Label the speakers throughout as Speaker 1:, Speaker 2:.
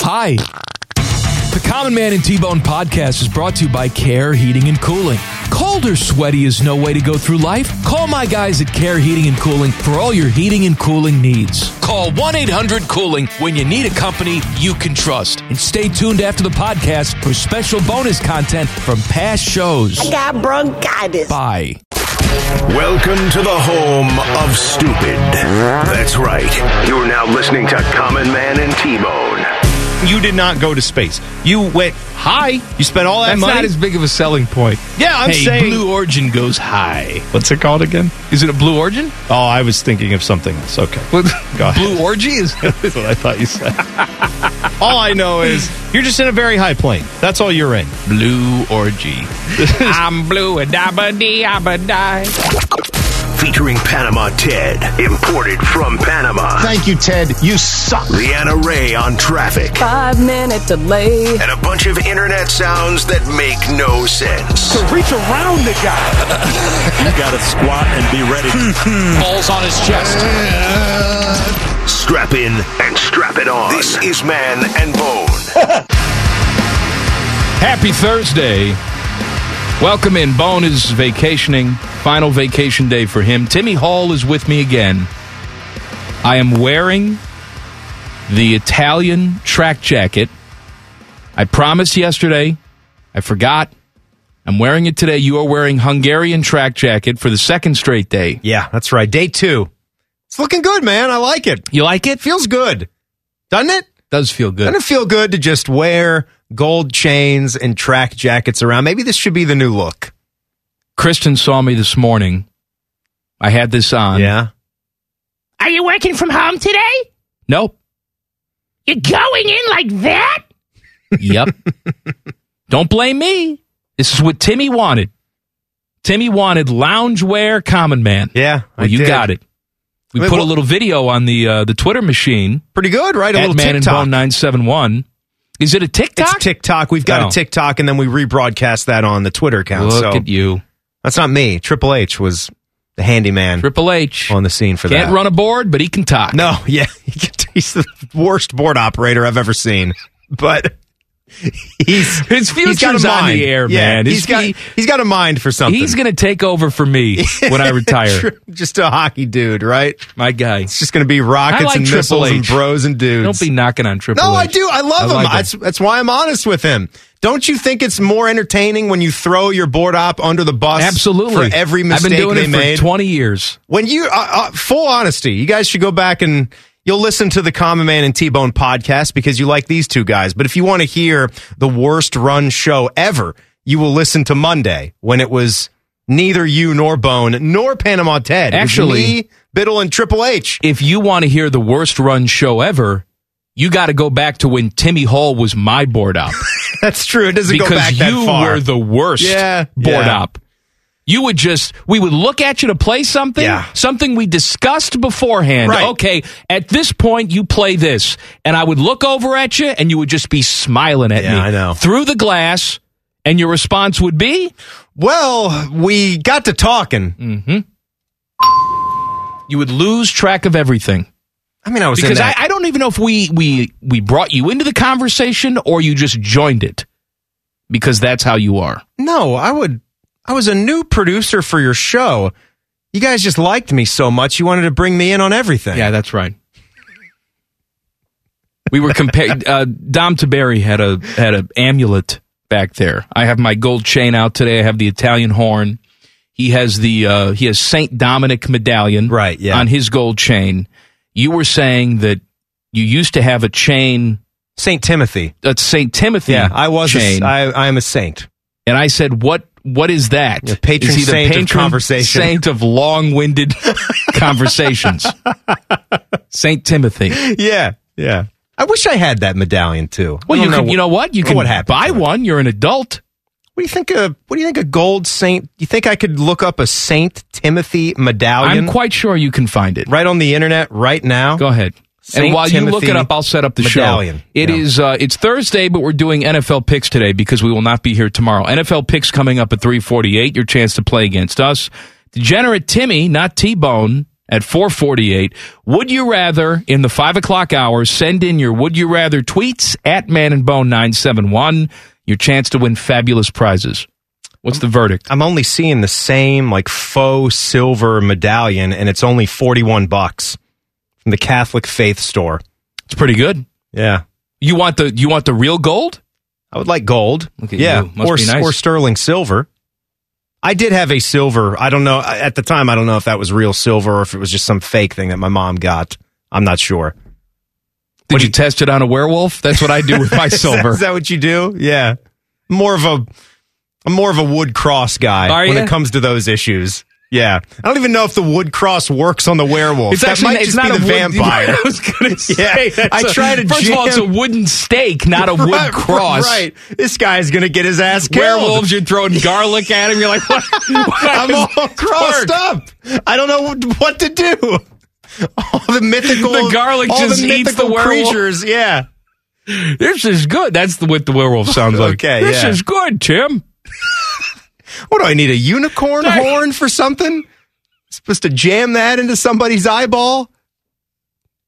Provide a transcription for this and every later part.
Speaker 1: Hi. The Common Man and T Bone podcast is brought to you by Care Heating and Cooling. Cold or sweaty is no way to go through life. Call my guys at Care Heating and Cooling for all your heating and cooling needs. Call 1 800 Cooling when you need a company you can trust. And stay tuned after the podcast for special bonus content from past shows.
Speaker 2: I got bronchitis.
Speaker 1: Bye.
Speaker 3: Welcome to the home of stupid. That's right. You're now listening to Common Man and T-Bone.
Speaker 4: You did not go to space. You went high. You spent all that
Speaker 5: That's
Speaker 4: money.
Speaker 5: not as big of a selling point.
Speaker 4: yeah, I'm
Speaker 1: hey,
Speaker 4: saying.
Speaker 1: Blue Origin goes high.
Speaker 4: What's it called again?
Speaker 5: Is it a blue origin?
Speaker 4: Oh, I was thinking of something else. Okay.
Speaker 5: What-
Speaker 4: Go ahead.
Speaker 5: Blue orgy is.
Speaker 4: That's what I thought you said. all I know is you're just in a very high plane. That's all you're in.
Speaker 5: Blue orgy. I'm blue and I'm a dee, I'm a die.
Speaker 3: Featuring Panama Ted. Imported from Panama.
Speaker 6: Thank you, Ted. You suck.
Speaker 3: Leanna Ray on traffic.
Speaker 7: Five minute delay.
Speaker 3: And a bunch of internet sounds that make no sense.
Speaker 8: reach around the guy. you got to squat and be ready.
Speaker 5: Falls on his chest.
Speaker 3: Strap in and strap it on. This is Man and Bone.
Speaker 5: Happy Thursday. Welcome in. Bone is vacationing. Final vacation day for him. Timmy Hall is with me again. I am wearing the Italian track jacket. I promised yesterday. I forgot. I'm wearing it today. You are wearing Hungarian track jacket for the second straight day.
Speaker 4: Yeah, that's right. Day two. It's looking good, man. I like it.
Speaker 5: You like it?
Speaker 4: Feels good, doesn't it?
Speaker 5: Does feel good.
Speaker 4: Doesn't it feel good to just wear gold chains and track jackets around? Maybe this should be the new look.
Speaker 5: Kristen saw me this morning. I had this on.
Speaker 4: Yeah.
Speaker 9: Are you working from home today?
Speaker 5: Nope.
Speaker 9: You're going in like that?
Speaker 5: Yep. Don't blame me. This is what Timmy wanted. Timmy wanted loungewear common man.
Speaker 4: Yeah. I
Speaker 5: Well, you
Speaker 4: did.
Speaker 5: got it. We
Speaker 4: I mean,
Speaker 5: put a
Speaker 4: wha-
Speaker 5: little video on the uh, the Twitter machine
Speaker 4: Pretty good, right? A
Speaker 5: at
Speaker 4: little
Speaker 5: Man
Speaker 4: TikTok.
Speaker 5: and Bone nine seven one. Is it a TikTok?
Speaker 4: It's TikTok. We've got
Speaker 5: Oh.
Speaker 4: a TikTok, and then we rebroadcast that on the Twitter account.
Speaker 5: Look
Speaker 4: so
Speaker 5: at you,
Speaker 4: that's not me. Triple H was the handyman
Speaker 5: Triple H.
Speaker 4: on the scene for
Speaker 5: Can't
Speaker 4: that.
Speaker 5: run a board, but he can talk.
Speaker 4: No, yeah, he's the worst board operator I've ever seen. But he's he's
Speaker 5: His
Speaker 4: got
Speaker 5: future's
Speaker 4: a
Speaker 5: on
Speaker 4: mind.
Speaker 5: the air,
Speaker 4: Yeah,
Speaker 5: man.
Speaker 4: He's
Speaker 5: His
Speaker 4: got
Speaker 5: fu-
Speaker 4: he's got a mind for something.
Speaker 5: he's gonna take over for me when I retire.
Speaker 4: Just a hockey dude, right?
Speaker 5: My guy.
Speaker 4: It's just going to be rockets
Speaker 5: I like
Speaker 4: and
Speaker 5: Triple
Speaker 4: missiles and
Speaker 5: H.
Speaker 4: bros and dudes.
Speaker 5: Don't be knocking on Triple
Speaker 4: No,
Speaker 5: H.
Speaker 4: I do. I love
Speaker 5: like
Speaker 4: him. That's, that's why I'm honest with him. Don't you think it's more entertaining when you throw your board op under the bus?
Speaker 5: Absolutely.
Speaker 4: For every mistake
Speaker 5: I've been doing
Speaker 4: they
Speaker 5: it
Speaker 4: made.
Speaker 5: for 20 years.
Speaker 4: when you, uh, uh, full honesty, you guys should go back and you'll listen to the Common Man and T Bone podcast because you like these two guys. But if you want to hear the worst run show ever, you will listen to Monday when it was neither you nor Bone nor Panama Ted. It was
Speaker 5: Actually-
Speaker 4: me, Biddle and Triple H.
Speaker 5: If you want to hear the worst run show ever, you got to go back to when Timmy Hall was my board op
Speaker 4: That's true. It doesn't go
Speaker 5: because
Speaker 4: back
Speaker 5: you
Speaker 4: that far.
Speaker 5: were the worst
Speaker 4: Yeah,
Speaker 5: board
Speaker 4: yeah.
Speaker 5: op. You would just we would look at you to play something,
Speaker 4: Yeah.
Speaker 5: something we discussed beforehand.
Speaker 4: Right.
Speaker 5: Okay, at this point you play this, and I would look over at you, and you would just be smiling at
Speaker 4: Yeah,
Speaker 5: me
Speaker 4: I know.
Speaker 5: through the glass, and your response would be,
Speaker 4: Well, we got to talking.
Speaker 5: Mm-hmm. you would lose track of everything.
Speaker 4: I mean, I was in
Speaker 5: because I,
Speaker 4: that.
Speaker 5: I don't even know if we we we brought you into the conversation or you just joined it because that's how you are.
Speaker 4: no, I would. I was a new producer for your show. You guys just liked me so much, you wanted to bring me in on everything.
Speaker 5: that's right. We were compared. Uh, Dom Taberi had a had a amulet back there. I have my gold chain out today. I have the Italian horn. He has the uh, he has Saint Dominic medallion
Speaker 4: Right, yeah.
Speaker 5: on his gold chain. You were saying that you used to have a chain
Speaker 4: Saint Timothy.
Speaker 5: that's Saint Timothy.
Speaker 4: I was. a s-
Speaker 5: chain.
Speaker 4: I I am a saint.
Speaker 5: And I said, "What? What is that?
Speaker 4: The patron
Speaker 5: Is he the
Speaker 4: saint of
Speaker 5: patron
Speaker 4: conversation."
Speaker 5: saint of long-winded conversations? saint Timothy.
Speaker 4: Yeah, yeah. I wish I had that medallion too. I
Speaker 5: Well, you
Speaker 4: don't
Speaker 5: can.
Speaker 4: know,
Speaker 5: you know what? You
Speaker 4: know
Speaker 5: can
Speaker 4: what happened
Speaker 5: buy
Speaker 4: to it.
Speaker 5: one. You're an adult.
Speaker 4: What do you think? A What do you think? A gold saint? You think I could look up a Saint Timothy medallion
Speaker 5: I'm quite sure you can find it.
Speaker 4: right on the internet right now?
Speaker 5: Go ahead.
Speaker 4: Saint
Speaker 5: and while you look it
Speaker 4: Timothy
Speaker 5: up, I'll set up the
Speaker 4: medallion.
Speaker 5: show. It
Speaker 4: Yeah.
Speaker 5: is, uh, it's Thursday, but we're doing NFL picks today because we will not be here tomorrow. NFL picks coming up at 348. Your chance to play against us. Degenerate Timmy, not T Bone, at 448. Would you rather, in the 5 o'clock hour, send in your Would You Rather tweets at Man and Bone 971, your chance to win fabulous prizes. What's the verdict?
Speaker 4: I'm only seeing the same like faux silver medallion, and it's only 41 bucks from the Catholic Faith store.
Speaker 5: It's pretty good.
Speaker 4: Yeah.
Speaker 5: You want the you want the real gold?
Speaker 4: I would like gold.
Speaker 5: Look at
Speaker 4: yeah,
Speaker 5: you. Must
Speaker 4: or
Speaker 5: be nice.
Speaker 4: or sterling silver. I did have a silver. I don't know I- at the time. I don't know if that was real silver or if it was just some fake thing that my mom got. I'm not sure.
Speaker 5: Did you test it on a werewolf? That's what I do with my silver.
Speaker 4: Is that what you do? Yeah. More of a I'm more of a wood cross guy
Speaker 5: Are
Speaker 4: when
Speaker 5: ya?
Speaker 4: it comes to those issues. Yeah. I don't even know if the wood cross works on the werewolf.
Speaker 5: It's
Speaker 4: that
Speaker 5: actually
Speaker 4: might
Speaker 5: it's
Speaker 4: just be
Speaker 5: not a
Speaker 4: the
Speaker 5: wood-
Speaker 4: vampire.
Speaker 5: I was gonna say.
Speaker 4: Yeah,
Speaker 5: that's
Speaker 4: I
Speaker 5: a-
Speaker 4: tried to
Speaker 5: First of all, it's a
Speaker 4: jam-
Speaker 5: wooden stake, not a wood
Speaker 4: Right,
Speaker 5: cross.
Speaker 4: Right. This guy's going to get his ass killed.
Speaker 5: Werewolves, you're throwing garlic at him. You're like, what? what
Speaker 4: I'm
Speaker 5: is
Speaker 4: all
Speaker 5: this
Speaker 4: crossed
Speaker 5: work?
Speaker 4: up. I don't know what- what to do. All the mythical,
Speaker 5: The garlic
Speaker 4: all
Speaker 5: just
Speaker 4: the
Speaker 5: eats the
Speaker 4: mythical
Speaker 5: werewolf.
Speaker 4: creatures. Yeah,
Speaker 5: This is good. That's the, what the werewolf sounds like.
Speaker 4: Okay,
Speaker 5: this
Speaker 4: yeah.
Speaker 5: is good, Tim.
Speaker 4: What do I need? A unicorn
Speaker 5: Sorry.
Speaker 4: horn for something? Supposed to jam that into somebody's eyeball?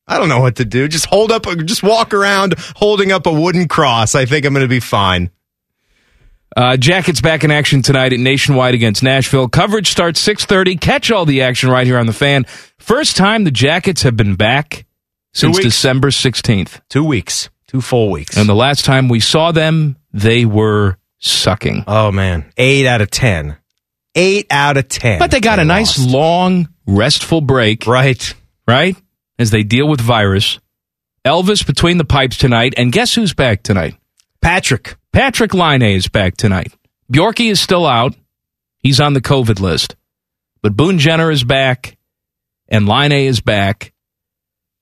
Speaker 4: I don't know what to do. Just hold up, just walk around holding up a wooden cross. I think I'm going to be fine.
Speaker 5: Uh, Jackets back in action tonight at Nationwide against Nashville. Coverage starts 6:30. Catch all the action right here on the fan. First time the Jackets have been back since
Speaker 4: weeks.
Speaker 5: December 16th.
Speaker 4: Two weeks, two full weeks.
Speaker 5: And the last time we saw them, they were sucking.
Speaker 4: oh man, eight out of ten. Eight out of ten.
Speaker 5: But they got a nice
Speaker 4: lost.
Speaker 5: long restful break,
Speaker 4: right.
Speaker 5: right? As they deal with virus. Elvis between the pipes tonight, and guess who's back tonight?
Speaker 4: Patrick,
Speaker 5: Patrick Line is back tonight. Bjorky is still out. He's on the COVID list. But Boone Jenner is back and Line is back.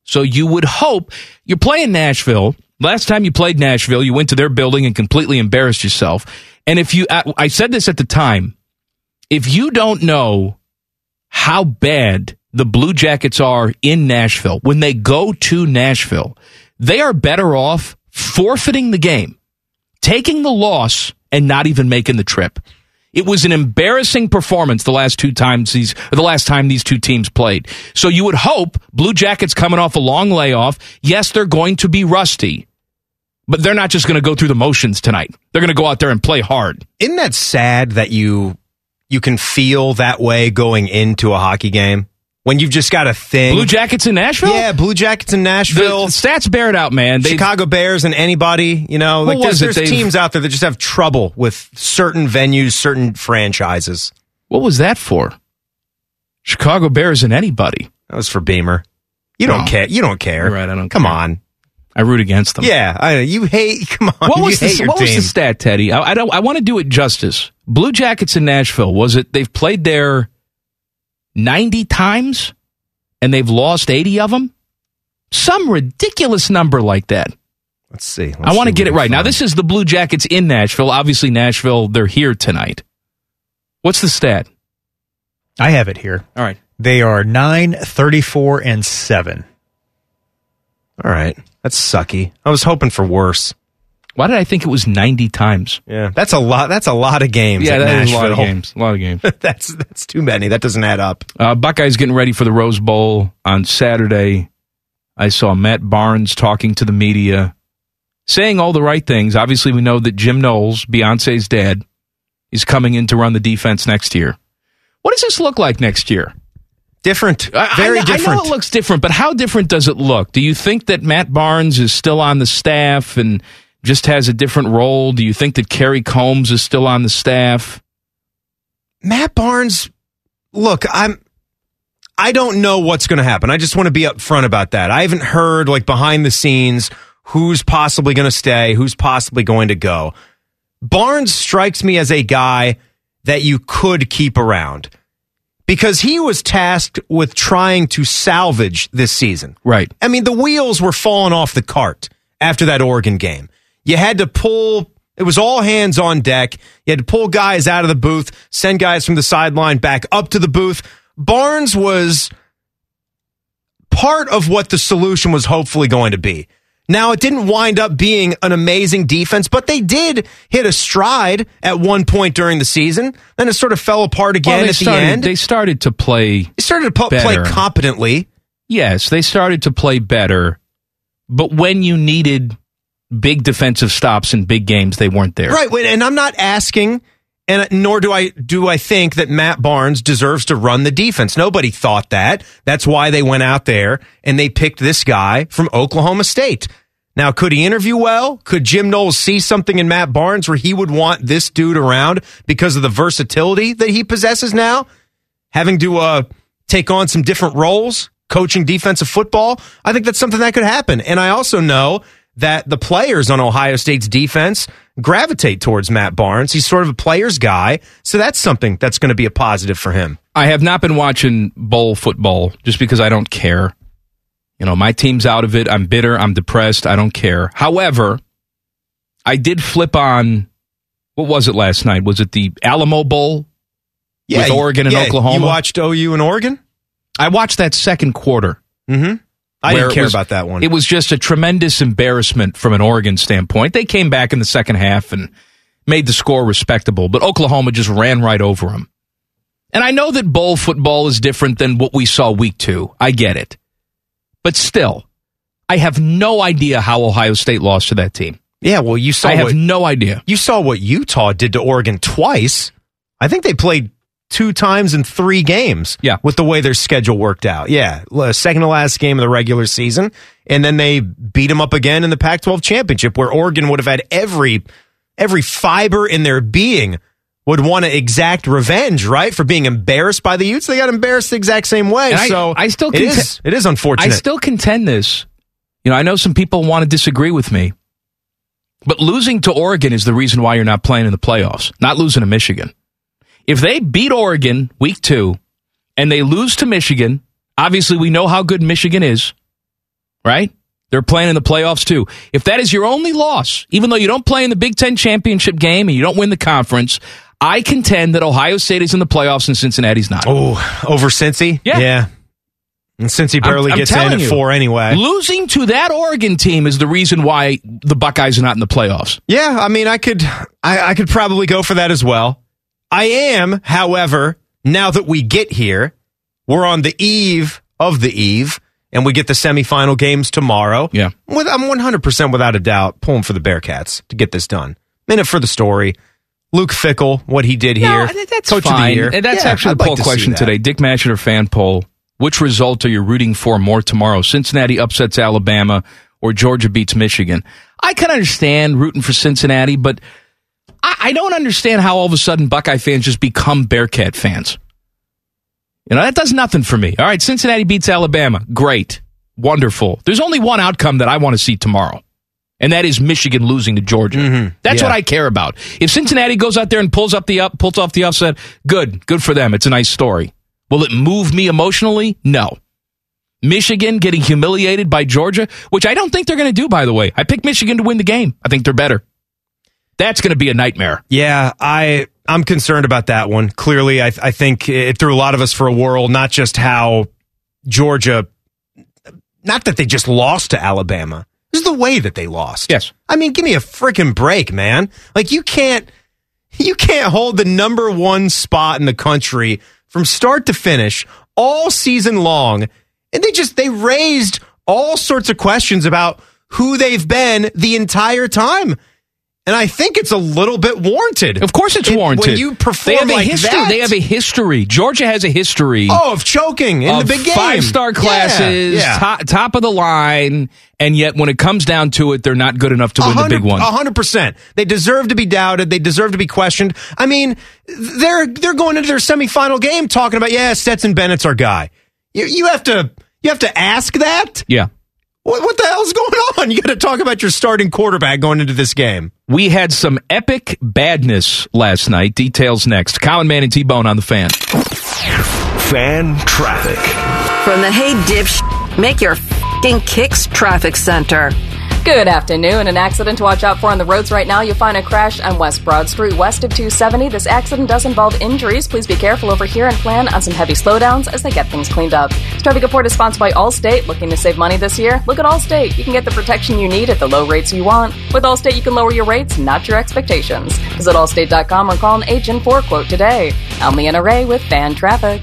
Speaker 5: So you would hope you're playing Nashville. Last time you played Nashville, you went to their building and completely embarrassed yourself. And if you, I, I said this at the time, if you don't know how bad the Blue Jackets are in Nashville, when they go to Nashville, they are better off forfeiting the game taking the loss and not even making the trip. It was an embarrassing performance the last two times these or the last time these two teams played. So you would hope Blue Jackets coming off a long layoff. Yes, they're going to be rusty, but they're not just going to go through the motions tonight. They're going to go out there and play hard.
Speaker 4: isn't that sad that you you can feel that way going into a hockey game when you've just got a thing?
Speaker 5: Blue Jackets in Nashville.
Speaker 4: yeah, Blue Jackets in
Speaker 5: the, the
Speaker 4: Nashville.
Speaker 5: stats bear it out, man. They,
Speaker 4: Chicago Bears and anybody, you know,
Speaker 5: What
Speaker 4: Oh, like there's,
Speaker 5: was it
Speaker 4: there's
Speaker 5: they've-
Speaker 4: teams out there that just have trouble with certain venues, certain franchises.
Speaker 5: what was that for? Chicago Bears and anybody.
Speaker 4: That was for Beamer. You don't
Speaker 5: No.
Speaker 4: care. You don't care.
Speaker 5: You're right, I don't
Speaker 4: Come
Speaker 5: care.
Speaker 4: on.
Speaker 5: I root against them.
Speaker 4: Yeah, I know. You hate. Come on.
Speaker 5: What
Speaker 4: you
Speaker 5: was
Speaker 4: hate
Speaker 5: the,
Speaker 4: your
Speaker 5: what was
Speaker 4: team.
Speaker 5: the stat, Teddy? I, I don't. I want to do it justice. Blue Jackets in Nashville was it? They've played there ninety times, and they've lost eighty of them. Some ridiculous number like that.
Speaker 4: Let's see. Let's
Speaker 5: I want to
Speaker 4: see
Speaker 5: get it
Speaker 4: what
Speaker 5: right.
Speaker 4: we
Speaker 5: Now
Speaker 4: find.
Speaker 5: this is the Blue Jackets in Nashville. Obviously, Nashville. They're here tonight. What's the stat?
Speaker 2: I have it here.
Speaker 5: All right.
Speaker 2: They are 9, 34, and 7.
Speaker 4: All right. That's sucky. I was hoping for worse.
Speaker 5: Why did I think it was ninety times?
Speaker 4: Yeah, that's a lot. That's a lot of games. at
Speaker 5: that is
Speaker 4: Nashville.
Speaker 5: games. A lot of games.
Speaker 4: that's that's too many. That doesn't add up.
Speaker 5: Uh, Buckeyes getting ready for the Rose Bowl on Saturday. I saw Matt Barnes talking to the media, saying all the right things. Obviously, we know that Jim Knowles, Beyonce's dad, is coming in to run the defense next year. What does this look like next year?
Speaker 4: Different.
Speaker 5: I- I
Speaker 4: Very
Speaker 5: know- I
Speaker 4: different.
Speaker 5: know it looks different, but how different does it look? Do you think that Matt Barnes is still on the staff and just has a different role? Do you think that Kerry Combs is still on the staff?
Speaker 4: Matt Barnes, look, I'm I don't know what's going to happen. I just want to be upfront about that. I haven't heard like behind the scenes who's possibly going to stay, who's possibly going to go. Barnes strikes me as a guy that you could keep around because he was tasked with trying to salvage this season.
Speaker 5: Right.
Speaker 4: I mean, the wheels were falling off the cart after that Oregon game. You had to pull, it was all hands on deck. You had to pull guys out of the booth, send guys from the sideline back up to the booth. Barnes was part of what the solution was hopefully going to be. Now, it didn't wind up being an amazing defense, but they did hit a stride at one point during the season. Then it sort of fell apart again
Speaker 5: Well, they
Speaker 4: at
Speaker 5: started,
Speaker 4: the end.
Speaker 5: They started to play.
Speaker 4: They started to pu- play
Speaker 5: better.
Speaker 4: competently.
Speaker 5: Yes, they started to play better, but when you needed big defensive stops in big games, they weren't there.
Speaker 4: Right, wait, and I'm not asking and nor do I do I think that Matt Barnes deserves to run the defense. Nobody thought that. That's why they went out there and they picked this guy from Oklahoma State. Now, could he interview well? Could Jim Knowles see something in Matt Barnes where he would want this dude around because of the versatility that he possesses now? Having to uh, take on some different roles, coaching defensive football, I think that's something that could happen. And I also know that the players on Ohio State's defense gravitate towards Matt Barnes. He's sort of a player's guy. So that's something that's going to be a positive for him.
Speaker 5: I have not been watching bowl football just because I don't care. You know, my team's out of it. I'm bitter. I'm depressed. I don't care. However, I did flip on. What was it last night? Was it the Alamo Bowl with Oregon and
Speaker 4: yeah,
Speaker 5: Oklahoma?
Speaker 4: You watched OU and Oregon?
Speaker 5: I watched that second quarter.
Speaker 4: Mm-hmm. I
Speaker 5: where
Speaker 4: didn't
Speaker 5: it
Speaker 4: care
Speaker 5: was-
Speaker 4: about that one.
Speaker 5: It was just a tremendous embarrassment from an Oregon standpoint. They came back in the second half and made the score respectable, but Oklahoma just ran right over them. And I know that bowl football is different than what we saw week two. I get it. But still, I have no idea how Ohio State lost to that team.
Speaker 4: yeah, well, you saw
Speaker 5: I have
Speaker 4: what,
Speaker 5: no idea.
Speaker 4: you saw what Utah did to Oregon twice. I think they played two times in three games.
Speaker 5: Yeah.
Speaker 4: with the way their schedule worked out. Yeah, l- second to last game of the regular season, and then they beat them up again in the Pac-12 championship, where Oregon would have had every every fiber in their being would want to exact revenge, right, for being embarrassed by the Utes. They got embarrassed the exact same way.
Speaker 5: And I-
Speaker 4: so
Speaker 5: I still
Speaker 4: it
Speaker 5: cont-
Speaker 4: is it is unfortunate.
Speaker 5: I still contend this. You know, I know some people want to disagree with me, but losing to Oregon is the reason why you're not playing in the playoffs, not losing to Michigan. If they beat Oregon week two and they lose to Michigan, obviously we know how good Michigan is, right? They're playing in the playoffs too. If that is your only loss, even though you don't play in the Big Ten championship game and you don't win the conference, I contend that Ohio State is in the playoffs and Cincinnati's not.
Speaker 4: oh over Cincy.
Speaker 5: Yeah.
Speaker 4: And Cincy
Speaker 5: I'm-
Speaker 4: barely
Speaker 5: I'm
Speaker 4: gets in
Speaker 5: telling
Speaker 4: at
Speaker 5: you.
Speaker 4: four anyway.
Speaker 5: Losing to that Oregon team is the reason why the Buckeyes are not in the playoffs.
Speaker 4: Yeah, I mean, I could, I, I could probably go for that as well. I am, however, now that we get here, we're on the eve of the eve, and we get the semifinal games tomorrow.
Speaker 5: Yeah.
Speaker 4: with, I'm 100 percent without a doubt pulling for the Bearcats to get this done. In it for the story, Luke Fickle, what he did here,
Speaker 5: that's
Speaker 4: Coach Of the year.
Speaker 5: And that's
Speaker 4: Yeah,
Speaker 5: actually
Speaker 4: I'd
Speaker 5: the
Speaker 4: like
Speaker 5: poll
Speaker 4: to see
Speaker 5: question
Speaker 4: that.
Speaker 5: today. Dick Matcheder fan poll. Which result are you rooting for more tomorrow? Cincinnati upsets Alabama or Georgia beats Michigan? I can understand rooting for Cincinnati, but I, I don't understand how all of a sudden Buckeye fans just become Bearcat fans. You know, that does nothing for me. All right, Cincinnati beats Alabama. Great. Wonderful. There's only one outcome that I want to see tomorrow, and that is Michigan losing to Georgia. That's what I care about. If Cincinnati goes out there and pulls up the up, pulls off the upset, good. Good for them. It's a nice story. Will it move me emotionally? No. Michigan getting humiliated by Georgia, which I don't think they're going to do, by the way. I picked Michigan to win the game. I think they're better. That's going to be a nightmare.
Speaker 4: Yeah, I I'm concerned about that one. Clearly, I I think it threw a lot of us for a whirl. Not just how Georgia, not that they just lost to Alabama. This is the way that they lost.
Speaker 5: Yes.
Speaker 4: I mean, give me a freaking break, man. Like you can't you can't hold the number one spot in the country from start to finish all season long. And they just they raised all sorts of questions about who they've been the entire time. And I think it's a little bit warranted.
Speaker 5: Of course, it's
Speaker 4: It-
Speaker 5: warranted.
Speaker 4: When you perform
Speaker 5: they have
Speaker 4: like
Speaker 5: a history.
Speaker 4: that,
Speaker 5: They have a history. Georgia has a history.
Speaker 4: oh of choking in
Speaker 5: of
Speaker 4: the big game,
Speaker 5: Five star
Speaker 4: Yeah,
Speaker 5: classes,
Speaker 4: yeah.
Speaker 5: Top, top of the line, and yet when it comes down to it, they're not good enough to win the big one.
Speaker 4: hundred percent. They deserve to be doubted. They deserve to be questioned. I mean, they're they're going into their semifinal game talking about yeah, Stetson Bennett's our guy. You you have to you have to ask that.
Speaker 5: Yeah.
Speaker 4: What, what the hell's going on? You got to talk about your starting quarterback going into this game.
Speaker 5: We had some epic badness last night. Details next. Colin Man and T Bone on the fan.
Speaker 3: Fan traffic.
Speaker 6: From the Hey Dipsh, make your fing kicks traffic center.
Speaker 7: Good afternoon. An accident to watch out for on the roads right now. You'll find a crash on West Broad Street, west of 270. This accident does involve injuries. Please be careful over here and plan on some heavy slowdowns as they get things cleaned up. This traffic report is sponsored by Allstate. Looking to save money this year? Look at Allstate. You can get the protection you need at the low rates you want. With Allstate, you can lower your rates, not your expectations. Visit allstate.com or call an agent for a quote today. I'm Leanna Ray with Fan Traffic.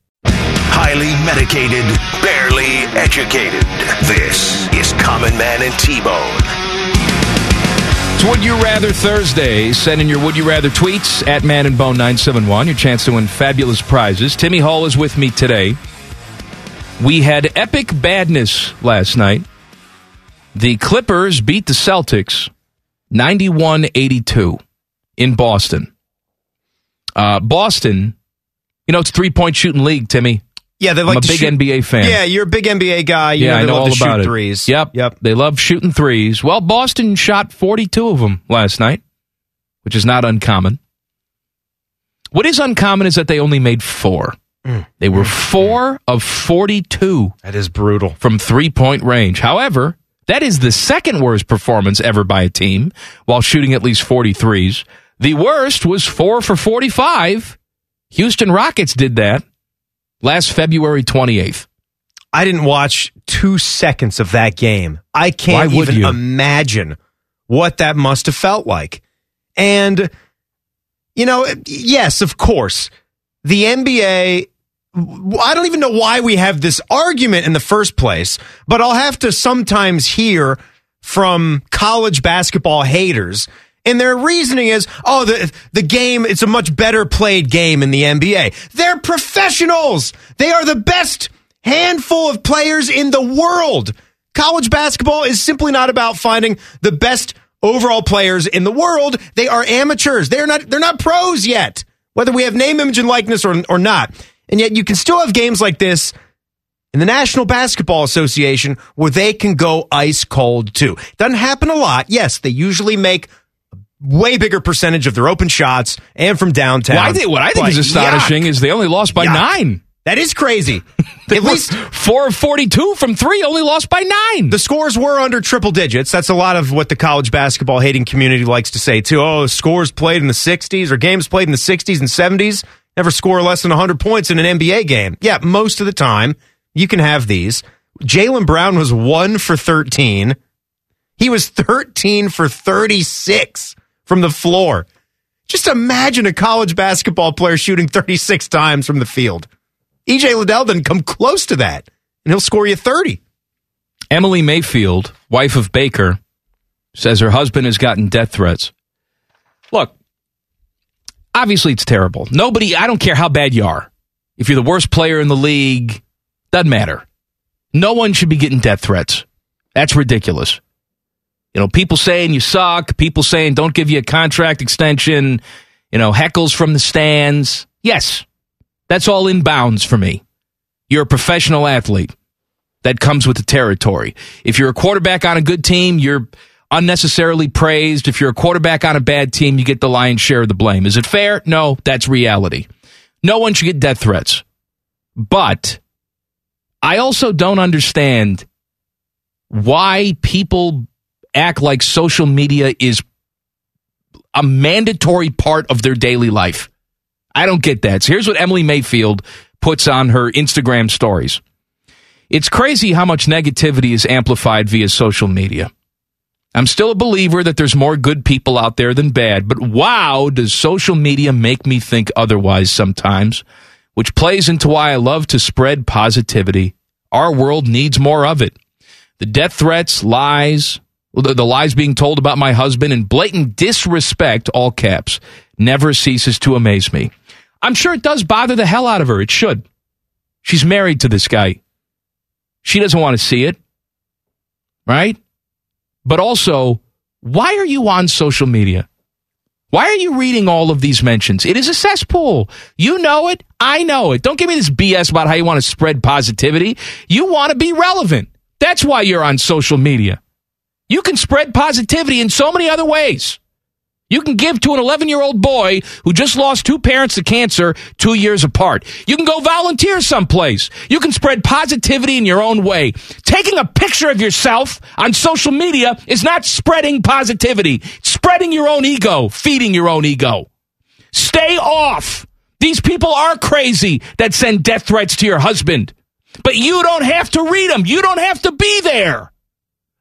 Speaker 3: Highly medicated, barely educated. This is Common Man and T Bone.
Speaker 5: It's Would You Rather Thursday. Send in your Would You Rather tweets at Man and Bone 971. Your chance to win fabulous prizes. Timmy Hall is with me today. We had epic badness last night. The Clippers beat the Celtics 91 82 in Boston. Uh, Boston, you know, it's three point shooting league, Timmy.
Speaker 4: Yeah, they like
Speaker 5: I'm a
Speaker 4: to
Speaker 5: big
Speaker 4: shoot-
Speaker 5: NBA fan.
Speaker 4: Yeah, you're a big NBA guy. You
Speaker 5: yeah,
Speaker 4: know, they
Speaker 5: I know
Speaker 4: love
Speaker 5: all
Speaker 4: to shoot
Speaker 5: about it.
Speaker 4: threes.
Speaker 5: Yep,
Speaker 4: Yep.
Speaker 5: They love shooting threes. Well, Boston shot 42 of them last night, which is not uncommon. What is uncommon is that they only made four. They were four of 42
Speaker 4: Mm. That is brutal.
Speaker 5: from three point range. However, that is the second worst performance ever by a team while shooting at least 43s. The worst was four for 45. Houston Rockets did that last February 28th.
Speaker 4: I didn't watch two seconds of that game. I can't
Speaker 5: Why would
Speaker 4: even
Speaker 5: you?
Speaker 4: imagine what that must have felt like. And, you know, yes, of course, the NBA. I don't even know why we have this argument in the first place, but I'll have to sometimes hear from college basketball haters. And their reasoning is, oh, the, the game, it's a much better played game in the NBA. They're professionals. They are the best handful of players in the world. College basketball is simply not about finding the best overall players in the world. They are amateurs. They're not they're not pros yet. Whether we have name, image, and likeness or, or not. And yet you can still have games like this in the National Basketball Association where they can go ice cold too. Doesn't happen a lot. Yes, they usually make way bigger percentage of their open shots and from downtown.
Speaker 5: Well, I think what I think is
Speaker 4: But
Speaker 5: astonishing
Speaker 4: yuck.
Speaker 5: is they only lost by
Speaker 4: Yuck.
Speaker 5: nine.
Speaker 4: that is crazy. At least
Speaker 5: Four of forty-two from three, only lost by nine.
Speaker 4: The scores were under triple digits. That's a lot of what the college basketball hating community likes to say, too. Oh, scores played in the 60s or games played in the 60s and 70s never score less than 100 points in an NBA game. Yeah, most of the time, you can have these. Jalen Brown was 1 for 13. He was 13 for 36 from the floor. Just imagine a college basketball player shooting 36 times from the field. EJ Liddell didn't come close to that, and he'll score you 30.
Speaker 5: Emily Mayfield, wife of Baker, says her husband has gotten death threats. Look, obviously it's terrible. Nobody, I don't care how bad you are. If you're the worst player in the league, doesn't matter. No one should be getting death threats. That's ridiculous. You know, people saying you suck, people saying don't give you a contract extension, you know, heckles from the stands. Yes, that's all in bounds for me. You're a professional athlete that comes with the territory. If you're a quarterback on a good team, you're unnecessarily praised. If you're a quarterback on a bad team, you get the lion's share of the blame. Is it fair? No, that's reality. No one should get death threats. But I also don't understand why people act like social media is a mandatory part of their daily life. I don't get that. So here's what Emily Mayfield puts on her Instagram stories. It's crazy how much negativity is amplified via social media. I'm still a believer that there's more good people out there than bad, but wow, does social media make me think otherwise sometimes, which plays into why I love to spread positivity. Our world needs more of it. The death threats, lies, the the lies being told about my husband, and blatant disrespect, all caps, never ceases to amaze me. I'm sure it does bother the hell out of her. It should. She's married to this guy. She doesn't want to see it. Right? but also, why are you on social media? Why are you reading all of these mentions? It is a cesspool. You know it. I know it. Don't give me this BS about how you want to spread positivity. You want to be relevant. That's why you're on social media. You can spread positivity in so many other ways. You can give to an 11 year old boy who just lost two parents to cancer two years apart. You can go volunteer someplace. You can spread positivity in your own way. Taking a picture of yourself on social media is not spreading positivity, It's spreading your own ego, feeding your own ego. Stay off. These people are crazy that send death threats to your husband, but you don't have to read them. You don't have to be there.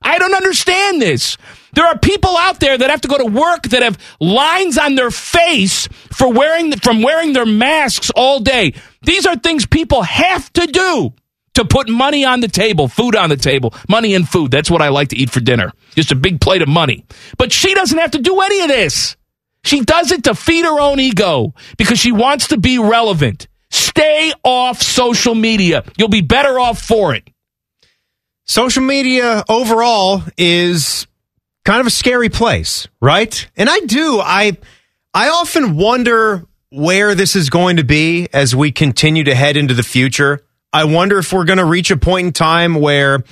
Speaker 5: I don't understand this. There are people out there that have to go to work that have lines on their face for wearing from wearing their masks all day. These are things people have to do to put money on the table, food on the table, money and food. That's what I like to eat for dinner. Just a big plate of money. But she doesn't have to do any of this. She does it to feed her own ego because she wants to be relevant. Stay off social media. You'll be better off for it.
Speaker 4: Social media overall is kind of a scary place, right? And I do. I I often wonder where this is going to be as we continue to head into the future. I wonder if we're going to reach a point in time where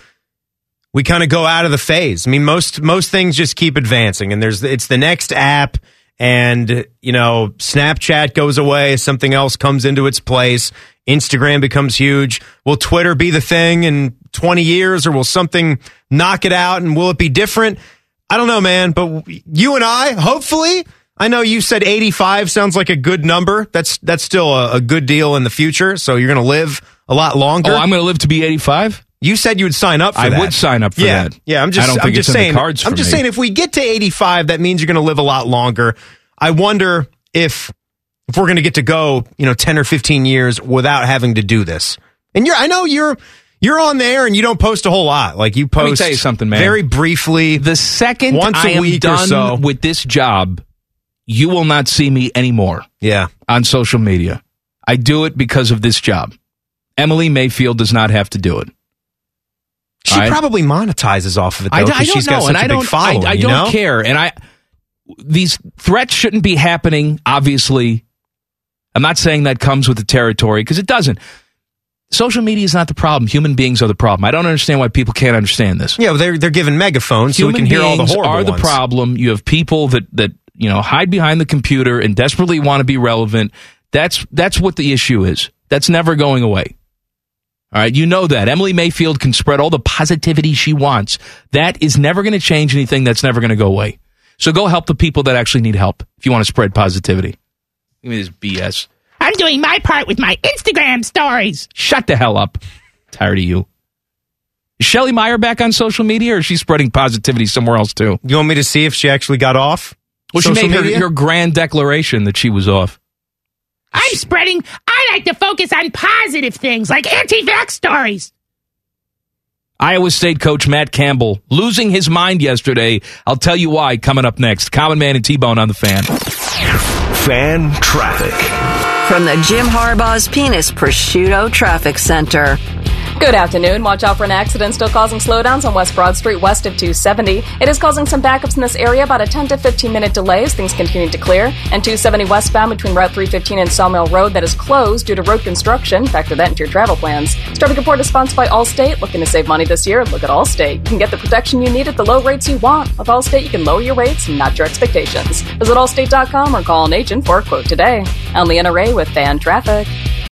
Speaker 4: we kind of go out of the phase. I mean, most most things just keep advancing, and there's it's the next app, and you know, Snapchat goes away, something else comes into its place. Instagram becomes huge. Will Twitter be the thing in 20 years, or will something knock it out? And will it be different? I don't know, man. But you and I, hopefully, I know you said 85 sounds like a good number. That's that's still a, a good deal in the future. So you're going to live a lot longer.
Speaker 5: Oh, I'm going to live to be 85.
Speaker 4: You said you would sign up for
Speaker 5: I
Speaker 4: that.
Speaker 5: would sign up for
Speaker 4: yeah,
Speaker 5: that.
Speaker 4: Yeah, I'm just,
Speaker 5: I don't
Speaker 4: am
Speaker 5: think
Speaker 4: just
Speaker 5: it's in the
Speaker 4: saying,
Speaker 5: cards for
Speaker 4: I'm just
Speaker 5: me.
Speaker 4: saying if we get to 85, that means you're going to live a lot longer. I wonder if if we're going to get to go, you know, 10 or 15 years without having to do this. And you're I know you're you're on there and you don't post a whole lot. Like you post
Speaker 5: Let me tell you something, man.
Speaker 4: very briefly.
Speaker 5: The second
Speaker 4: Once a
Speaker 5: I am
Speaker 4: week or
Speaker 5: done
Speaker 4: so.
Speaker 5: with this job, you will not see me anymore
Speaker 4: yeah.
Speaker 5: on social media. I do it because of this job. Emily Mayfield does not have to do it.
Speaker 4: She
Speaker 5: I-
Speaker 4: probably monetizes off of it though.
Speaker 5: I, d-
Speaker 4: 'cause
Speaker 5: I don't
Speaker 4: she's got
Speaker 5: know,
Speaker 4: such
Speaker 5: and
Speaker 4: a
Speaker 5: I
Speaker 4: big
Speaker 5: don't.
Speaker 4: following,
Speaker 5: I, I
Speaker 4: you
Speaker 5: don't
Speaker 4: know?
Speaker 5: care, and I these threats shouldn't be happening. Obviously, I'm not saying that comes with the territory because it doesn't. Social media is not the problem. Human beings are the problem. I don't understand why people can't understand this.
Speaker 4: Yeah, they're they're given megaphones so we can
Speaker 5: Human
Speaker 4: hear all the
Speaker 5: beings
Speaker 4: horrible
Speaker 5: are the
Speaker 4: ones.
Speaker 5: problem. You have people that that you know hide behind the computer and desperately want to be relevant. That's that's what the issue is. That's never going away. All right, you know that Emily Mayfield can spread all the positivity she wants. That is never going to change anything. That's never going to go away. So go help the people that actually need help if you want to spread positivity. Give me this BS.
Speaker 9: I'm doing my part with my Instagram stories.
Speaker 5: Shut the hell up. Tired of you. Is Shelly Meyer back on social media, or is she spreading positivity somewhere else too?
Speaker 4: You want me to see if she actually got off?
Speaker 5: Well, she
Speaker 4: social
Speaker 5: made her,
Speaker 4: media?
Speaker 5: her grand declaration that she was off.
Speaker 9: I'm spreading, I like to focus on positive things like anti vax stories.
Speaker 5: Iowa State coach Matt Campbell losing his mind yesterday. I'll tell you why coming up next. Common Man and T Bone on the fan.
Speaker 3: Fan traffic.
Speaker 6: From the Jim Harbaugh's Penis Prosciutto Traffic Center.
Speaker 7: Good afternoon. Watch out for an accident still causing slowdowns on West Broad Street west of 270. It is causing some backups in this area, about a 10 to 15 minute delay as things continue to clear. And 270 westbound between Route 315 and Sawmill Road that is closed due to road construction. Factor that into your travel plans. This traffic report is sponsored by Allstate. Looking to save money this year? Look at Allstate. You can get the protection you need at the low rates you want. With Allstate, you can lower your rates and not your expectations. Visit allstate.com or call an agent for a quote today. I'm Leanna Ray with Fan Traffic.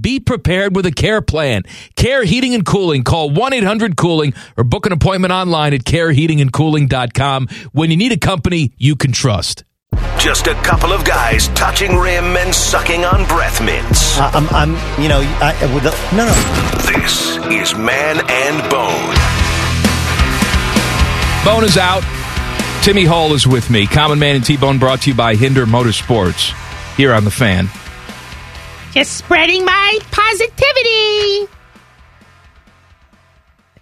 Speaker 1: Be prepared with a care plan. Care Heating and Cooling. Call 1 800 Cooling or book an appointment online at careheatingandcooling.com when you need a company you can trust.
Speaker 3: Just a couple of guys touching rim and sucking on breath mints.
Speaker 10: I- I'm, I'm, you know, I, with the, no, no.
Speaker 3: This is Man and Bone.
Speaker 5: Bone is out. Timmy Hall is with me. Common Man and T Bone brought to you by Hinder Motorsports here on the fan.
Speaker 9: Just spreading my positivity.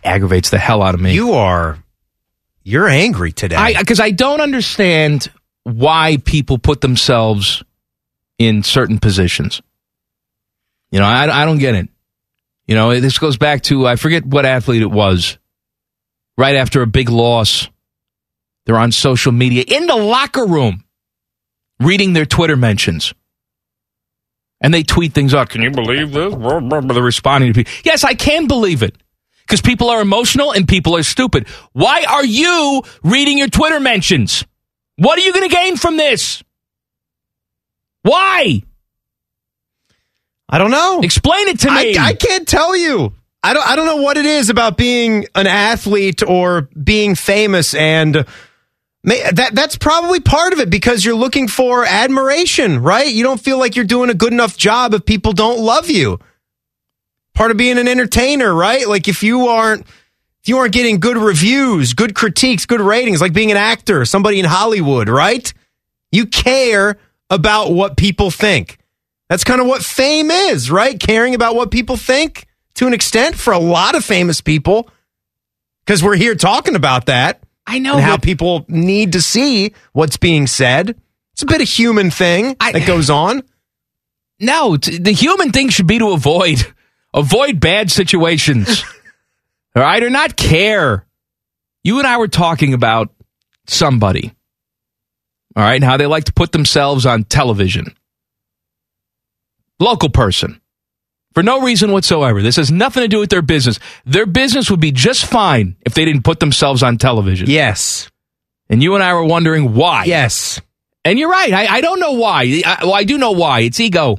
Speaker 5: Aggravates the hell out of me.
Speaker 4: You are, you're angry today.
Speaker 5: I because I don't understand why people put themselves in certain positions. You know, I I don't get it. You know, this goes back to I forget what athlete it was. Right after a big loss, they're on social media in the locker room, reading their Twitter mentions, and they tweet things out. Can you believe this? Blah, blah, blah. They're responding to people. Yes, I can believe it because people are emotional and people are stupid. Why are you reading your Twitter mentions? What are you going to gain from this? Why?
Speaker 4: I don't know.
Speaker 5: Explain it to me.
Speaker 4: I, I can't tell you. I don't. I don't know what it is about being an athlete or being famous, and may, that that's probably part of it because you're looking for admiration, right? You don't feel like you're doing a good enough job if people don't love you. Part of being an entertainer, right? Like if you aren't if you aren't getting good reviews, good critiques, good ratings, like being an actor, somebody in Hollywood, right? You care about what people think. That's kind of what fame is, right? Caring about what people think to an extent for a lot of famous people, because we're here talking about that.
Speaker 5: I know,
Speaker 4: and how
Speaker 5: but-
Speaker 4: people need to see what's being said. It's a bit of human thing
Speaker 5: I-
Speaker 4: that goes on.
Speaker 5: No, t- the human thing should be to avoid avoid bad situations. All right, or not care. You and I were talking about somebody. All right, and how they like to put themselves on television. Local person. For no reason whatsoever. This has nothing to do with their business. Their business would be just fine if they didn't put themselves on television.
Speaker 4: Yes.
Speaker 5: And you and I were wondering why.
Speaker 4: Yes.
Speaker 5: And you're right. I, I don't know why. I, well, I do know why. It's ego.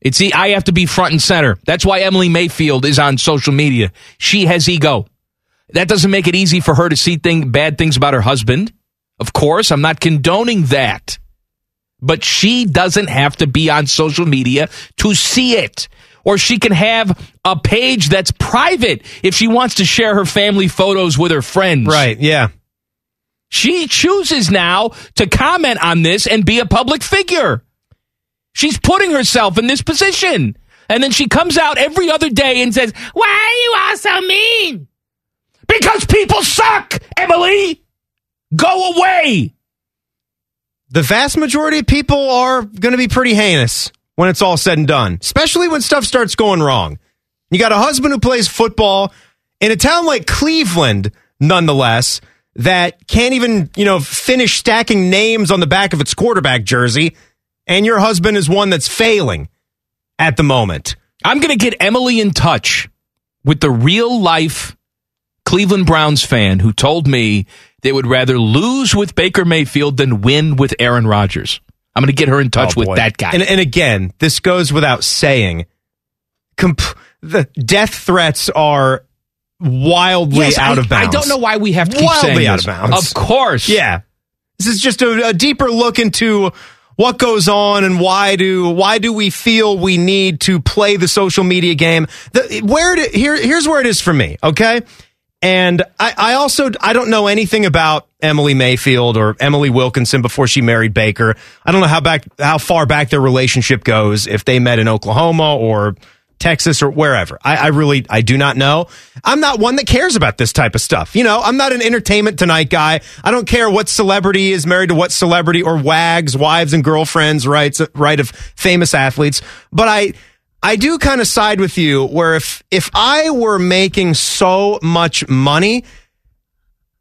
Speaker 5: It's e- I have to be front and center. That's why Emily Mayfield is on social media. She has ego. That doesn't make it easy for her to see thing bad things about her husband. Of course, I'm not condoning that. But she doesn't have to be on social media to see it. Or she can have a page that's private if she wants to share her family photos with her friends.
Speaker 4: Right. Yeah.
Speaker 5: She chooses now to comment on this and be a public figure. She's putting herself in this position. And then she comes out every other day and says,
Speaker 9: Why are you all so mean?
Speaker 5: Because people suck, Emily! Go away!
Speaker 4: the vast majority of people are going to be pretty heinous when it's all said and done, especially when stuff starts going wrong. You got a husband who plays football in a town like Cleveland, nonetheless, that can't even, you know, finish stacking names on the back of its quarterback jersey. And your husband is one that's failing at the moment.
Speaker 5: I'm going to get Emily in touch with the real life Cleveland Browns fan who told me they would rather lose with Baker Mayfield than win with Aaron Rodgers. I'm going to get her in touch
Speaker 4: Oh,
Speaker 5: with
Speaker 4: boy.
Speaker 5: that guy.
Speaker 4: And, and again, this goes without saying. Comp- the death threats are wildly
Speaker 5: Yes,
Speaker 4: out
Speaker 5: I,
Speaker 4: of bounds.
Speaker 5: I don't know why we have to keep
Speaker 4: Wildly
Speaker 5: saying
Speaker 4: out
Speaker 5: this.
Speaker 4: of bounds.
Speaker 5: Of course.
Speaker 4: Yeah. This is just a, a deeper look into what goes on and why do why do we feel we need to play the social media game? The, where it, here here's where it is for me, okay? And I, I also I don't know anything about Emily Mayfield or Emily Wilkinson before she married Baker. I don't know how back how far back their relationship goes if they met in Oklahoma or Texas or wherever. I, I really I do not know. I'm not one that cares about this type of stuff. You know, I'm not an entertainment tonight guy. I don't care what celebrity is married to what celebrity or wags, wives and girlfriends, rights right of famous athletes. But I I do kind of side with you where if if I were making so much money,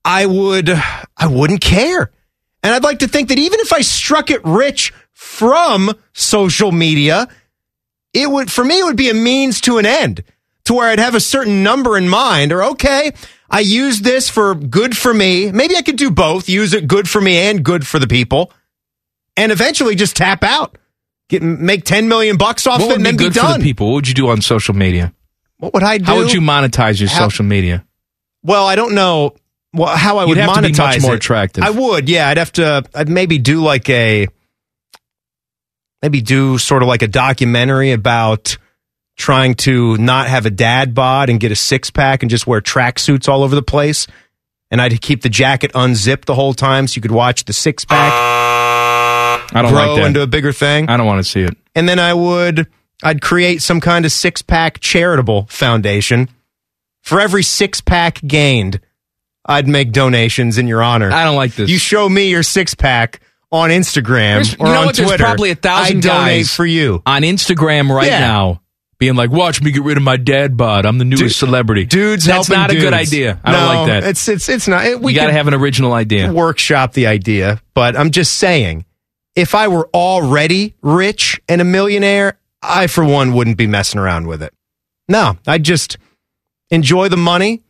Speaker 4: I would I wouldn't care. And I'd like to think that even if I struck it rich from social media, it would for me it would be a means to an end to where I'd have a certain number in mind or okay, I use this for good for me. Maybe I could do both, use it good for me and good for the people and eventually just tap out. Get make 10 million bucks off
Speaker 5: What
Speaker 4: it
Speaker 5: would
Speaker 4: and
Speaker 5: be
Speaker 4: then
Speaker 5: good
Speaker 4: be
Speaker 5: for
Speaker 4: done.
Speaker 5: the people? What would you do on social media?
Speaker 4: What would I do?
Speaker 5: How would you monetize your
Speaker 4: How-
Speaker 5: social media?
Speaker 4: Well, I don't know well, how I would
Speaker 5: You'd have to be
Speaker 4: monetize
Speaker 5: much more
Speaker 4: it.
Speaker 5: attractive.
Speaker 4: I would, yeah. I'd have to. I'd maybe do like a, maybe do sort of like a documentary about trying to not have a dad bod and get a six pack and just wear tracksuits all over the place. And I'd keep the jacket unzipped the whole time so you could watch the six pack
Speaker 5: I don't
Speaker 4: grow
Speaker 5: like that.
Speaker 4: into a bigger thing.
Speaker 5: I don't want to see it.
Speaker 4: and then I would I'd create some kind of six pack charitable foundation. For every six pack gained, I'd make donations in your honor.
Speaker 5: I don't like this.
Speaker 4: You show me your six pack on Instagram
Speaker 5: There's-
Speaker 4: or
Speaker 5: you know
Speaker 4: on
Speaker 5: what?
Speaker 4: Twitter.
Speaker 5: There's probably a thousand
Speaker 4: I donate
Speaker 5: guys
Speaker 4: for you
Speaker 5: on Instagram right
Speaker 4: Yeah.
Speaker 5: now, being like, "Watch me get rid of my dad bod. I'm the newest celebrity."
Speaker 4: dudes.
Speaker 5: that's
Speaker 4: helping
Speaker 5: not a good
Speaker 4: dudes.
Speaker 5: idea. I
Speaker 4: No,
Speaker 5: don't like that.
Speaker 4: It's it's it's not. It, we
Speaker 5: you got to
Speaker 4: could
Speaker 5: have an original idea.
Speaker 4: workshop the idea, but I'm just saying, if I were already rich and a millionaire, I for one wouldn't be messing around with it. No, I just enjoy the money,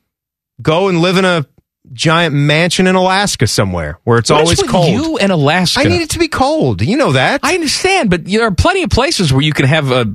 Speaker 4: go and live in a giant mansion in Alaska somewhere where it's
Speaker 5: What is
Speaker 4: always
Speaker 5: with
Speaker 4: cold.
Speaker 5: You and Alaska.
Speaker 4: I need it to be cold. You know that.
Speaker 5: I understand, but there are plenty of places where you can have a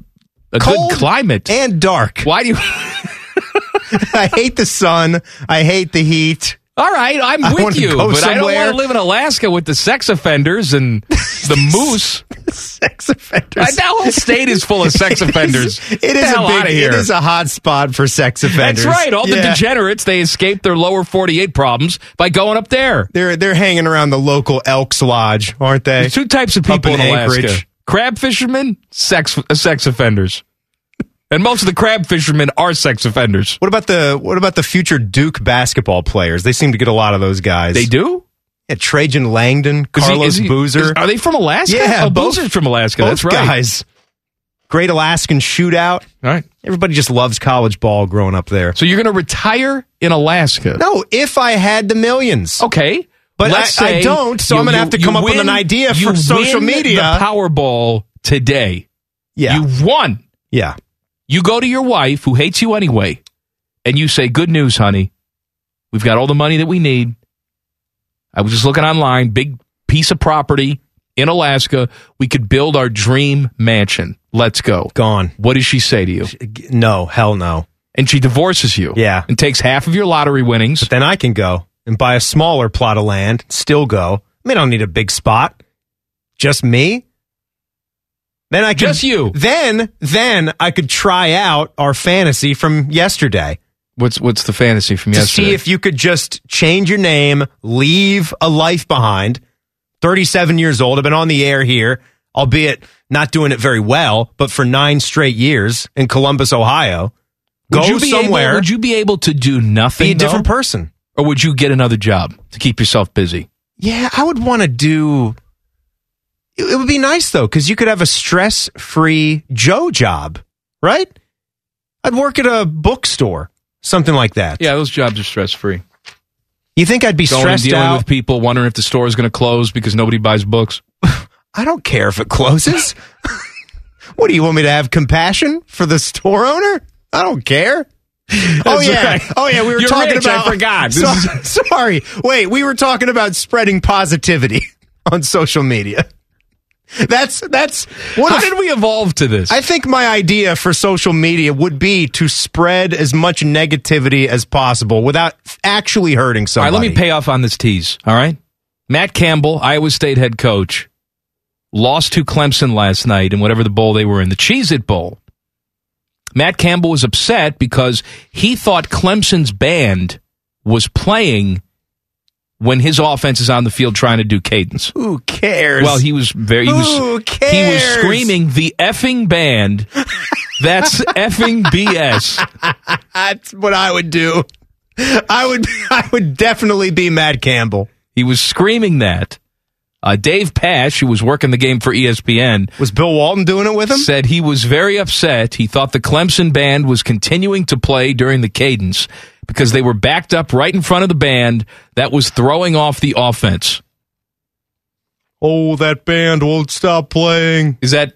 Speaker 5: a
Speaker 4: Cold
Speaker 5: good climate.
Speaker 4: and dark.
Speaker 5: Why do you?
Speaker 4: I hate the sun. I hate the heat.
Speaker 5: All right, I'm
Speaker 4: I
Speaker 5: with
Speaker 4: wanna
Speaker 5: you,
Speaker 4: go
Speaker 5: but I don't
Speaker 4: somewhere.
Speaker 5: want to live in Alaska with the sex offenders and the moose.
Speaker 4: Sex offenders.
Speaker 5: That whole state is full of sex offenders.
Speaker 4: It
Speaker 5: Get
Speaker 4: is
Speaker 5: the
Speaker 4: a
Speaker 5: hell
Speaker 4: big.
Speaker 5: outta here.
Speaker 4: It is a hot spot for sex offenders.
Speaker 5: That's right. All the
Speaker 4: Yeah.
Speaker 5: degenerates they escape their lower forty-eight problems by going up there.
Speaker 4: They're they're hanging around the local Elks Lodge, aren't they?
Speaker 5: There's two types of
Speaker 4: Up
Speaker 5: people in,
Speaker 4: in
Speaker 5: Alaska:
Speaker 4: Anchorage.
Speaker 5: crab fishermen, sex uh, sex offenders, and most of the crab fishermen are sex offenders.
Speaker 4: What about the what about the future Duke basketball players? They seem to get a lot of those guys.
Speaker 5: They do.
Speaker 4: Yeah, Trajan Langdon,
Speaker 5: Is he-
Speaker 4: Carlos
Speaker 5: is he-
Speaker 4: Boozer.
Speaker 5: is- are they from Alaska?
Speaker 4: Yeah,
Speaker 5: oh,
Speaker 4: both-
Speaker 5: Boozer's from Alaska.
Speaker 4: both
Speaker 5: that's right.
Speaker 4: guys. Great Alaskan shootout.
Speaker 5: All right.
Speaker 4: Everybody just loves college ball growing up there.
Speaker 5: So you're going to retire in Alaska?
Speaker 4: No, if I had the millions.
Speaker 5: Okay.
Speaker 4: But
Speaker 5: Let's
Speaker 4: I- I
Speaker 5: say
Speaker 4: don't, so I'm gonna
Speaker 5: you-
Speaker 4: have to
Speaker 5: you
Speaker 4: come up with an idea
Speaker 5: you
Speaker 4: for social
Speaker 5: win
Speaker 4: media.
Speaker 5: The Powerball today.
Speaker 4: Yeah.
Speaker 5: You won.
Speaker 4: yeah.
Speaker 5: You go to your wife who hates you anyway, and you say, "Good news, honey. We've got all the money that we need. I was just looking online. Big piece of property in Alaska. We could build our dream mansion. Let's go."
Speaker 4: Gone.
Speaker 5: What does she say to you?
Speaker 4: No, hell no.
Speaker 5: And she divorces you.
Speaker 4: Yeah.
Speaker 5: And takes half of your lottery winnings.
Speaker 4: Then I can go and buy a smaller plot of land, still go. I mean, I don't need a big spot. Just me. Then I could,
Speaker 5: Just you.
Speaker 4: Then, then I could try out our fantasy from yesterday
Speaker 5: What's what's the fantasy from
Speaker 4: to
Speaker 5: yesterday?
Speaker 4: see if you could just change your name, leave a life behind. 37 years old. I've been on the air here, albeit not doing it very well, but for nine straight years in Columbus, Ohio.
Speaker 5: Would
Speaker 4: go
Speaker 5: you be
Speaker 4: somewhere,
Speaker 5: Able, would you be able to do nothing?
Speaker 4: be a different
Speaker 5: though?
Speaker 4: person.
Speaker 5: or would you get another job to keep yourself busy?
Speaker 4: Yeah, I would want to do. It, it would be nice though, because you could have a stress-free Joe job, right? I'd work at a bookstore, something like that.
Speaker 5: Yeah, those jobs are stress free.
Speaker 4: You think I'd be
Speaker 5: Going and
Speaker 4: stressed
Speaker 5: dealing
Speaker 4: out?
Speaker 5: with people, wondering if the store is going to close because nobody buys books.
Speaker 4: I don't care if it closes. what do you want me to have compassion for the store owner? I don't care. oh
Speaker 5: That's
Speaker 4: yeah,
Speaker 5: right.
Speaker 4: oh yeah. We were
Speaker 5: You're
Speaker 4: talking
Speaker 5: rich, I
Speaker 4: about.
Speaker 5: forgot. This
Speaker 4: So- sorry. Wait, we were talking about spreading positivity on social media. That's that's what
Speaker 5: How
Speaker 4: a
Speaker 5: did we evolve to this?
Speaker 4: I think my idea for social media would be to spread as much negativity as possible without actually hurting
Speaker 5: all right,
Speaker 4: somebody.
Speaker 5: let me pay off on this tease. All right, Matt Campbell, Iowa State head coach, lost to Clemson last night in whatever the bowl they were in, the Cheez It Bowl. Matt Campbell was upset because he thought Clemson's band was paying when his offense is on the field trying to do cadence.
Speaker 4: Who cares?
Speaker 5: Well, he was very. He was,
Speaker 4: Who
Speaker 5: He was
Speaker 4: cares?
Speaker 5: screaming the effing band. That's effing BS.
Speaker 4: that's what I would do. I would I would definitely be Matt Campbell.
Speaker 5: He was screaming that. Uh, Dave Pash, who was working the game for E ESPN,
Speaker 4: Was Bill Walton doing it with him?
Speaker 5: said he was very upset. He thought the Clemson band was continuing to play during the cadence because they were backed up right in front of the band that was throwing off the offense.
Speaker 4: Oh, that band won't stop playing.
Speaker 5: Is that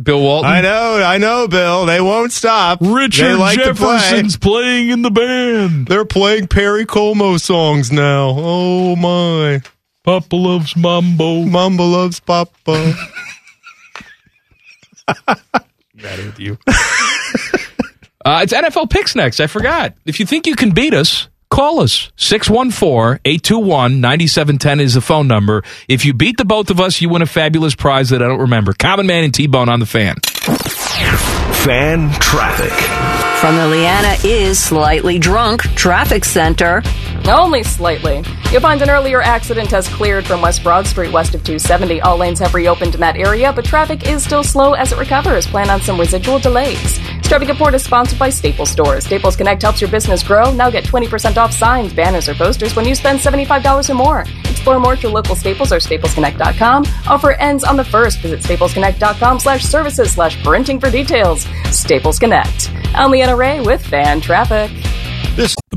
Speaker 5: Bill Walton?
Speaker 4: I know, I know, Bill. They won't stop. they like To play.
Speaker 5: playing in the band.
Speaker 4: They're playing Perry Como songs now. Oh my.
Speaker 5: Papa loves mambo.
Speaker 4: Mamba loves Papa.
Speaker 5: Uh, it's NFL picks next. I forgot. If you think you can beat us, call us. 614 821 9710 is the phone number. If you beat the both of us, you win a fabulous prize that I don't remember. Common Man and T Bone on the fan.
Speaker 3: Fan traffic.
Speaker 6: From the Leanna is Slightly Drunk Traffic Center.
Speaker 7: Only slightly. You'll find an earlier accident has cleared from West Broad Street west of 270. All lanes have reopened in that area, but traffic is still slow as it recovers. Plan on some residual delays. Strubby Report is sponsored by Staples Stores. Staples Connect helps your business grow. Now get 20% off signs, banners, or posters when you spend $75 or more. Explore more at your local Staples or staplesconnect.com. Offer ends on the 1st. Visit staplesconnect.com slash services slash printing for details. Staples Connect. I'm Leanna Ray with Fan Traffic.
Speaker 1: This the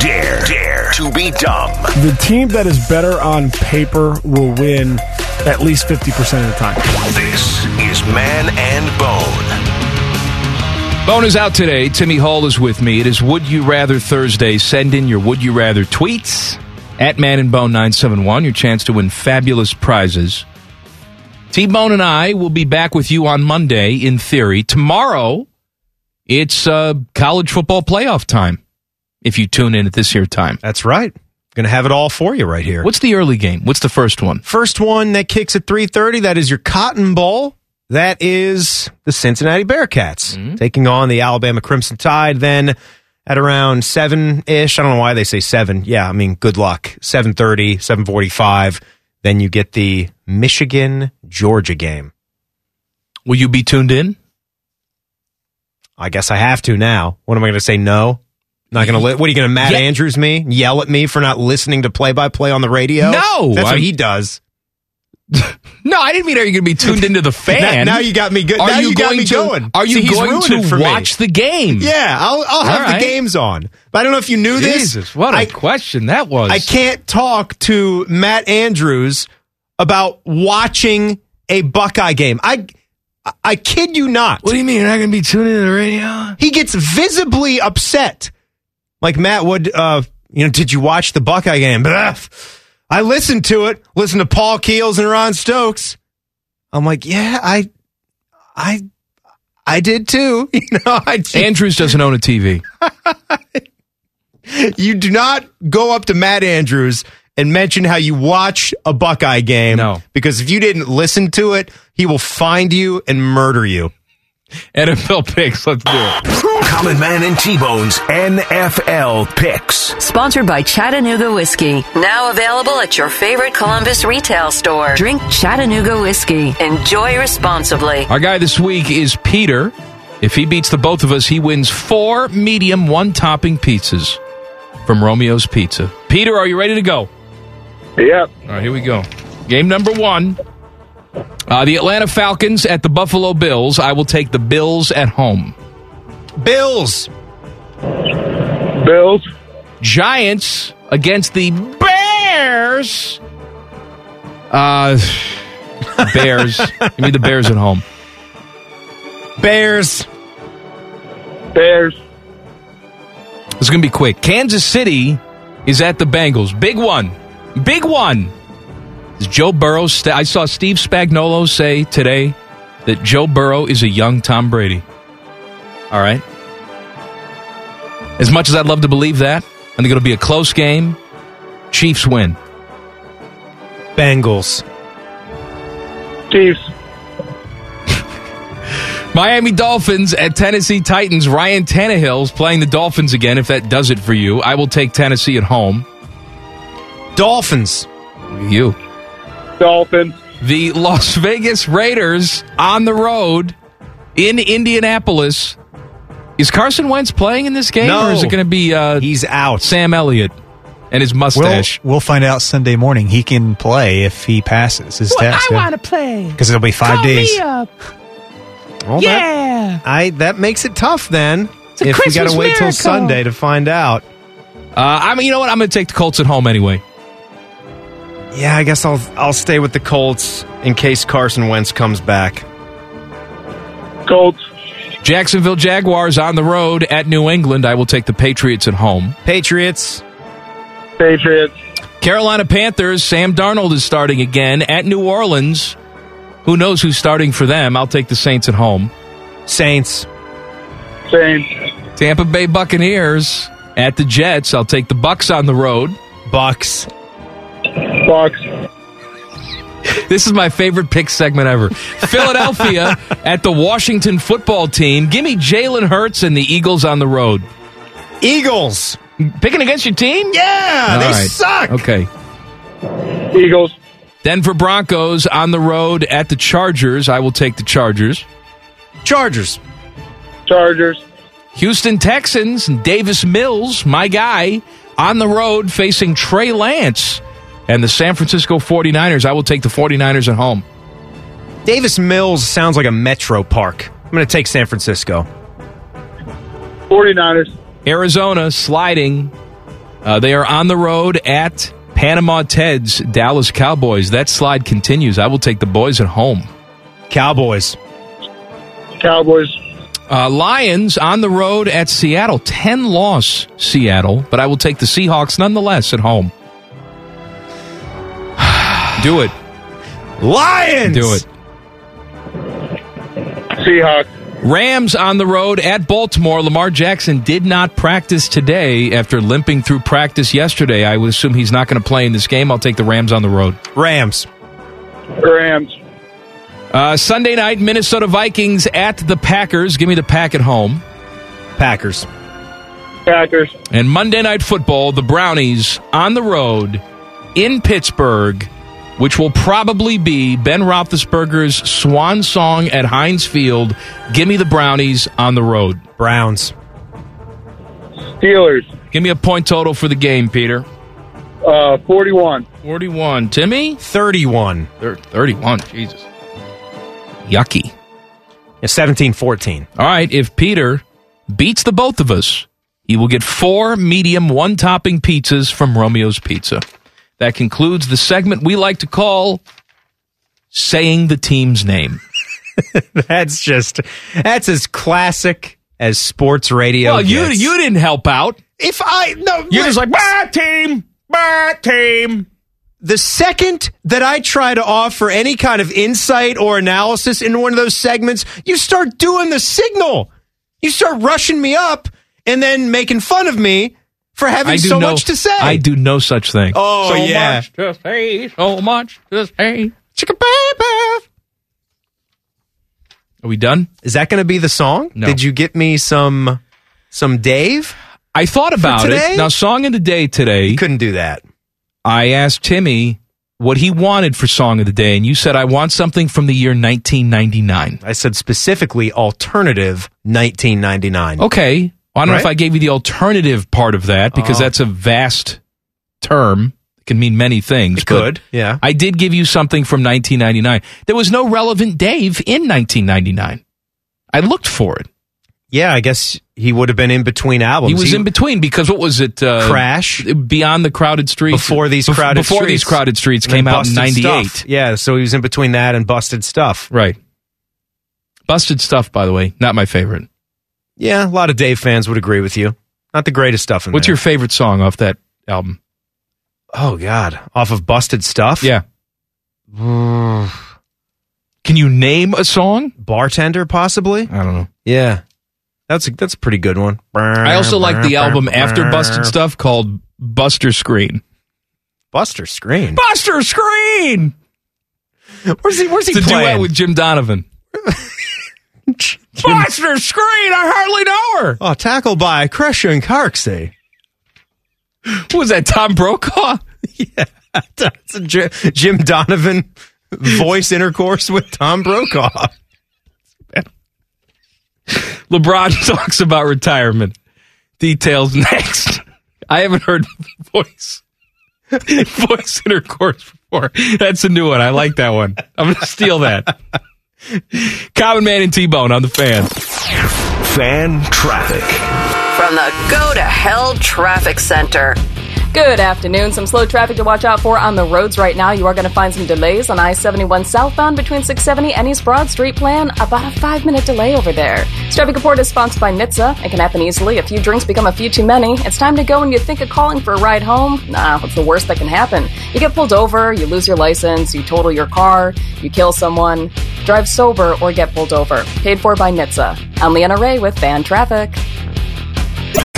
Speaker 3: Dare, dare to be dumb.
Speaker 11: The team that is better on paper will win at least 50% of the time.
Speaker 3: This is Man and Bone.
Speaker 5: Bone is out today. Timmy Hall is with me. It is Would You Rather Thursday. Send in your Would You Rather tweets at Man and Bone 971. Your chance to win fabulous prizes. T Bone and I will be back with you on Monday, in theory. Tomorrow, it's uh, college football playoff time if you tune in at this here time.
Speaker 4: That's right. Going to have it all for you right here.
Speaker 5: What's the early game? What's the first one?
Speaker 4: First one that kicks at 3:30, that is your Cotton Bowl. That is the Cincinnati Bearcats
Speaker 5: Mm-hmm.
Speaker 4: taking on the Alabama Crimson Tide then at around 7ish. I don't know why they say 7. Yeah, I mean, good luck. 7:30, 7:45, then you get the Michigan Georgia game.
Speaker 5: Will you be tuned in?
Speaker 4: I guess I have to now. What am I going to say no? Not going to li- what are you going to Matt
Speaker 5: Yeah.
Speaker 4: Andrews me? Yell at me for not listening to play-by-play on the radio?
Speaker 5: No,
Speaker 4: That's what
Speaker 5: I'm-
Speaker 4: he does.
Speaker 5: No, I didn't mean are you going to be tuned into the fan.
Speaker 4: Now, now you got me good.
Speaker 5: Are
Speaker 4: now
Speaker 5: you,
Speaker 4: you, got
Speaker 5: going
Speaker 4: me
Speaker 5: to,
Speaker 4: going.
Speaker 5: Are
Speaker 4: See,
Speaker 5: you
Speaker 4: he's
Speaker 5: going
Speaker 4: ruined it for
Speaker 5: to
Speaker 4: me.
Speaker 5: watch the game?
Speaker 4: Yeah, I'll, I'll have
Speaker 5: All
Speaker 4: the
Speaker 5: right.
Speaker 4: games on. But I don't know if you knew this.
Speaker 5: Jesus, what a
Speaker 4: I-
Speaker 5: question that was.
Speaker 4: I can't talk to Matt Andrews about watching a Buckeye game. I I kid you not.
Speaker 5: What do you mean? You're not going to be tuned into the radio?
Speaker 4: He gets visibly upset. Like Matt would uh you know, did you watch the Buckeye game? Blech. I listened to it. Listen to Paul Keels and Ron Stokes. I'm like, yeah, I I I did too. You know, I
Speaker 5: Andrews doesn't own a TV.
Speaker 4: you do not go up to Matt Andrews and mention how you watched a Buckeye game.
Speaker 5: No.
Speaker 4: Because if you didn't listen to it, he will find you and murder you.
Speaker 5: NFL picks. Let's do it.
Speaker 3: Common Man and T-Bone's NFL picks.
Speaker 6: Sponsored by Chattanooga Whiskey. Now available at your favorite Columbus retail store. Drink Chattanooga Whiskey. Enjoy responsibly.
Speaker 5: Our guy this week is Peter. If he beats the both of us, he wins four medium, one topping pizzas from Romeo's Pizza. Peter, are you ready to go?
Speaker 12: Yep.
Speaker 5: All right, here we go. Game number one. Uh, the Atlanta Falcons at the Buffalo Bills. I will take the Bills at home.
Speaker 4: Bills.
Speaker 12: Bills.
Speaker 5: Giants against the Bears. Uh, Bears. Give me the Bears at home.
Speaker 4: Bears.
Speaker 12: Bears.
Speaker 5: It's going to be quick. Kansas City is at the Bengals. Big one. Big one. Is Joe Burrow. St- I saw Steve Spagnolo say today that Joe Burrow is a young Tom Brady. All right. As much as I'd love to believe that, I think it'll be a close game. Chiefs win.
Speaker 4: Bengals.
Speaker 12: Chiefs.
Speaker 5: Miami Dolphins at Tennessee Titans. Ryan Tannehill's playing the Dolphins again. If that does it for you, I will take Tennessee at home.
Speaker 4: Dolphins.
Speaker 5: You.
Speaker 12: Dolphins.
Speaker 5: The Las Vegas Raiders on the road in Indianapolis. Is Carson Wentz playing in this game,
Speaker 4: No.
Speaker 5: or is it going to be uh,
Speaker 4: He's out.
Speaker 5: Sam Elliott and his
Speaker 2: We'll,
Speaker 5: mustache?
Speaker 2: we'll find out Sunday morning. He can play if he passes his test.
Speaker 9: I want to play.
Speaker 2: Because it'll be five
Speaker 9: Call
Speaker 2: days.
Speaker 9: me up.
Speaker 4: Well, that-
Speaker 9: Yeah.
Speaker 4: I that makes it tough then.
Speaker 9: a
Speaker 4: if we
Speaker 9: Christmas
Speaker 4: gotta wait till
Speaker 9: miracle.
Speaker 4: Sunday to find out.
Speaker 5: Uh, I mean, you know what? I'm going to take the Colts at home anyway.
Speaker 4: Yeah, I guess I'll I'll stay with the Colts in case Carson Wentz comes back.
Speaker 12: Colts.
Speaker 5: Jacksonville Jaguars on the road at New England. I will take the Patriots at home.
Speaker 4: Patriots.
Speaker 12: Patriots.
Speaker 5: Carolina Panthers, Sam Darnold is starting again at New Orleans. Who knows who's starting for them? I'll take the Saints at home.
Speaker 4: Saints.
Speaker 12: Saints.
Speaker 5: Tampa Bay Buccaneers at the Jets. I'll take the Bucks on the road. Bucks.
Speaker 12: Bucks.
Speaker 5: This is my favorite pick segment ever. Philadelphia at the Washington football team. Give me Jalen Hurts and the Eagles on the road.
Speaker 4: Eagles.
Speaker 5: Picking against your team?
Speaker 4: Yeah,
Speaker 5: All
Speaker 4: they
Speaker 5: right.
Speaker 4: suck.
Speaker 5: Okay.
Speaker 12: Eagles.
Speaker 5: Denver Broncos on the road at the Chargers. I will take the Chargers.
Speaker 4: Chargers.
Speaker 12: Chargers.
Speaker 5: Houston Texans and Davis Mills, my guy, on the road facing Trey Lance and the San Francisco 49ers. I will take the 49ers at home.
Speaker 4: Davis Mills sounds like a metro park. I'm going to take San Francisco.
Speaker 12: 49ers.
Speaker 5: Arizona sliding. Uh, they are on the road at Panama Ted's Dallas Cowboys. That slide continues. I will take the boys at home.
Speaker 4: Cowboys.
Speaker 12: Cowboys.
Speaker 5: Uh, Lions on the road at Seattle. 10 loss Seattle, but I will take the Seahawks nonetheless at home. Do it.
Speaker 4: Lions!
Speaker 5: Do it.
Speaker 12: Seahawks.
Speaker 5: Rams on the road at Baltimore. Lamar Jackson did not practice today after limping through practice yesterday. I would assume he's not going to play in this game. I'll take the Rams on the road.
Speaker 4: Rams.
Speaker 12: Rams.
Speaker 5: Uh, Sunday night, Minnesota Vikings at the Packers. Give me the pack at home.
Speaker 4: Packers.
Speaker 12: Packers.
Speaker 5: And Monday Night Football, the Brownies on the road in Pittsburgh, which will probably be Ben Roethlisberger's swan song at Heinz Field. Give me the Brownies on the road.
Speaker 4: Browns.
Speaker 12: Steelers.
Speaker 5: Give me a point total for the game, Peter.
Speaker 12: Uh, 41.
Speaker 5: 41. Timmy?
Speaker 4: 31.
Speaker 5: Thir- 31. Jesus. Yucky.
Speaker 4: Yeah, 17 14.
Speaker 5: All right, if Peter beats the both of us, he will get four medium, one topping pizzas from Romeo's Pizza. That concludes the segment we like to call Saying the Team's Name.
Speaker 4: that's just, that's as classic as sports radio.
Speaker 5: well, you,
Speaker 4: gets.
Speaker 5: you didn't help out.
Speaker 4: If I, no,
Speaker 5: You're just like,
Speaker 4: my team, my team. The second that I try to offer any kind of insight or analysis in one of those segments, you start doing the signal. You start rushing me up and then making fun of me for having
Speaker 5: I do
Speaker 4: so
Speaker 5: no-
Speaker 4: much to say.
Speaker 5: I do no such thing.
Speaker 4: Oh,
Speaker 5: so
Speaker 4: yeah.
Speaker 5: Much to say, so much to say.
Speaker 4: Chicka baby.
Speaker 5: Are we done?
Speaker 4: Is that going to be the song?
Speaker 5: No.
Speaker 4: Did you get me some some Dave?
Speaker 5: I thought about
Speaker 4: today?
Speaker 5: it. Now, song of the day today.
Speaker 4: You couldn't do that.
Speaker 5: I asked Timmy what he wanted for song of the day, and you said I want something from the year 1999.
Speaker 4: I said specifically alternative 1999.
Speaker 5: Okay, I don't know
Speaker 4: Right?
Speaker 5: if
Speaker 4: Uh-huh.
Speaker 5: I gave you the alternative part of that because that's a vast term. It can mean many things.
Speaker 4: It
Speaker 5: but
Speaker 4: could, yeah.
Speaker 5: I did give you something from 1999. There was no relevant Dave in 1999. I looked for it.
Speaker 4: Yeah, I guess he would have been in between albums.
Speaker 5: He was in between because what was it? Uh,
Speaker 4: Crash
Speaker 5: Beyond the Crowded Streets.
Speaker 4: before these
Speaker 5: Bef-
Speaker 4: crowded
Speaker 5: before
Speaker 4: streets.
Speaker 5: these crowded streets
Speaker 4: And then
Speaker 5: came out in
Speaker 4: Busted
Speaker 5: '98.
Speaker 4: Stuff. Yeah, so he was in between that and busted stuff.
Speaker 5: Right. Busted stuff, by the way, not my favorite.
Speaker 4: Yeah, a lot of Dave fans would agree with you. Not the greatest stuff in
Speaker 5: What's
Speaker 4: there.
Speaker 5: your favorite song off that album?
Speaker 4: Oh god, off of busted stuff?
Speaker 5: Yeah. Can you name a song?
Speaker 4: Bartender possibly?
Speaker 5: I don't know.
Speaker 4: Yeah. That's a, that's a pretty good one.
Speaker 5: I also like the album after Busted Stuff called Buster Screen.
Speaker 4: Buster Screen.
Speaker 5: Buster Screen!
Speaker 4: Where's he where's he
Speaker 5: It's a duet
Speaker 4: playing?
Speaker 5: with Jim Donovan. Buster Screen! I hardly know her!
Speaker 4: Oh, tackle by Crusher and Carksey.
Speaker 5: What was that, Tom Brokaw?
Speaker 4: That's a Jim, Jim Donovan voice intercourse with Tom Brokaw.
Speaker 5: LeBron talks about retirement. Details next. I haven't heard voice voice intercourse before. That's a new one. I like that one. I'm going to steal that. Common Man and T Bone on the fan.
Speaker 3: Fan traffic.
Speaker 6: From the Go to Hell Traffic Center.
Speaker 7: Good afternoon. Some slow traffic to watch out for on the roads right now. You are going to find some delays on I 71 southbound between 670 and East Broad Street. Plan about a five minute delay over there. This traffic report is sponsored by NHTSA. It can happen easily. A few drinks become a few too many. It's time to go and you think of calling for a ride home. Nah, what's the worst that can happen? You get pulled over, you lose your license, you total your car, you kill someone. Drive sober or get pulled over. Paid for by NHTSA. I'm Leanna Ray with Van Traffic.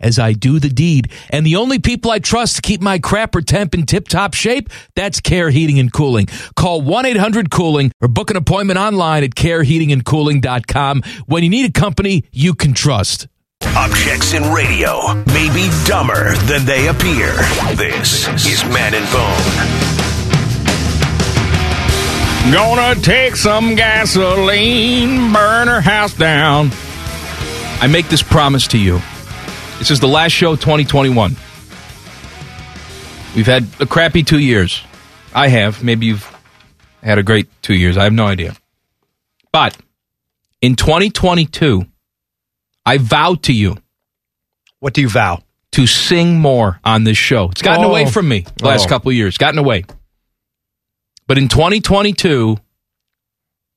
Speaker 1: as I do the deed. And the only people I trust to keep my crapper temp in tip top shape, that's Care Heating and Cooling. Call 1 800 Cooling or book an appointment online at careheatingandcooling.com when you need a company you can trust.
Speaker 3: Objects in radio may be dumber than they appear. This is Man and Bone.
Speaker 5: Gonna take some gasoline, burn her house down. I make this promise to you. This is the last show of 2021. We've had a crappy two years. I have. Maybe you've had a great two years. I have no idea. But in 2022, I vow to you.
Speaker 4: What do you vow?
Speaker 5: To sing more on this show. It's gotten
Speaker 4: Oh.
Speaker 5: away from me the last
Speaker 4: Oh.
Speaker 5: couple of years. Gotten away. But in 2022,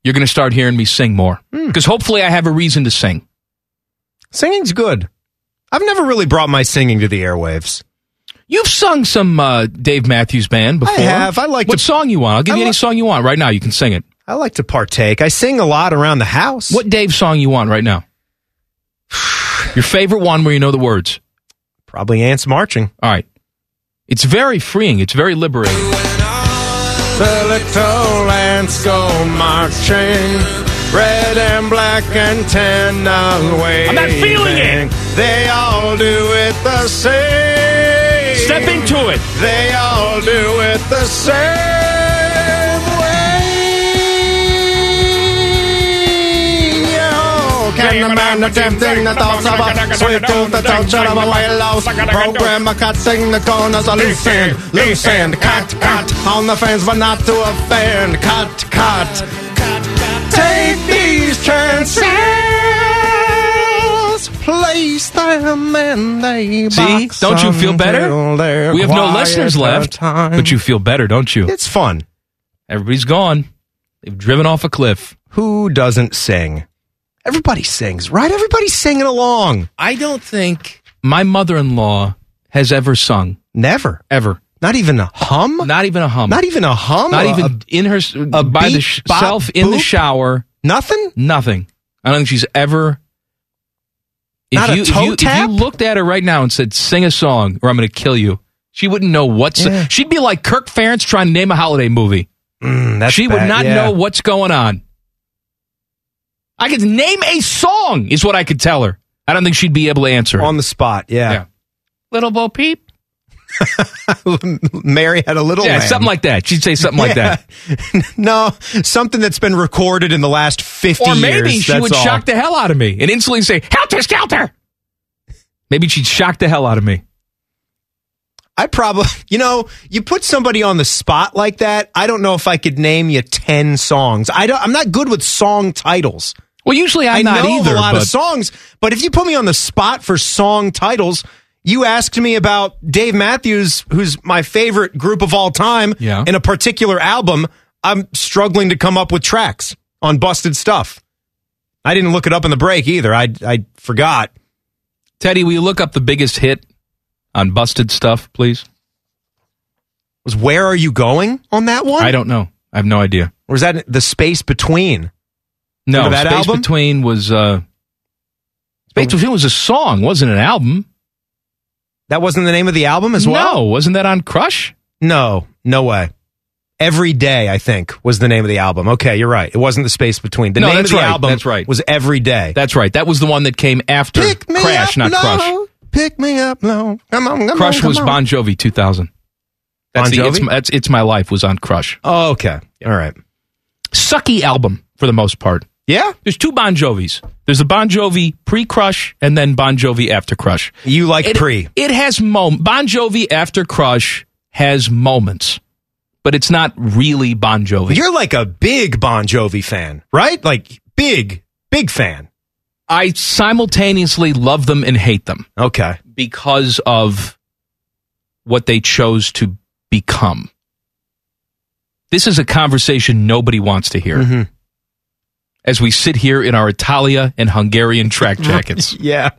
Speaker 5: you're going to start hearing me sing more.
Speaker 4: Hmm.
Speaker 5: Because hopefully I have a reason to sing.
Speaker 4: Singing's good. I've never really brought my singing to the airwaves.
Speaker 5: You've sung some uh, Dave Matthews Band before.
Speaker 4: have. I like
Speaker 5: what
Speaker 4: to-
Speaker 5: song you want. I'll give
Speaker 4: I
Speaker 5: you any
Speaker 4: li-
Speaker 5: song you want right now. You can sing it.
Speaker 4: I like to partake. I sing a lot around the house.
Speaker 5: What Dave song you want right now? Your favorite one where you know the words?
Speaker 4: Probably Ants Marching.
Speaker 5: All right. It's very freeing. It's very liberating.
Speaker 8: The little ants go marching, red and black and tan away.
Speaker 4: I'm not feeling it.
Speaker 8: They all do it the same.
Speaker 5: Step into it.
Speaker 8: They all do it the same way. Oh, Can a man attempt in the thoughts of a swift to the touch of a way lost program? A cutting the corners of loose end, loose end, cut, cut on the fence, but not to offend, cut, cut. Take these chances, place them in the
Speaker 5: See?
Speaker 8: box
Speaker 5: Don't you feel
Speaker 8: until
Speaker 5: better?
Speaker 8: they're
Speaker 5: We have no
Speaker 8: quiet
Speaker 5: listeners
Speaker 8: of
Speaker 5: left,
Speaker 8: time.
Speaker 5: but you feel better, don't you?
Speaker 4: It's fun.
Speaker 5: Everybody's gone. They've driven off a cliff.
Speaker 4: Who doesn't sing? Everybody sings, right? Everybody's singing along.
Speaker 5: I don't think my mother in law has ever sung.
Speaker 4: Never.
Speaker 5: Ever.
Speaker 4: Not even a hum?
Speaker 5: Not even a hum.
Speaker 4: Not even a hum?
Speaker 5: Not
Speaker 4: A-
Speaker 5: even in her
Speaker 4: a
Speaker 5: by the
Speaker 4: beep,
Speaker 5: sh-
Speaker 4: bop,
Speaker 5: self in the
Speaker 4: boop?
Speaker 5: shower.
Speaker 4: Nothing?
Speaker 5: Nothing. I don't think she's ever.
Speaker 4: Not a
Speaker 5: you,
Speaker 4: toe
Speaker 5: if you, if you
Speaker 4: tap?
Speaker 5: looked at her right now and said, "Sing a song, or I'm going to kill you," she wouldn't know what's.
Speaker 4: Yeah.
Speaker 5: She'd be like Kirk Ferentz trying to name a holiday movie.
Speaker 4: Mm, that's
Speaker 5: she would
Speaker 4: bad,
Speaker 5: not
Speaker 4: yeah.
Speaker 5: know what's going on. I could name a song is what I could tell her. I don't think she'd be able to answer. it.
Speaker 4: On the spot, yeah.
Speaker 5: Little Bo Peep.
Speaker 4: Mary had a little
Speaker 5: yeah,
Speaker 4: lamb.
Speaker 5: something like that. She'd say something like that.
Speaker 4: that. no, something that's been recorded in the last 50
Speaker 5: Or
Speaker 4: years.
Speaker 5: maybe she
Speaker 4: that's
Speaker 5: would
Speaker 4: all.
Speaker 5: shock the hell out of me and instantly say, Helter Skelter. Maybe she'd shock the hell out of me.
Speaker 4: I probably, you know, you put somebody on the spot like that. I don't know if I could name you 10 songs. I don't, I'm not good with song titles.
Speaker 5: Well, usually I'm
Speaker 4: I
Speaker 5: not
Speaker 4: know
Speaker 5: either.
Speaker 4: a lot
Speaker 5: but
Speaker 4: of songs, but if you put me on the spot for song titles, you asked me about Dave Matthews, who's my favorite group of all time,
Speaker 5: Yeah.
Speaker 4: in a particular album. I'm struggling to come up with tracks on busted stuff. I didn't look it up in the break either. I I forgot.
Speaker 5: Teddy, will you look up the biggest hit on busted stuff, please?
Speaker 4: Was where are you going on that one?
Speaker 5: I don't know. I have no idea.
Speaker 4: Or was that the space between?
Speaker 5: No,
Speaker 4: Remember that
Speaker 5: Space
Speaker 4: album?
Speaker 5: Between was uh Space Between was a song, wasn't an album.
Speaker 4: That wasn't the name of the album as well.
Speaker 5: No, wasn't that on Crush?
Speaker 4: No, no way. Every day, I think, was the name of the album. Okay, you're right. It wasn't the space between. The
Speaker 5: No,
Speaker 4: name
Speaker 5: that's
Speaker 4: of the
Speaker 5: right,
Speaker 4: album
Speaker 5: that's right.
Speaker 4: was every day.
Speaker 5: That's right. That was the one that came after Crash, not Crush.
Speaker 4: Pick me up low. Come on, come
Speaker 5: Crush
Speaker 4: on, come
Speaker 5: was
Speaker 4: on.
Speaker 5: Bon Jovi 2000. That's
Speaker 4: Bon
Speaker 5: the it's,
Speaker 4: Jovi?
Speaker 5: that's it's my life was on Crush.
Speaker 4: Oh, okay. All right.
Speaker 5: sucky album for the most part.
Speaker 4: Yeah,
Speaker 5: there's two Bon Jovis. There's the Bon Jovi pre-Crush and then Bon Jovi after Crush.
Speaker 4: You like
Speaker 5: it,
Speaker 4: pre.
Speaker 5: It has mom Bon Jovi after Crush has moments, but it's not really Bon Jovi.
Speaker 4: You're like a big Bon Jovi fan, right? Like big, big fan.
Speaker 5: I simultaneously love them and hate them.
Speaker 4: Okay.
Speaker 5: Because of what they chose to become. This is a conversation nobody wants to hear. As we sit here in our Italia and Hungarian track jackets.
Speaker 4: yeah.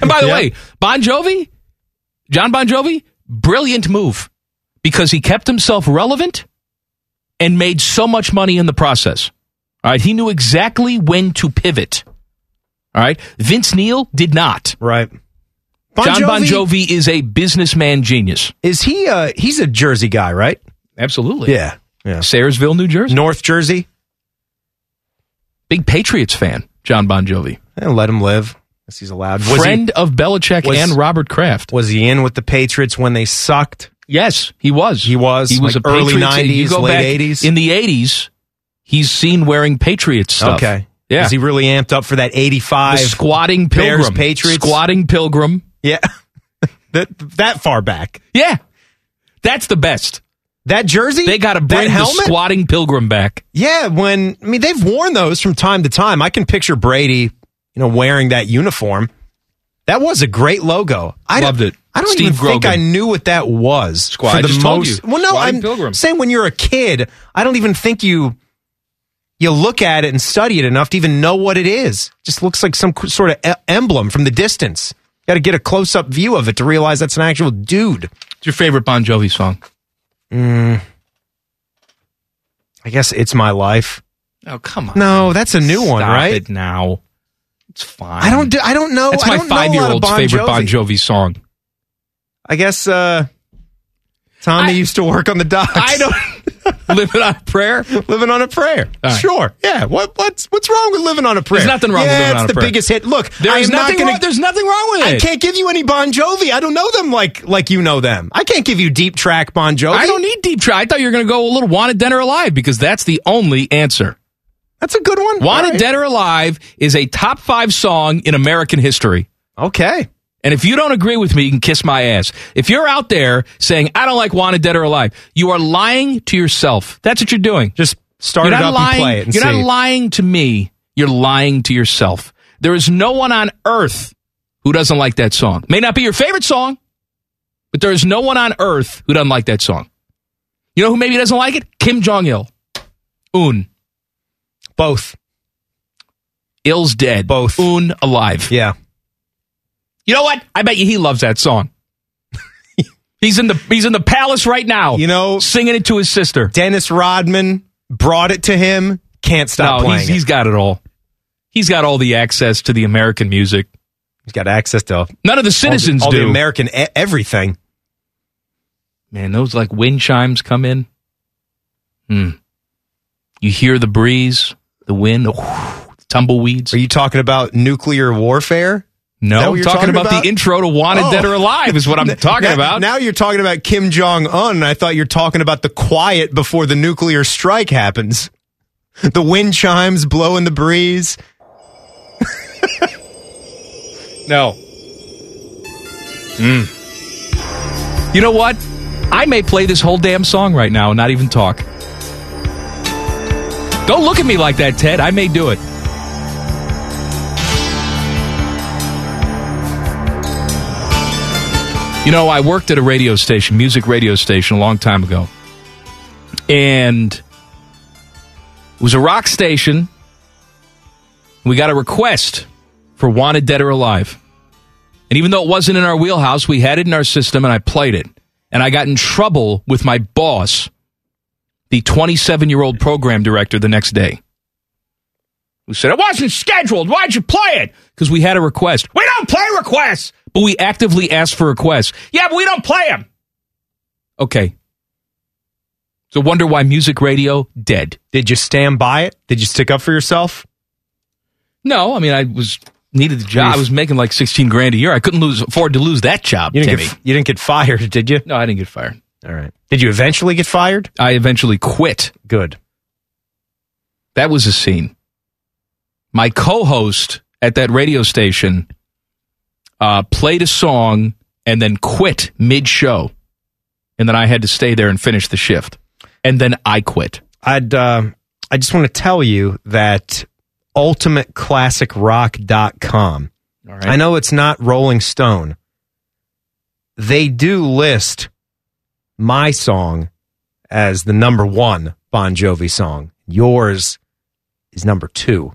Speaker 5: And by the way, Bon Jovi, John Bon Jovi, brilliant move because he kept himself relevant and made so much money in the process. All right, he knew exactly when to pivot. All right, Vince Neil did not.
Speaker 4: Right.
Speaker 5: John Bon Jovi is a businessman genius.
Speaker 4: Is he? Uh, he's a Jersey guy, right?
Speaker 5: Absolutely.
Speaker 4: Yeah. Yeah.
Speaker 5: Sayersville, New Jersey.
Speaker 4: North Jersey.
Speaker 5: Big Patriots fan, John Bon Jovi.
Speaker 4: And let him live. Guess he's allowed. Was he-
Speaker 5: Friend of Belichick
Speaker 4: was-
Speaker 5: and Robert Kraft.
Speaker 4: Was he in with the Patriots when they sucked?
Speaker 5: Yes, he was.
Speaker 4: He was.
Speaker 5: He was
Speaker 4: like
Speaker 5: a
Speaker 4: early
Speaker 5: Patriots- you
Speaker 4: nineties,
Speaker 5: go back
Speaker 4: late eighties.
Speaker 5: In the eighties, he's seen wearing Patriots stuff.
Speaker 4: Okay.
Speaker 5: Yeah.
Speaker 4: Is he really amped up for that eighty
Speaker 5: The
Speaker 4: five
Speaker 5: squatting pilgrim.
Speaker 4: Bears Patriots?
Speaker 5: Squatting pilgrim.
Speaker 4: Yeah. that that far back.
Speaker 5: Yeah. That's the best.
Speaker 4: That jersey?
Speaker 5: They gotta
Speaker 4: That
Speaker 5: bring the
Speaker 4: helmet?
Speaker 5: squatting pilgrim back.
Speaker 4: Yeah, when I mean they've worn those from time to time. I can picture Brady, you know, wearing that uniform. That was a great logo. I
Speaker 5: Loved
Speaker 4: don't-
Speaker 5: it.
Speaker 4: I don't
Speaker 5: Steve
Speaker 4: even think
Speaker 5: Grogan.
Speaker 4: I knew what that was.
Speaker 5: Squad-
Speaker 4: for
Speaker 5: I
Speaker 4: the
Speaker 5: just told
Speaker 4: most.
Speaker 5: you.
Speaker 4: Well, no,
Speaker 5: Squatting
Speaker 4: I'm
Speaker 5: Pilgrim.
Speaker 4: saying when you're a kid, I don't even think you you look at it and study it enough to even know what it is. Just looks like some qu- sort of e- emblem from the distance. got to get a close up view of it to realize that's an actual dude.
Speaker 5: What's your favorite Bon Jovi song?
Speaker 4: Mm. I guess it's my life.
Speaker 5: Oh come on.
Speaker 4: No, that's a new one,
Speaker 5: Stop
Speaker 4: right?
Speaker 5: it now. It's fine.
Speaker 4: I don't. Do, I don't know.
Speaker 5: That's
Speaker 4: I
Speaker 5: my
Speaker 4: don't know a lot
Speaker 5: five
Speaker 4: of
Speaker 5: year old's
Speaker 4: Bon
Speaker 5: favorite
Speaker 4: Jovi.
Speaker 5: Bon Jovi song.
Speaker 4: I guess uh, Tommy
Speaker 5: I-
Speaker 4: used to work on the docks.
Speaker 5: I don't live it on a prayer.
Speaker 4: living on a prayer.
Speaker 5: All right.
Speaker 4: Sure. Yeah. What? What's What's wrong with living on a prayer?
Speaker 5: nothing wrong with
Speaker 4: Yeah,
Speaker 5: living
Speaker 4: it's
Speaker 5: on a
Speaker 4: the
Speaker 5: prayer.
Speaker 4: biggest hit. Look, I
Speaker 5: There's
Speaker 4: am
Speaker 5: nothing
Speaker 4: not gonna,
Speaker 5: wrong, there's nothing wrong with
Speaker 4: I
Speaker 5: it.
Speaker 4: can't give you any Bon Jovi. I don't know them like like you know them. I can't give you deep track Bon Jovi.
Speaker 5: I don't need deep try. I thought you were going to go a little wanted dead or alive because that's the only answer.
Speaker 4: That's a good one.
Speaker 5: Wanted
Speaker 4: All right.
Speaker 5: dead or alive is a top 5 song in American history.
Speaker 4: Okay.
Speaker 5: And if you don't agree with me, you can kiss my ass. If you're out there saying I don't like wanted dead or alive, you are lying to yourself. That's what you're doing.
Speaker 4: Just start
Speaker 5: You're
Speaker 4: it
Speaker 5: not
Speaker 4: up
Speaker 5: lying.
Speaker 4: and play it. And
Speaker 5: you're
Speaker 4: see.
Speaker 5: not lying to me. You're lying to yourself. There is no one on earth who doesn't like that song. May not be your favorite song, but there is no one on earth who doesn't like that song. You know who maybe doesn't like it? Kim Jong Il. Un.
Speaker 4: Both.
Speaker 5: Il's dead.
Speaker 4: Both.
Speaker 5: Un alive.
Speaker 4: Yeah.
Speaker 5: You know what? I bet you he loves that song. he's in the he's in the palace right now.
Speaker 4: You know-
Speaker 5: singing it to his sister.
Speaker 4: Dennis Rodman brought it to him. Can't stop
Speaker 5: no,
Speaker 4: playing.
Speaker 5: he's,
Speaker 4: it.
Speaker 5: he's got it all. He's got all the access to the American music.
Speaker 4: he's got access to
Speaker 5: None of the citizens
Speaker 4: all the, all
Speaker 5: do.
Speaker 4: the American e- everything.
Speaker 5: Man, those like wind chimes come in. Hmm. You hear the breeze, the wind, the whoosh, tumbleweeds.
Speaker 4: Are you talking about nuclear warfare?
Speaker 5: no,
Speaker 4: that what
Speaker 5: I'm
Speaker 4: you're
Speaker 5: talking,
Speaker 4: talking
Speaker 5: about,
Speaker 4: about?
Speaker 5: the intro to Wanted
Speaker 4: Oh.
Speaker 5: Dead or Alive is what I'm talking
Speaker 4: now,
Speaker 5: about.
Speaker 4: Now you're talking about Kim Jong Un. I thought you're talking about the quiet before the nuclear strike happens. The wind chimes blowing the breeze.
Speaker 5: no. Hmm. Hmm. You know what? I may play this whole damn song right now and not even talk. Don't look at me like that, Ted. I may do it. You know, I worked at a radio station, music radio station, a long time ago. And it was a rock station. We got a request for Wanted Dead or Alive. And even though it wasn't in our wheelhouse, we had it in our system and I played it. And I got in trouble with my boss, the 27 year old program director, the next day, who said, It wasn't scheduled. Why'd you play it? Because we had a request. We don't play requests, but we actively asked for requests. Yeah, but we don't play them. Okay. So wonder why music radio dead.
Speaker 4: Did you stand by it? Did you stick up for yourself?
Speaker 5: No, I mean I was needed the job. I was making like sixteen grand a year. I couldn't lose afford to lose that job,
Speaker 4: You didn't,
Speaker 5: Timmy.
Speaker 4: get, you didn't get fired, did you?
Speaker 5: no, I didn't get fired.
Speaker 4: All right. Did you eventually get fired?
Speaker 5: I eventually quit.
Speaker 4: Good.
Speaker 5: That was a scene. My co-host at that radio station uh, played a song and then quit mid-show, and then I had to stay there and finish the shift, and then I quit.
Speaker 4: I'd uh, I just want to tell you that ultimateclassicrock.com.
Speaker 5: right.
Speaker 4: I know it's not Rolling Stone. They do list my song as the number one Bon Jovi song. Yours is number two.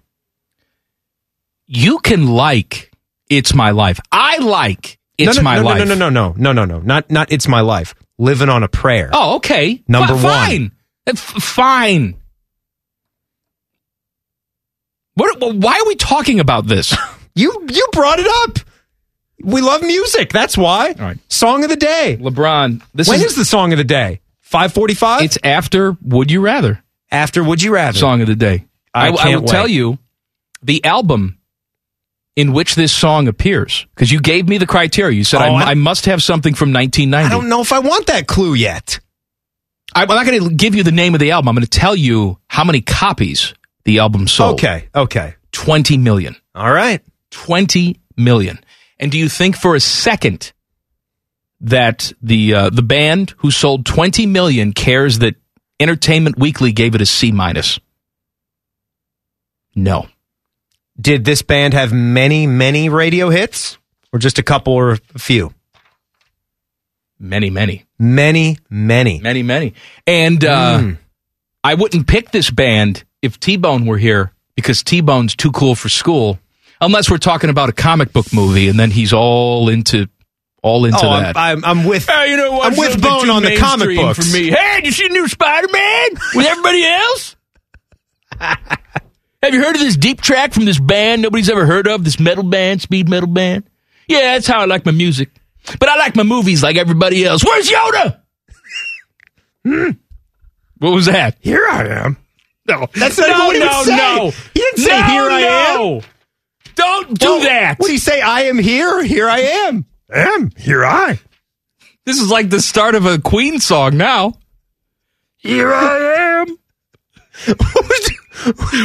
Speaker 5: You can like "It's My Life." I like "It's
Speaker 4: no, no,
Speaker 5: My
Speaker 4: no,
Speaker 5: Life."
Speaker 4: No, no, no, no, no, no, no, not not. It's my life. Living on a prayer.
Speaker 5: Oh, okay.
Speaker 4: Number
Speaker 5: Fi-
Speaker 4: one.
Speaker 5: Fine. F- fine. What, well, why are we talking about this?
Speaker 4: you you brought it up. We love music. That's why. All right. Song of the day.
Speaker 5: LeBron. This
Speaker 4: When
Speaker 5: is-
Speaker 4: is the song of the day? Five forty-five. It's
Speaker 5: after Would You Rather.
Speaker 4: After Would You Rather.
Speaker 5: Song of the day.
Speaker 4: I
Speaker 5: will-
Speaker 4: can't
Speaker 5: will tell
Speaker 4: wait.
Speaker 5: you the album in which this song appears because you gave me the criteria. You said I,
Speaker 4: Oh,
Speaker 5: mu-
Speaker 4: I-
Speaker 5: I must have something from 1990. I don't
Speaker 4: know if I want that clue yet.
Speaker 5: I, am not going to give you the name of the album. I'm going to tell you how many copies the album sold.
Speaker 4: Okay. Okay.
Speaker 5: 20 million.
Speaker 4: All right.
Speaker 5: 20 million. And do you think for a second that the uh, the band who sold 20 million cares that Entertainment Weekly gave it a C minus? No.
Speaker 4: Did this band have many many radio hits, or just a couple or a few?
Speaker 5: Many, many.
Speaker 4: Many, many. Hmm.
Speaker 5: Many, many. And uh, I wouldn't pick this band if T Bone were here because T Bone's too cool for school, unless we're talking about a comic book movie and then he's all into all into
Speaker 4: oh,
Speaker 5: that.
Speaker 4: I'm, I'm, I'm with.
Speaker 5: you know
Speaker 4: I'm with Bone on the comic books.
Speaker 5: Hey, did you see the new Spider Man with everybody else? Have you heard of this deep track from this band nobody's ever heard of? This metal band, speed metal band? Yeah, that's how I like my music. But I like my movies like everybody else. Where's Yoda? What was that?
Speaker 4: Here I am.
Speaker 5: No,
Speaker 8: That's not even
Speaker 5: no,
Speaker 8: what he would
Speaker 5: no,
Speaker 8: say.
Speaker 5: no.
Speaker 8: He didn't say,
Speaker 5: No,
Speaker 8: "Here I
Speaker 5: no.
Speaker 8: am."
Speaker 5: Don't do that.
Speaker 4: What do you say? I am here. Here I am. Am here I.
Speaker 5: This is like the start of a Queen song now. Here I am.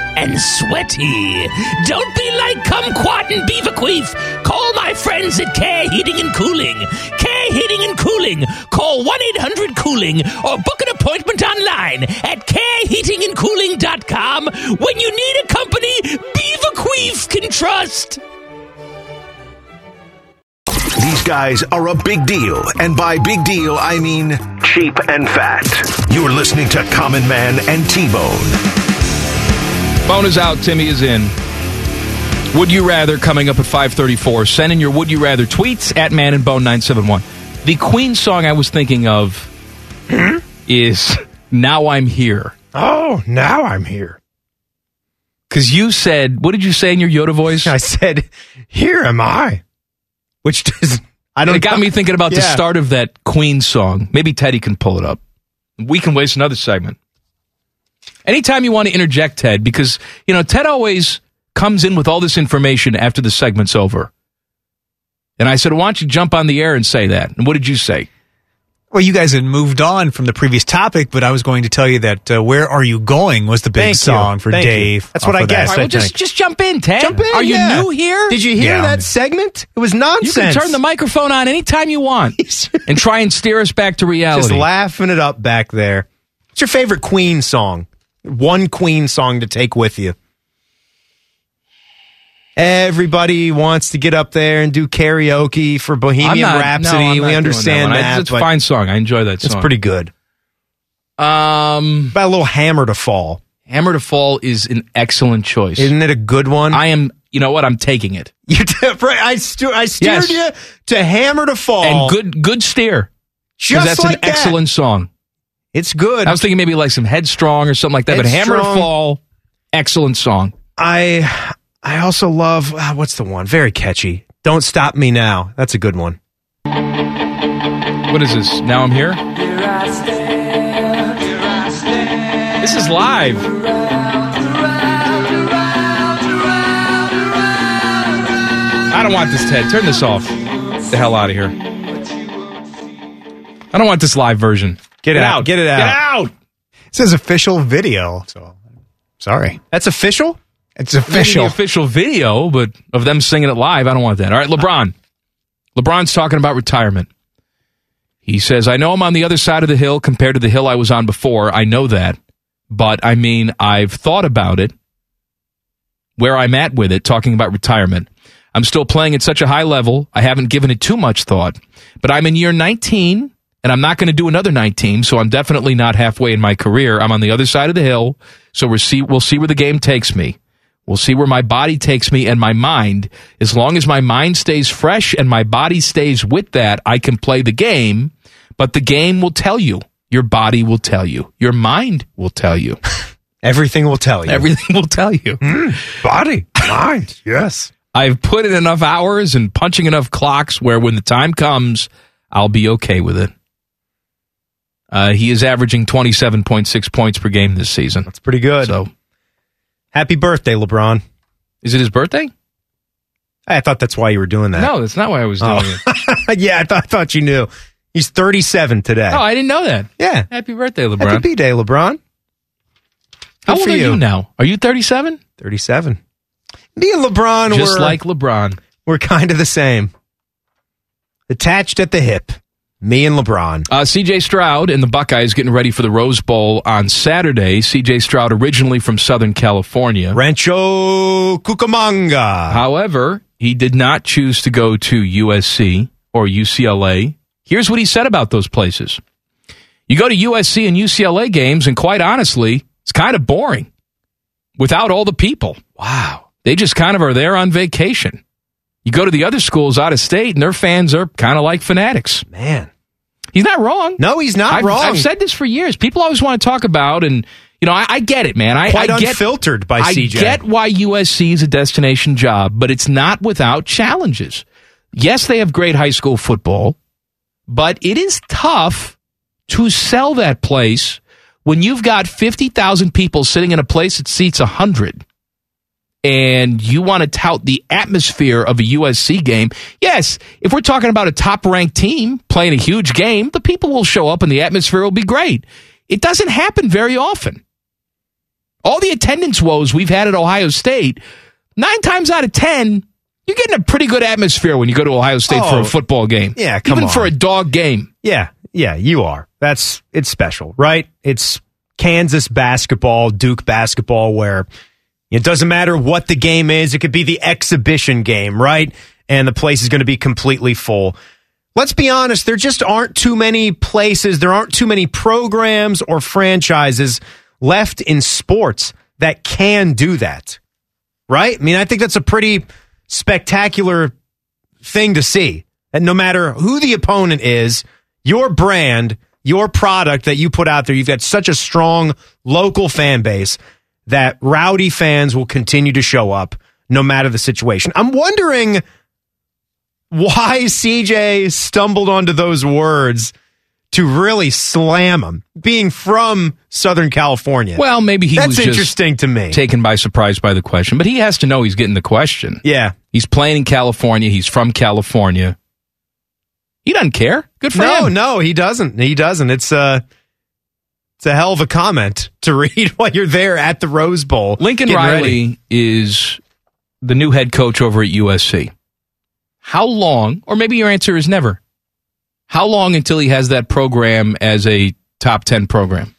Speaker 13: and sweaty. Don't be like Kumquat and Beaverqueef. Call my friends at Care Heating and Cooling. Care Heating and Cooling. Call 1 800 Cooling or book an appointment online at careheatingandcooling.com when you need a company Beaverqueef can trust.
Speaker 3: These guys are a big deal, and by big deal, I mean cheap and fat. You're listening to Common Man and T Bone.
Speaker 5: Bone is out. Timmy is in. Would you rather coming up at 5:34? Send in your would you rather tweets at Man and Bone 971. The Queen song I was thinking of is "Now I'm Here."
Speaker 4: Hmm? Oh, now I'm here.
Speaker 5: Because you said, what did you say in your Yoda voice?
Speaker 4: I said, here am I. Which does, I don't.
Speaker 5: It got me thinking about the
Speaker 4: Yeah.
Speaker 5: start of that Queen song. Maybe Teddy can pull it up. We can waste another segment. Anytime you want to interject, Ted, because you know Ted always comes in with all this information after the segment's over. And I said, "Why don't you jump on the air and say that?" And what did you say?
Speaker 2: Well, you guys had moved on from the previous topic, but I was going to tell you that uh, "Where Are You Going" was the big
Speaker 5: Thank you.
Speaker 2: song for
Speaker 5: Thank you.
Speaker 2: Dave.
Speaker 5: That's what
Speaker 2: off
Speaker 5: I
Speaker 2: of that.
Speaker 5: guessed, All right, I well, just- think. just jump in, Ted. Jump in, Are you yeah. new here?
Speaker 4: Did you hear
Speaker 5: Yeah.
Speaker 4: that segment? It was
Speaker 5: You
Speaker 4: nonsense.
Speaker 5: can turn the microphone on anytime you want and try and steer us back to reality.
Speaker 4: Just laughing it up back there. What's your favorite Queen song? One Queen song to take with you. Everybody wants to get up there and do karaoke for Bohemian
Speaker 5: I'm not- no, I'm not
Speaker 4: Rhapsody.
Speaker 5: doing
Speaker 4: we
Speaker 5: that
Speaker 4: understand
Speaker 5: one. I-
Speaker 4: that.
Speaker 5: it's a
Speaker 4: but
Speaker 5: fine song. I enjoy that
Speaker 4: It's
Speaker 5: song.
Speaker 4: pretty good.
Speaker 5: Um,
Speaker 4: about a little hammer to fall.
Speaker 5: Hammer to fall is an excellent choice.
Speaker 4: Isn't it a good one?
Speaker 5: I am. You know what? I'm taking it.
Speaker 4: You did, right? I, stu- I steered
Speaker 5: Yes.
Speaker 4: you to hammer to fall.
Speaker 5: And good, good steer. 'Cause
Speaker 4: Just
Speaker 5: that's
Speaker 4: like
Speaker 5: an
Speaker 4: that.
Speaker 5: excellent song.
Speaker 4: It's good.
Speaker 5: I was thinking maybe like some headstrong or something like that. But hammer to
Speaker 4: Headstrong.
Speaker 5: fall, excellent song.
Speaker 4: I I also love ah, what's the one? Very catchy. Don't stop me now. That's a good one.
Speaker 5: What is this? Now I'm here. This is live. I don't want this, Ted. Turn this off. Get the hell out of here. I don't want this live version.
Speaker 2: Get it out. Get it out.
Speaker 5: Get out.
Speaker 2: It says official video. So, sorry.
Speaker 4: That's official.
Speaker 2: It's
Speaker 5: Maybe
Speaker 2: official.
Speaker 5: the official video, but of them singing it live, I don't want that. All right, LeBron. LeBron's talking about retirement. He says, I know I'm on the other side of the hill compared to the hill I was on before. I know that. But I mean, I've thought about it, where I'm at with it, talking about retirement. I'm still playing at such a high level. I haven't given it too much thought. But I'm in year 19, and I'm not going to do another 19, so I'm definitely not halfway in my career. I'm on the other side of the hill, so we'll see, we'll see where the game takes me. We'll see where my body takes me and my mind. As long as my mind stays fresh and my body stays with that, I can play the game, but the game will tell you. Your body will tell you. Your mind will tell you.
Speaker 4: Everything will tell you.
Speaker 5: Everything will tell you.
Speaker 4: Hmm, body, mind, yes.
Speaker 5: I've put in enough hours and punching enough clocks where when the time comes, I'll be okay with it. Uh, he is averaging 27.6 points per game this season. That's
Speaker 4: pretty good.
Speaker 5: So,
Speaker 4: Happy birthday, LeBron.
Speaker 5: Is it his birthday?
Speaker 4: I thought that's why you were doing that.
Speaker 5: no, that's not why I was doing
Speaker 4: Oh.
Speaker 5: it.
Speaker 4: yeah, I, thought I thought you knew. He's 37 today.
Speaker 5: Oh, I didn't know that.
Speaker 4: Yeah.
Speaker 5: Happy birthday, LeBron.
Speaker 4: Happy B Day, LeBron.
Speaker 5: How
Speaker 4: Good
Speaker 5: old
Speaker 4: for
Speaker 5: are you
Speaker 4: you.
Speaker 5: now? Are you 37?
Speaker 4: 37. Me and LeBron
Speaker 5: Just
Speaker 4: were
Speaker 5: like LeBron.
Speaker 4: We're kind of the same. Attached at the hip. Me and LeBron.
Speaker 5: Uh, CJ Stroud and the Buckeyes getting ready for the Rose Bowl on Saturday. CJ Stroud originally from Southern California.
Speaker 4: Rancho Cucamonga.
Speaker 5: However, he did not choose to go to USC or UCLA. Here's what he said about those places. You go to USC and UCLA games, and quite honestly, it's kind of boring without all the people. Wow. They just kind of are there on vacation. You go to the other schools out of state, and their fans are kind of like fanatics.
Speaker 4: Man.
Speaker 5: He's not wrong.
Speaker 4: No, he's not
Speaker 5: I've-
Speaker 4: wrong.
Speaker 5: I've said this for years. People always want to talk about, and you know, I, I get it, man. I,
Speaker 4: Quite
Speaker 5: I get,
Speaker 4: unfiltered by
Speaker 5: I
Speaker 4: CJ.
Speaker 5: get why USC is a destination job, but it's not without challenges. Yes, they have great high school football, but it is tough to sell that place when you've got fifty thousand people sitting in a place that seats hundred and you want to tout the atmosphere of a USC game, yes, if we're talking about a top ranked team playing a huge game, the people will show up and the atmosphere will be great. It doesn't happen very often. All the attendance woes we've had at Ohio State, nine times out of 10, you're getting a pretty good atmosphere when you go to Ohio State for
Speaker 4: Oh,
Speaker 5: a football game.
Speaker 4: yeah, come
Speaker 5: Even
Speaker 4: on.
Speaker 5: for a dog game.
Speaker 4: Yeah, yeah, you are. That's it's special, right? It's Kansas basketball, Duke basketball, where it doesn't matter what the game is. It could be the exhibition game, right? And the place is going to be completely full. Let's be honest, there just aren't too many places, there aren't too many programs or franchises left in sports that can do that, right? I mean, I think that's a pretty spectacular thing to see. And no matter who the opponent is, your brand, your product that you put out there, you've got such a strong local fan base that rowdy fans will continue to show up no matter the situation. I'm wondering why CJ stumbled onto those words to really slam him, being from Southern California.
Speaker 5: Well, maybe he
Speaker 4: That's
Speaker 5: was just
Speaker 4: interesting to me.
Speaker 5: taken by surprise by the question, but he has to know he's getting the question.
Speaker 4: Yeah.
Speaker 5: He's playing in California. He's from California. He doesn't care. Good for
Speaker 4: no,
Speaker 5: him.
Speaker 4: No, he doesn't. He doesn't. It's a it's a hell of a comment to read while you're there at the Rose Bowl.
Speaker 5: Lincoln
Speaker 4: getting
Speaker 5: Riley
Speaker 4: ready.
Speaker 5: is the new head coach over at USC. How long, or maybe your answer is never, how long until he has that program as a top 10 program?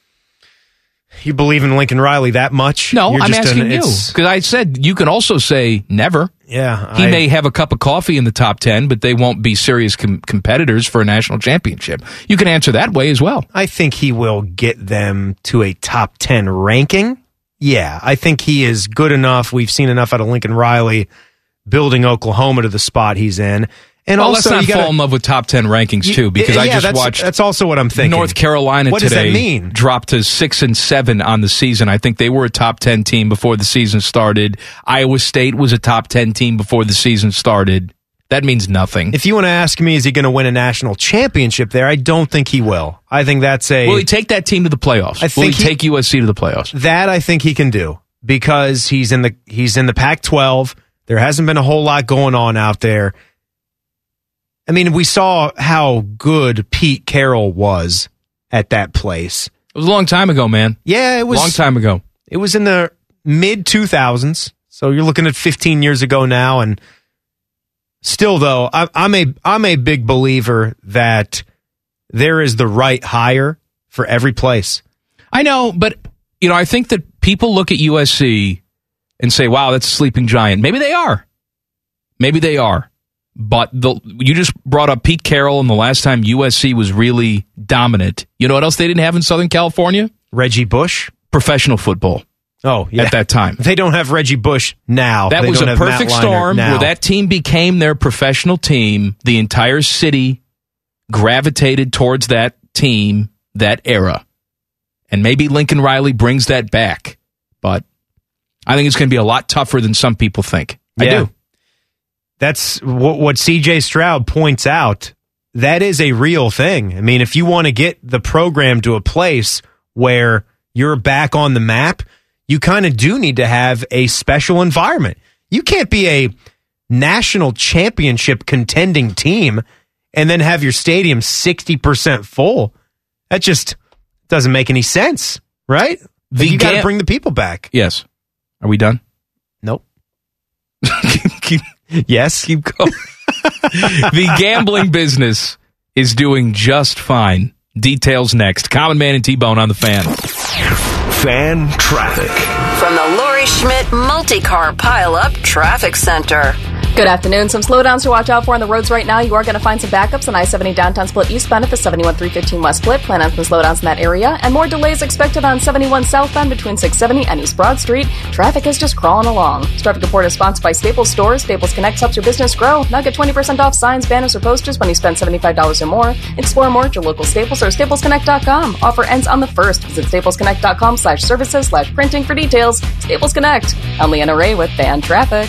Speaker 4: You believe in Lincoln Riley that much?
Speaker 5: No,
Speaker 4: You're
Speaker 5: I'm
Speaker 4: just
Speaker 5: asking
Speaker 4: an-
Speaker 5: you.
Speaker 4: it's-
Speaker 5: Because I said you can also say never.
Speaker 4: Yeah,
Speaker 5: He
Speaker 4: I-
Speaker 5: may have a cup of coffee in the top 10, but they won't be serious com- competitors for a national championship. You can answer that way as well.
Speaker 4: I think he will get them to a top 10 ranking. Yeah, I think he is good enough. We've seen enough out of Lincoln Riley building Oklahoma to the spot he's in. And
Speaker 5: well,
Speaker 4: also, you
Speaker 5: let's not
Speaker 4: gotta-
Speaker 5: fall in love with top 10 rankings,
Speaker 4: You-
Speaker 5: too, because I
Speaker 4: yeah,
Speaker 5: just
Speaker 4: that's-
Speaker 5: watched
Speaker 4: That's also what I'm thinking.
Speaker 5: North Carolina
Speaker 4: What
Speaker 5: today
Speaker 4: does that mean?
Speaker 5: dropped to six and seven on the season. I think they were a top ten team before the season started. Iowa State was a top ten team before the season started. That means nothing.
Speaker 4: If you want to ask me, is he going to win a national championship there? I don't think he will. I think that's a
Speaker 5: Will he take that team to the playoffs?
Speaker 4: I
Speaker 5: Will he,
Speaker 4: think he-
Speaker 5: take USC to the playoffs?
Speaker 4: that I think he can do because he's in the he's in the Pac-12. There hasn't been a whole lot going on out there. I mean, we saw how good Pete Carroll was at that place.
Speaker 5: It was a long time ago, man.
Speaker 4: Yeah, it was
Speaker 5: Long time ago.
Speaker 4: It was in the mid 2000s. So you're looking at 15 years ago now and still though, I I'm a I'm a big believer that there is the right hire for every place.
Speaker 5: I know, but you know, I think that people look at USC and say, "Wow, that's a sleeping giant." Maybe they are. Maybe they are. But the you just brought up Pete Carroll, and the last time USC was really dominant, you know what else they didn't have in Southern California?
Speaker 4: Reggie Bush,
Speaker 5: professional football.
Speaker 4: Oh, yeah.
Speaker 5: At that time,
Speaker 4: They don't have Reggie Bush now.
Speaker 5: that
Speaker 4: They
Speaker 5: was
Speaker 4: don't
Speaker 5: a
Speaker 4: have Matt
Speaker 5: perfect
Speaker 4: Leiner
Speaker 5: storm
Speaker 4: now.
Speaker 5: where that team became their professional team. The entire city gravitated towards that team, that era. And maybe Lincoln Riley brings that back. But I think it's going to be a lot tougher than some people think. I
Speaker 4: Yeah.
Speaker 5: do.
Speaker 4: That's what, what CJ Stroud points out. That is a real thing. I mean, if you want to get the program to a place where you're back on the map, you kind of do need to have a special environment. You can't be a national championship contending team and then have your stadium 60% full. That just doesn't make any sense, right?
Speaker 5: The
Speaker 4: you got to
Speaker 5: gam-
Speaker 4: bring the people back.
Speaker 5: Yes. Are we done?
Speaker 4: Nope. yes.
Speaker 5: Keep going. the gambling business is doing just fine. Details next. Common Man and T Bone on the fan.
Speaker 3: Fan traffic.
Speaker 6: From the Lori Schmidt Multi Car Pile Up Traffic Center.
Speaker 7: Good afternoon. Some slowdowns to watch out for on the roads right now. You are going to find some backups on I 70 downtown split eastbound at the 71 315 west split. Plan on some slowdowns in that area. And more delays expected on 71 southbound between 670 and East Broad Street. Traffic is just crawling along. This traffic report is sponsored by Staples Stores. Staples Connect helps your business grow. Now get 20% off signs, banners, or posters when you spend $75 or more. Explore more at your local Staples or staplesconnect.com. Offer ends on the 1st. Visit staplesconnect.com slash services slash printing for details. Staples Connect. I'm Leanna Ray with Fan Traffic.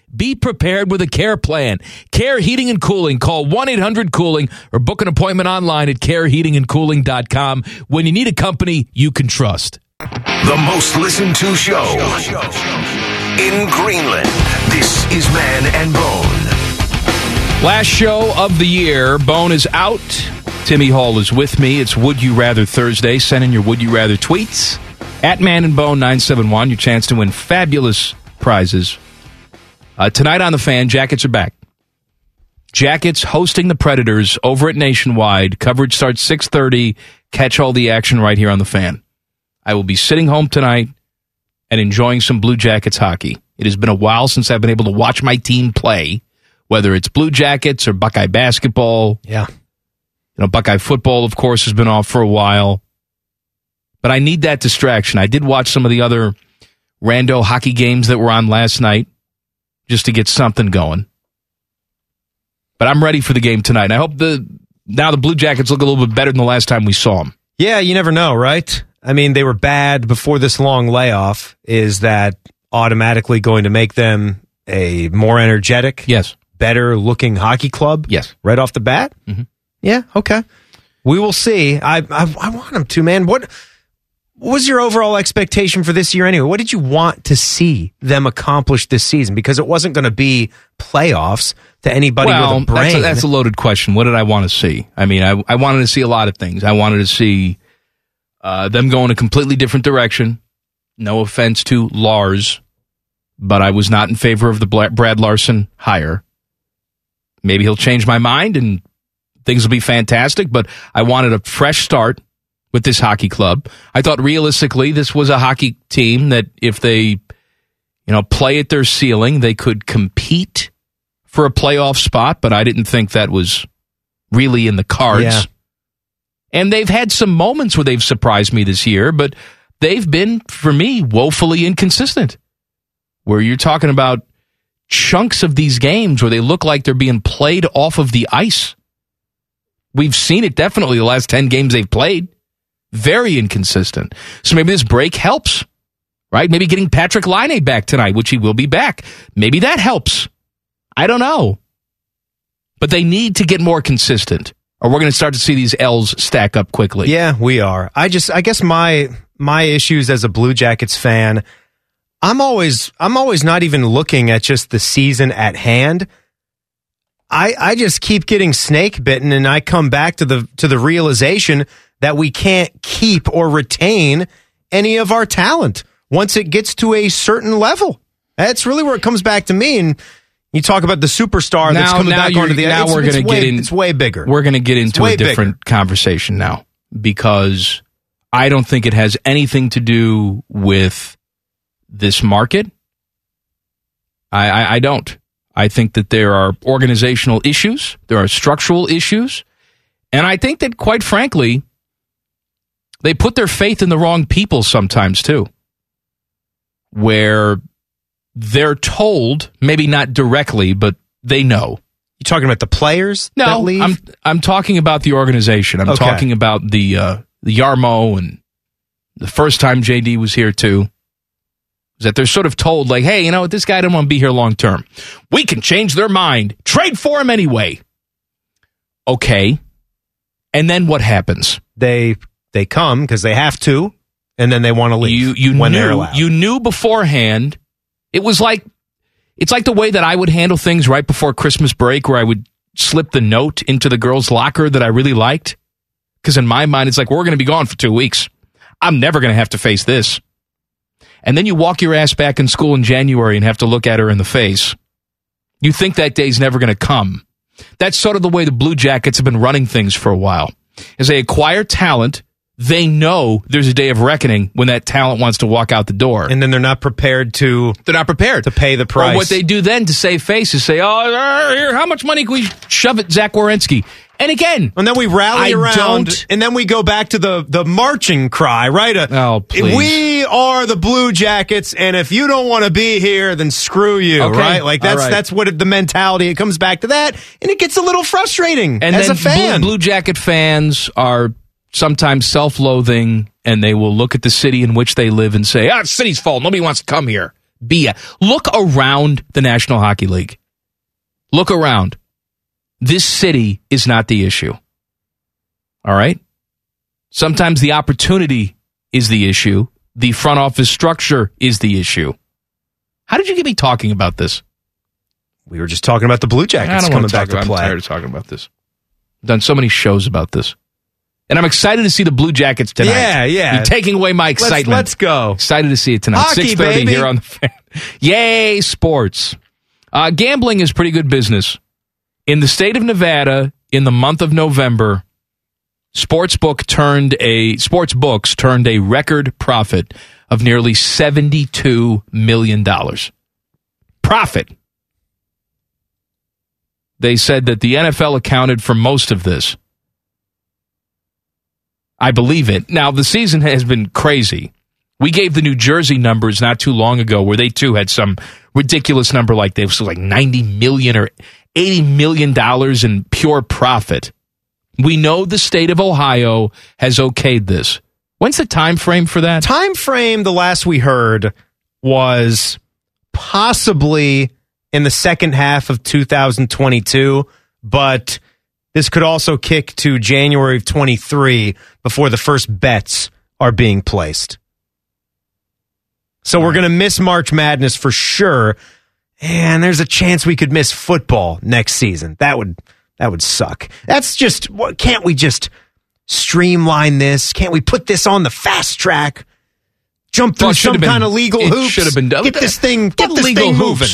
Speaker 1: Be prepared with a care plan. Care Heating and Cooling. Call 1 800 Cooling or book an appointment online at careheatingandcooling.com when you need a company you can trust.
Speaker 3: The most listened to show in Greenland. This is Man and Bone.
Speaker 5: Last show of the year. Bone is out. Timmy Hall is with me. It's Would You Rather Thursday. Send in your Would You Rather tweets at Man and Bone 971. Your chance to win fabulous prizes. Uh, tonight on the fan, jackets are back. Jackets hosting the Predators over at Nationwide. Coverage starts 6:30. Catch all the action right here on the fan. I will be sitting home tonight and enjoying some Blue Jackets hockey. It has been a while since I've been able to watch my team play, whether it's Blue Jackets or Buckeye basketball.
Speaker 4: Yeah.
Speaker 5: You know, Buckeye football, of course, has been off for a while. But I need that distraction. I did watch some of the other rando hockey games that were on last night just to get something going. But I'm ready for the game tonight. And I hope the now the Blue Jackets look a little bit better than the last time we saw them.
Speaker 4: Yeah, you never know, right? I mean, they were bad before this long layoff. Is that automatically going to make them a more energetic,
Speaker 5: yes,
Speaker 4: better looking hockey club?
Speaker 5: Yes, Mm-hmm.
Speaker 4: right off the bat. Yeah, okay. We will see. I I, I want them to, man. What, what was your overall expectation for this year anyway? What did you want to see them accomplish this season? Because it wasn't going to be playoffs to anybody
Speaker 5: well,
Speaker 4: with a brain.
Speaker 5: That's, a, that's a loaded question. What did I want to see? I mean, I, I wanted to see a lot of things. I wanted to see uh, them go in a completely different direction. No offense to Lars, but I was not in favor of the Bla- Brad Larson hire. Maybe he'll change my mind and things will be fantastic, but I wanted a fresh start with this hockey club. I thought realistically, this was a hockey team that if they you know, play at their ceiling. They could compete for a playoff spot, but I didn't think that was really in the cards.
Speaker 14: Yeah.
Speaker 5: And they've had some moments where they've surprised me this year, but they've been, for me, woefully inconsistent. Where you're talking about chunks of these games where they look like they're being played off of the ice. We've seen it definitely the last 10 games they've played. Very inconsistent. So maybe this break helps right? Maybe getting Patrick Line back tonight, which he will be back. Maybe that helps. I don't know. But they need to get more consistent, or we're going to start to see these L's stack up quickly.
Speaker 4: Yeah, we are. I just I guess my my issues as a Blue Jackets fan, I'm always I'm always not even looking at just the season at hand. I I just keep getting snake bitten and I come back to the to the realization that we can't keep or retain any of our talent once it gets to a certain level. That's really where it comes back to me and you talk about the superstar that's coming back
Speaker 5: you're-
Speaker 4: onto the
Speaker 5: now
Speaker 4: it's-
Speaker 5: we're
Speaker 4: it's
Speaker 5: going to
Speaker 4: way-
Speaker 5: get in.
Speaker 4: it's way bigger.
Speaker 5: We're going to get into
Speaker 4: way
Speaker 5: a different conversation now because I don't think it has anything to do with this market. I, I, I don't. I think that there are organizational issues, there are structural issues, and I think that quite frankly, they put their faith in the wrong people sometimes too. Where they're told, maybe not directly, but they know.
Speaker 4: You talking about the players?
Speaker 5: No,
Speaker 4: that leave?
Speaker 5: I'm I'm talking about the organization. I'm
Speaker 4: Okay.
Speaker 5: talking about the uh, the Yarmo and the first time JD was here too. Is that they're sort of told like, hey, you know what, this guy doesn't want to be here long term. We can change their mind. Trade for him anyway. Okay. And then what happens?
Speaker 4: They they come because they have to, and then they want to leave.
Speaker 5: You you
Speaker 4: when
Speaker 5: knew,
Speaker 4: they're allowed.
Speaker 5: You knew beforehand. It was like it's like the way that I would handle things right before Christmas break, where I would slip the note into the girls' locker that I really liked. Because in my mind, it's like we're going to be gone for two weeks. I'm never going to have to face this. And then you walk your ass back in school in January and have to look at her in the face. You think that day's never going to come. That's sort of the way the Blue Jackets have been running things for a while. As they acquire talent, they know there's a day of reckoning when that talent wants to walk out the door.
Speaker 4: And then they're not prepared to
Speaker 5: they're not prepared
Speaker 4: to pay the price.
Speaker 5: Or what they do then to save face is say, "Oh, uh, here, how much money can we shove at Zach Wierenski?" And again,
Speaker 4: and then we rally
Speaker 5: I
Speaker 4: around,
Speaker 5: Don't,
Speaker 4: and then we go back to the the marching cry, right? A, oh,
Speaker 5: please.
Speaker 4: We are the Blue Jackets, and if you don't want to be here, then screw you,
Speaker 5: Okay,
Speaker 4: right? Like that's
Speaker 5: all right.
Speaker 4: that's what it, the mentality. It comes back to that, and it gets a little frustrating
Speaker 5: and
Speaker 4: as
Speaker 5: then
Speaker 4: a fan.
Speaker 5: Blue, Blue Jacket fans are sometimes self-loathing, and they will look at the city in which they live and say, "Ah, the city's fault. Nobody wants to come here." Be a look around the National Hockey League. Look around. This city is not the issue. All right. Sometimes the opportunity is the issue. The front office structure is the issue. How did you get me talking about this?
Speaker 4: We were just talking about the Blue Jackets
Speaker 5: I don't
Speaker 4: coming
Speaker 5: wanna
Speaker 4: back
Speaker 5: talk about,
Speaker 4: to play.
Speaker 5: I'm tired of talking about this. I've done so many shows about this, and I'm excited to see the Blue Jackets tonight.
Speaker 4: Yeah, yeah.
Speaker 5: You're taking away my
Speaker 4: Let's-
Speaker 5: excitement.
Speaker 4: let's go.
Speaker 5: Excited to see it tonight.
Speaker 4: Hockey,
Speaker 5: Six thirty
Speaker 4: baby.
Speaker 5: here on the fan. Yay, sports! Uh, gambling is pretty good business in the state of Nevada in the month of November. Sportsbook turned a sports books turned a record profit of nearly seventy two million dollars. Profit. They said that the NFL accounted for most of this. I believe it. Now the season has been crazy. We gave the New Jersey numbers not too long ago where they too had some ridiculous number like they was like 90 million or 80 million dollars in pure profit. We know the state of Ohio has okayed this. When's the time frame for that?
Speaker 4: Time frame the last we heard was possibly in the second half of 2022, but this could also kick to January of 23 before the first bets are being placed. So we're going to miss March Madness for sure, and there's a chance we could miss football next season. That would that would suck. That's just what can't we just streamline this? Can't we put this on the fast track? Jump
Speaker 5: Well,
Speaker 4: through
Speaker 5: it should
Speaker 4: some
Speaker 5: have been-
Speaker 4: kind of legal
Speaker 5: it
Speaker 4: hoops.
Speaker 5: should have been done.
Speaker 4: Get this thing.
Speaker 5: Get
Speaker 4: Get, this
Speaker 5: legal
Speaker 4: thing
Speaker 5: hoops.
Speaker 4: moving.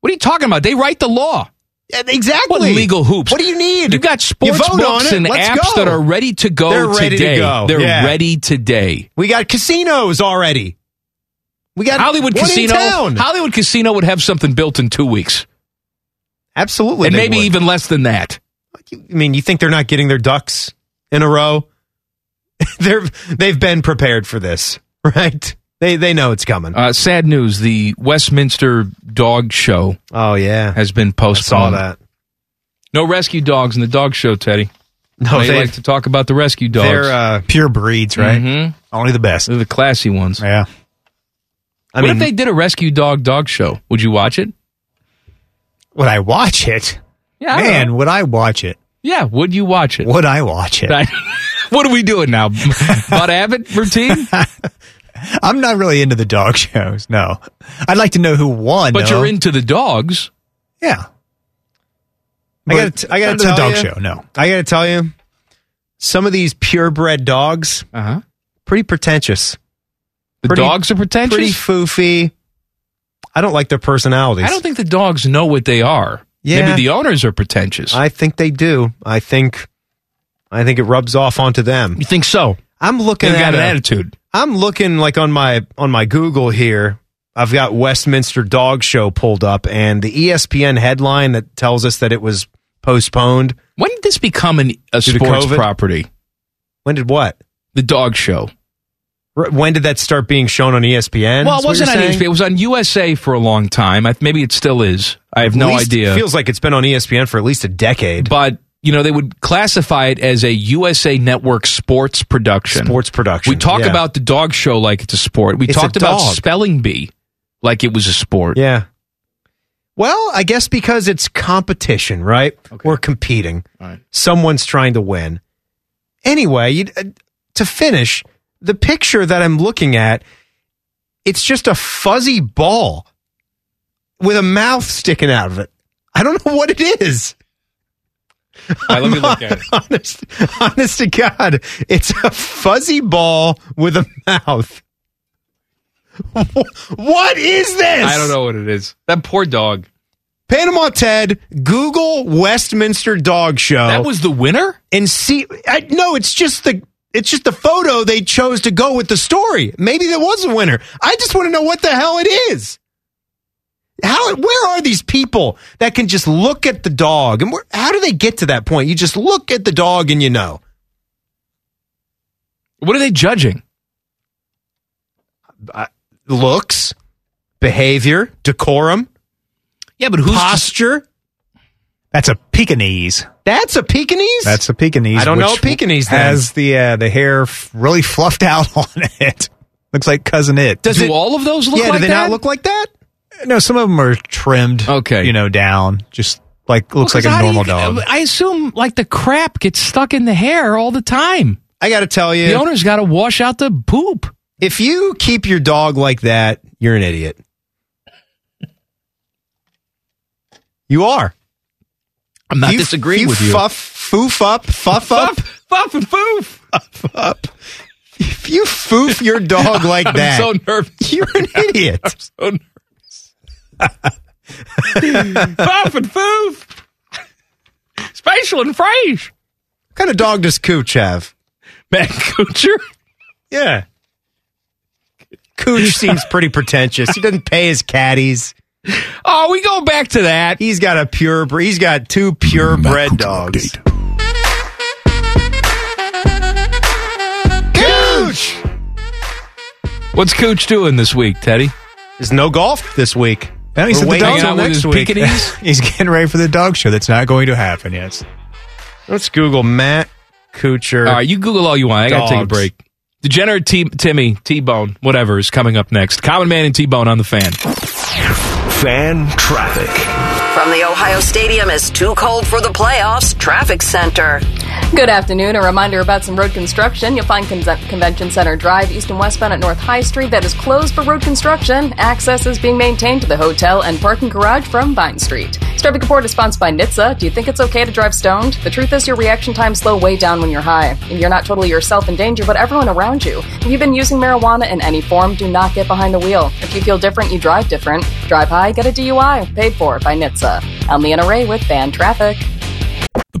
Speaker 5: What are you talking about? They write the law.
Speaker 4: Exactly.
Speaker 5: What legal hoops?
Speaker 4: What do you need?
Speaker 5: You got sports
Speaker 4: vote on
Speaker 5: books
Speaker 4: it.
Speaker 5: and
Speaker 4: Let's
Speaker 5: apps
Speaker 4: go.
Speaker 5: that are ready to go
Speaker 4: They're ready to
Speaker 5: today.
Speaker 4: go.
Speaker 5: They're
Speaker 4: Yeah.
Speaker 5: ready today.
Speaker 4: We got casinos already. We got
Speaker 5: Hollywood
Speaker 4: one in
Speaker 5: Casino.
Speaker 4: town.
Speaker 5: Hollywood Casino would have something built in two weeks,
Speaker 4: Absolutely.
Speaker 5: and
Speaker 4: they
Speaker 5: maybe
Speaker 4: would.
Speaker 5: even less than that.
Speaker 4: I mean, you think they're not getting their ducks in a row? they're they've been prepared for this, right? They they know it's coming.
Speaker 5: Uh, sad news: the Westminster Dog Show.
Speaker 4: Oh yeah,
Speaker 5: has been postponed.
Speaker 4: that.
Speaker 5: No rescue dogs in the dog show, Teddy.
Speaker 4: No,
Speaker 5: they
Speaker 4: they-
Speaker 5: like to talk about the rescue dogs.
Speaker 4: They're uh, pure breeds, right?
Speaker 5: Mhm.
Speaker 4: Only the best.
Speaker 5: They're the classy ones.
Speaker 4: Yeah. I
Speaker 5: what
Speaker 4: mean,
Speaker 5: if they did a rescue dog dog show? Would you watch it?
Speaker 2: Would I watch it?
Speaker 5: Yeah, I
Speaker 2: Man,
Speaker 5: don't
Speaker 2: would I watch it?
Speaker 5: Yeah, would you watch it?
Speaker 2: Would I watch it?
Speaker 5: what are we doing now? Bud Abbott routine?
Speaker 2: I'm not really into the dog shows. No, I'd like to know who won.
Speaker 5: But
Speaker 2: though.
Speaker 5: you're into the dogs.
Speaker 2: yeah.
Speaker 4: I got to I got
Speaker 2: Not
Speaker 4: to
Speaker 2: the
Speaker 4: tell
Speaker 2: dog
Speaker 4: you,
Speaker 2: show, no.
Speaker 4: I got to tell you, some of these purebred dogs,
Speaker 5: uh-huh.
Speaker 4: pretty pretentious.
Speaker 5: The dogs are pretentious?
Speaker 4: Pretty foofy. I don't like their personalities.
Speaker 5: I don't think the dogs know what they are.
Speaker 4: Yeah.
Speaker 5: Maybe the owners are pretentious.
Speaker 4: I think they do. I think I think it rubs off onto them. You
Speaker 5: think so?
Speaker 4: I'm looking
Speaker 5: They've
Speaker 4: at
Speaker 5: got an
Speaker 4: a-
Speaker 5: attitude.
Speaker 4: I'm looking like on my on my Google here. I've got Westminster Dog Show pulled up and the E ESPN headline that tells us that it was postponed.
Speaker 5: When did this become an, a
Speaker 4: Due to
Speaker 5: sports
Speaker 4: COVID?
Speaker 5: property?
Speaker 4: When did what?
Speaker 5: The dog show.
Speaker 4: R- When did that start being shown on E ESPN?
Speaker 5: well,
Speaker 4: is
Speaker 5: it
Speaker 4: what you're
Speaker 5: wasn't on E
Speaker 4: saying?
Speaker 5: ESPN. It was on USA for a long time. I, maybe it still is. I have
Speaker 4: At
Speaker 5: no
Speaker 4: least-
Speaker 5: idea.
Speaker 4: Feels like it's been on E ESPN for at least a decade.
Speaker 5: but you know they would classify it as a USA Network sports production.
Speaker 4: Sports production.
Speaker 5: We talk
Speaker 4: yeah.
Speaker 5: about the dog show like it's a sport. We
Speaker 4: It's a
Speaker 5: talked about
Speaker 4: dog.
Speaker 5: spelling bee like it was a sport.
Speaker 4: Yeah. Well, I guess because it's competition, right? We're competing. Someone's trying to win. Anyway, you, uh, to finish, the picture that I'm looking at, it's just a fuzzy ball with a mouth sticking out of it. I don't know what it is.
Speaker 5: let me look at it.
Speaker 4: Honest, honest to God, it's a fuzzy ball with a mouth. what is this?
Speaker 5: I don't know what it is. That poor dog.
Speaker 4: Panama Ted, Google Westminster Dog Show.
Speaker 5: That was the winner.
Speaker 4: and see. I, no, it's just the it's just the photo they chose to go with the story. Maybe there was a winner. I just want to know what the hell it is. How? Where are these people that can just look at the dog? And where, how do they get to that point? You just look at the dog and you know.
Speaker 5: What are they judging?
Speaker 4: looks, behavior, decorum.
Speaker 5: Yeah, but who's
Speaker 4: posture?
Speaker 2: That's a Pekingese.
Speaker 4: That's a Pekingese.
Speaker 2: That's a Pekingese.
Speaker 4: I don't
Speaker 2: which
Speaker 4: know Pekingese then.
Speaker 2: has the uh, the hair f- really fluffed out on it. Looks like cousin it.
Speaker 5: Do all of those look
Speaker 4: yeah.
Speaker 5: like
Speaker 4: do they
Speaker 5: that?
Speaker 4: not look like that?
Speaker 2: No, some of them are trimmed.
Speaker 5: Okay.
Speaker 2: you know, down just like looks
Speaker 5: Well, 'cause
Speaker 2: like
Speaker 5: how
Speaker 2: a
Speaker 5: do
Speaker 2: normal
Speaker 5: you-
Speaker 2: dog.
Speaker 5: I assume like the crap gets stuck in the hair all the time.
Speaker 4: I got to tell you,
Speaker 5: The owner's got to wash out the poop.
Speaker 4: If you keep your dog like that, you're an idiot. You are.
Speaker 5: I'm not
Speaker 4: You-
Speaker 5: disagreeing with you.
Speaker 4: Fuff, foof up, fuff up,
Speaker 5: fuff and foof.
Speaker 4: fuff up. If you foof your dog like
Speaker 5: I'm
Speaker 4: that,
Speaker 5: so nervous.
Speaker 4: you're an idiot.
Speaker 5: so nervous. Puff and foof. Spatial and phrase.
Speaker 4: What kind of dog does Cooch have?
Speaker 5: Matt Kuchar.
Speaker 4: Yeah. Cooch seems pretty pretentious. He doesn't pay his caddies.
Speaker 5: Oh, we go back to that.
Speaker 4: He's got a pure. He's got two purebred dogs. Cooch.
Speaker 5: What's Cooch doing this week, Teddy?
Speaker 4: There's no golf this week.
Speaker 2: No, he's at
Speaker 5: We're
Speaker 2: the
Speaker 5: waiting
Speaker 2: dog
Speaker 5: out
Speaker 2: show
Speaker 5: with his
Speaker 2: next week.
Speaker 5: pickaninnies?
Speaker 2: he's getting ready for the dog show. That's not going to happen. Yes.
Speaker 4: Let's Google Matt Kuchar.
Speaker 5: All right, you Google all you want. I got to take a
Speaker 4: Dogs.
Speaker 5: break. Degenerate T- Timmy, T Bone, whatever is coming up next. Common Man and T Bone on the fan.
Speaker 3: Fan traffic.
Speaker 6: From the Ohio Stadium is too cold for the playoffs, Traffic Center.
Speaker 7: Good afternoon. A reminder about some road construction. You'll find Con- Convention Center Drive east and westbound at North High Street that is closed for road construction. Access is being maintained to the hotel and parking garage from Vine Street. Strubby Report is sponsored by NHTSA. Do you think it's okay to drive stoned? The truth is your reaction times slow way down when you're high. And you're not totally yourself in danger, but everyone around you. If you've been using marijuana in any form, do not get behind the wheel. If you feel different, you drive different. Drive high, get a DUI. Paid for by NHTSA. I'm Leanna Ray with Fan Traffic.
Speaker 1: The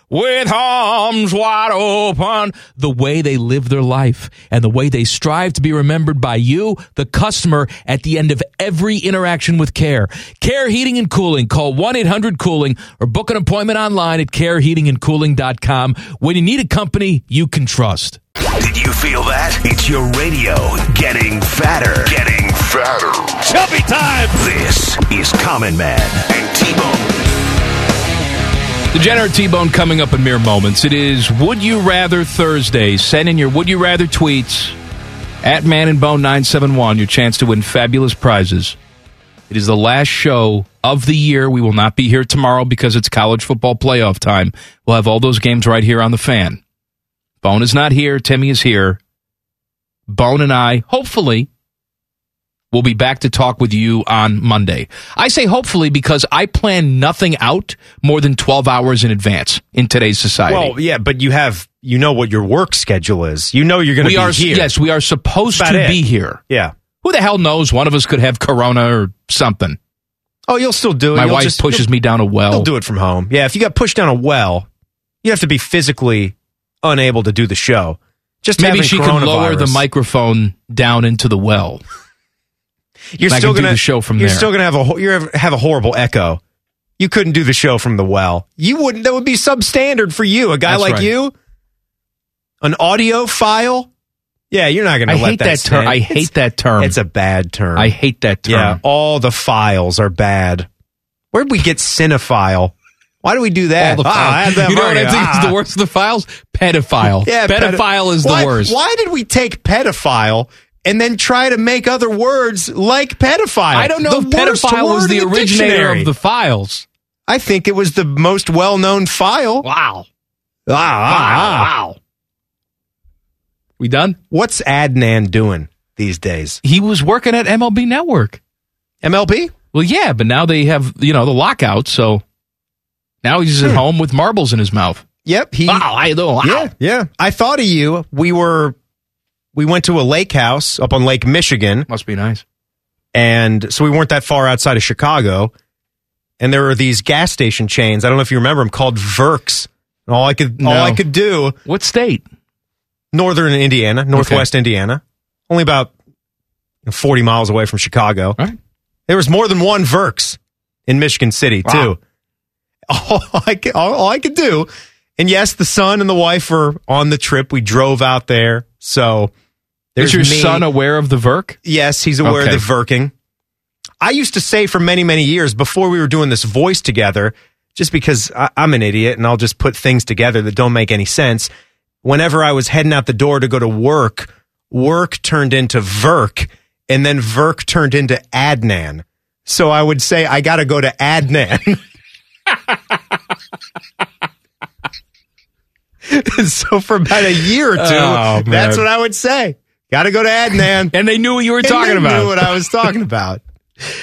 Speaker 1: With arms wide open, the way they live their life and the way they strive to be remembered by you, the customer, at the end of every interaction with Care. Care Heating and Cooling. Call 1 800 Cooling or book an appointment online at careheatingandcooling.com when you need a company you can trust.
Speaker 3: Did you feel that? It's your radio getting fatter. Getting fatter. Chubby time. This is Common Man and T-Bone.
Speaker 5: Degenerate T Bone coming up in mere moments. It is Would You Rather Thursday. Send in your Would You Rather tweets at Man and Bone 971, your chance to win fabulous prizes. It is the last show of the year. We will not be here tomorrow because it's college football playoff time. We'll have all those games right here on the fan. Bone is not here. Timmy is here. Bone and I, hopefully, We'll be back to talk with you on Monday. I say hopefully because I plan nothing out more than 12 hours in advance in today's society.
Speaker 4: Well, yeah, but you have you know what your work schedule is. You know you're going to
Speaker 5: we
Speaker 4: be
Speaker 5: are
Speaker 4: here.
Speaker 5: yes, we are supposed
Speaker 4: That's about
Speaker 5: to
Speaker 4: it.
Speaker 5: be here.
Speaker 4: Yeah.
Speaker 5: Who the hell knows? One of us could have corona or something.
Speaker 4: Oh, you'll still do it.
Speaker 5: My
Speaker 4: You'll
Speaker 5: wife
Speaker 4: just-
Speaker 5: pushes
Speaker 4: you'll-
Speaker 5: me down a well.
Speaker 4: You'll do it from home. Yeah, if you got pushed down a well, you have to be physically unable to do the show. Just
Speaker 5: maybe
Speaker 4: having
Speaker 5: she can lower the
Speaker 4: coronavirus.
Speaker 5: microphone down into the well.
Speaker 4: You're
Speaker 5: And I
Speaker 4: still
Speaker 5: can do
Speaker 4: gonna
Speaker 5: the show from
Speaker 4: You're
Speaker 5: there.
Speaker 4: still gonna have a ho- you have a horrible echo. You couldn't do the show from the well. You wouldn't. That would be substandard for you. A guy
Speaker 5: That's
Speaker 4: like
Speaker 5: right.
Speaker 4: you, an audio file. Yeah, you're not gonna.
Speaker 5: I
Speaker 4: let
Speaker 5: hate that term.
Speaker 4: stand.
Speaker 5: I hate
Speaker 4: It's-
Speaker 5: that term.
Speaker 4: It's a bad term.
Speaker 5: I hate that term.
Speaker 4: Yeah, all the files are bad. Where'd we get cinephile? Why do we do that?
Speaker 5: All the
Speaker 4: Ah,
Speaker 5: files.
Speaker 4: I had that
Speaker 5: you know what I
Speaker 4: already.
Speaker 5: think
Speaker 4: Ah.
Speaker 5: is the worst of the files? Pedophile.
Speaker 4: Yeah,
Speaker 5: pedophile
Speaker 4: pedo-
Speaker 5: is the
Speaker 4: why,
Speaker 5: worst.
Speaker 4: Why did we take pedophile and then try to make other words like pedophile?
Speaker 5: I don't know
Speaker 4: The
Speaker 5: if
Speaker 4: worst
Speaker 5: pedophile was
Speaker 4: word
Speaker 5: the
Speaker 4: in
Speaker 5: originator
Speaker 4: dictionary.
Speaker 5: of the files.
Speaker 4: I think it was the most well-known file.
Speaker 5: Wow.
Speaker 4: Ah, ah, ah.
Speaker 5: Wow. We done?
Speaker 4: What's Adnan doing these days?
Speaker 5: He was working at MLB Network.
Speaker 4: MLB?
Speaker 5: Well, yeah, but now they have, you know, the lockout, so now he's
Speaker 4: Hmm.
Speaker 5: at home with marbles in his mouth.
Speaker 4: Yep. He.
Speaker 5: Wow, I know. Wow.
Speaker 4: Yeah, yeah. I thought of you. We were, we went to a lake house up on Lake Michigan.
Speaker 5: Must be nice.
Speaker 4: and so we weren't that far outside of Chicago. And there were these gas station chains. I don't know if you remember them called Verks. And all I could all
Speaker 5: No.
Speaker 4: I could do
Speaker 5: What state?
Speaker 4: northern Indiana, northwest Indiana, only about forty miles away from Chicago.
Speaker 5: All right.
Speaker 4: There was more than one Verks in Michigan City
Speaker 5: Wow.
Speaker 4: too. All I could, all, all I could do, and yes, the son and the wife were on the trip. We drove out there, so
Speaker 5: Is your
Speaker 4: me.
Speaker 5: son aware of the Verk?
Speaker 4: Yes, he's aware
Speaker 5: Okay.
Speaker 4: of the verking. I used to say for many, many years before we were doing this voice together, just because I, I'm an idiot and I'll just put things together that don't make any sense. Whenever I was heading out the door to go to work, work turned into verk, and then verk turned into Adnan. So I would say I got to go to Adnan. And so for about a year or two,
Speaker 5: Oh, man.
Speaker 4: that's what I would say. Got to go to Adnan.
Speaker 5: And they knew what you were
Speaker 4: And
Speaker 5: talking
Speaker 4: they
Speaker 5: about.
Speaker 4: Knew what I was talking about.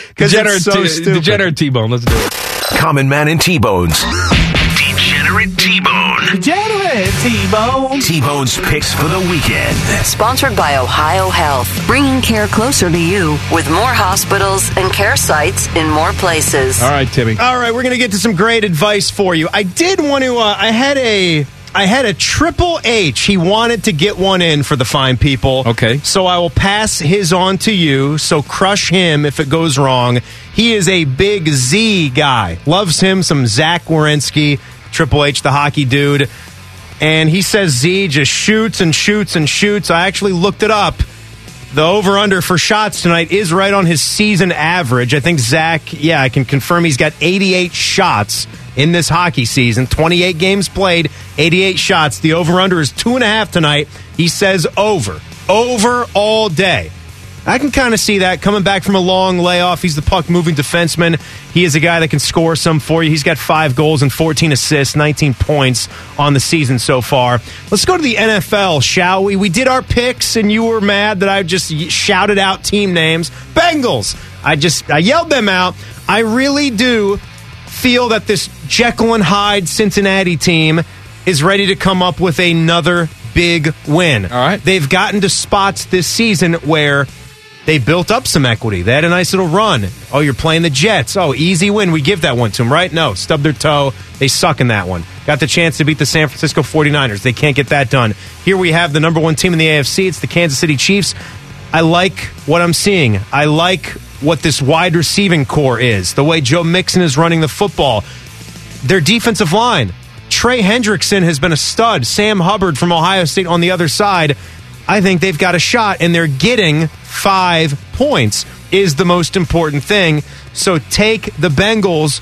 Speaker 4: Because
Speaker 5: Degenerate,
Speaker 4: it's so
Speaker 5: T-
Speaker 4: stupid.
Speaker 5: degenerate T-Bone. Let's do it.
Speaker 3: Common Man and T-Bones. Degenerate T-Bone.
Speaker 13: Degenerate T-Bone.
Speaker 3: T-Bone's picks for the weekend.
Speaker 6: Sponsored by Ohio Health, bringing care closer to you with more hospitals and care sites in more places.
Speaker 5: All right, Timmy.
Speaker 4: All right, we're going to get to some great advice for you. I did want to. Uh, I had a I had a Triple H. He wanted to get one in for the fine people. Okay. So I will pass his on to you. So crush him if it goes wrong. He is a big Z guy. Loves him some Zach Wierenski, Triple H, the hockey dude. And he says Z just shoots and shoots and shoots. I actually looked it up. The over under for shots tonight is right on his season average. I think Zach, yeah, I can confirm he's got 88 shots in this hockey season. 28 games played, 88 shots. The over under is two and a half tonight. He says over, over all day. I can kind of see that coming back from a long layoff. He's the puck moving defenseman. He is a guy that can score some for you. He's got five goals and 14 assists, 19 points on the season so far. Let's go to the NFL, shall we? We did our picks, and you were mad that I just y- shouted out team names. Bengals. I just I yelled them out. I really do feel that this Jekyll and Hyde Cincinnati team is ready to come up with another big win. All right. They've gotten to spots this season where they built up some equity. They had a nice little run. Oh, you're playing the Jets. Oh, easy win. We give that one to them, right? No, stub their toe. They suck in that one. Got the chance to beat the San Francisco 49ers. They can't get that done. Here we have the number one team in the AFC. It's the Kansas City Chiefs. I like what I'm seeing. I like what this wide receiving core is, the way Joe Mixon is running the football their defensive line. Trey Hendrickson has been a stud. Sam Hubbard from Ohio State on the other side. I think they've got a shot, and they're getting five points is the most important thing. So take the Bengals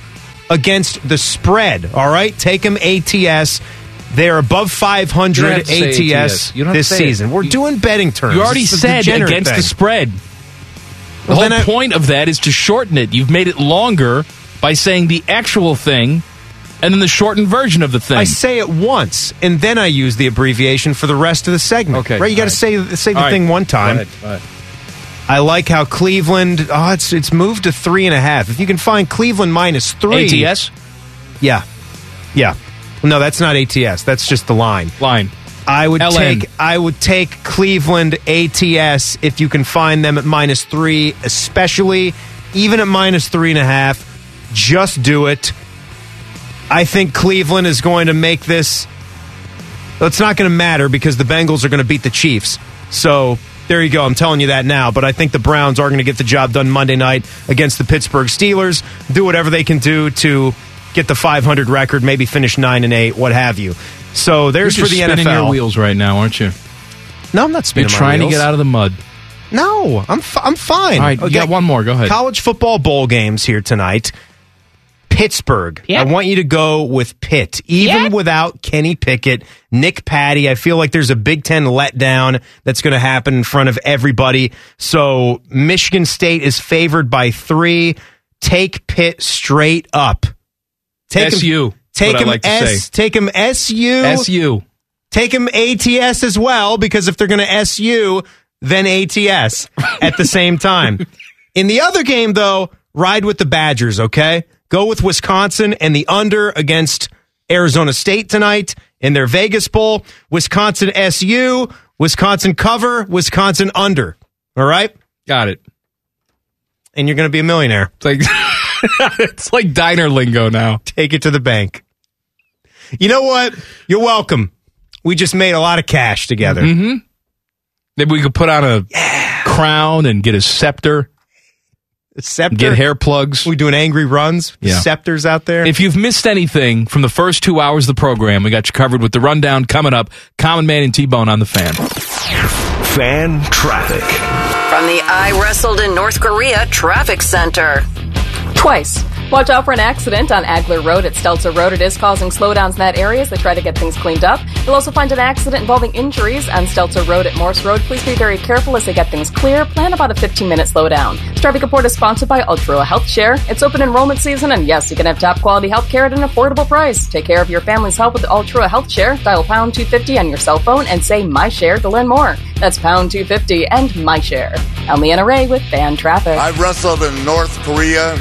Speaker 4: against the spread. All right, take them ATS. They're above 500
Speaker 5: You don't have to say
Speaker 4: ATS,
Speaker 5: ATS. You don't have
Speaker 4: this
Speaker 5: to say it.
Speaker 4: season. We're doing betting terms.
Speaker 5: You already
Speaker 4: This is a
Speaker 5: said
Speaker 4: degenerate
Speaker 5: against the
Speaker 4: thing.
Speaker 5: spread. The
Speaker 4: Well,
Speaker 5: whole
Speaker 4: then I-
Speaker 5: point of that is to shorten it. You've made it longer by saying the actual thing and then the shortened version of the thing.
Speaker 4: I say it once, and then I use the abbreviation for the rest of the segment.
Speaker 5: Okay,
Speaker 4: right? You got
Speaker 5: all
Speaker 4: to say say the
Speaker 5: All right.
Speaker 4: thing one
Speaker 5: Go
Speaker 4: time.
Speaker 5: ahead, go ahead.
Speaker 4: I like how Cleveland. Oh, it's it's moved to three and a half. If you can find Cleveland minus three,
Speaker 5: ATS?
Speaker 4: Yeah, yeah. No, that's not ATS. That's just the line.
Speaker 5: Line.
Speaker 4: I would
Speaker 5: LN.
Speaker 4: take I would take Cleveland ATS if you can find them at minus three, especially even at minus three and a half. Just do it. I think Cleveland is going to make this. It's not going to matter because the Bengals are going to beat the Chiefs. So there you go. I'm telling you that now. But I think the Browns are going to get the job done Monday night against the Pittsburgh Steelers. Do whatever they can do to get the 500 record, maybe finish nine and eight, what have you. So there's
Speaker 5: You're
Speaker 4: for the
Speaker 5: just spinning
Speaker 4: NFL.
Speaker 5: your wheels right now, aren't you?
Speaker 4: No, I'm not
Speaker 5: You're
Speaker 4: spinning. my
Speaker 5: trying to
Speaker 4: wheels.
Speaker 5: get out of the mud.
Speaker 4: No, I'm f- I'm fine.
Speaker 5: All right, you got one more. Go ahead.
Speaker 4: College football bowl games here tonight. Pittsburgh. I want you to go with Pitt, even without Kenny Pickett, Nick Patty. I feel like there's a Big Ten letdown that's going to happen in front of everybody. So Michigan State is favored by three. Take Pitt straight up. Take 'em-
Speaker 5: SU,
Speaker 4: Take
Speaker 5: what I
Speaker 4: him
Speaker 5: like to
Speaker 4: S.
Speaker 5: say.
Speaker 4: Take him SU.
Speaker 5: SU.
Speaker 4: Take him ATS as well because if they're going to SU, then ATS at the same time. In the other game, though, ride with the Badgers. Okay, go with Wisconsin and the under against Arizona State tonight in their Vegas Bowl. Wisconsin SU. Wisconsin cover. Wisconsin under. All right.
Speaker 5: Got it.
Speaker 4: And you're going to be a millionaire.
Speaker 5: It's like it's like diner lingo now.
Speaker 4: Take it to the bank. You know what? You're welcome. We just made a lot of cash together.
Speaker 5: Mm-hmm. Maybe we could put on a crown and get a scepter.
Speaker 4: scepter.
Speaker 5: Get hair plugs.
Speaker 4: We doing angry runs. Scepters out there.
Speaker 5: If you've missed anything from the first two hours of the program, we got you covered with the rundown coming up. Common Man and T Bone on the fan.
Speaker 3: Fan traffic.
Speaker 6: From the I Wrestled in North Korea Traffic Center.
Speaker 7: Twice. Watch out for an accident on Agler Road at Stelter Road. It is causing slowdowns in that area as they try to get things cleaned up. You'll also find an accident involving injuries on Stelter Road at Morse Road. Please be very careful as they get things clear. Plan about a 15 minute slowdown. This traffic report is sponsored by Ultra Health Share. It's open enrollment season, and yes, you can have top quality health care at an affordable price. Take care of your family's health with Ultra Health Share. Dial pound 250 on your cell phone and say My Share to learn more. That's pound 250 and My Share. I'm Leanna Ray with Fan Traffic.
Speaker 14: I wrestled in North Korea.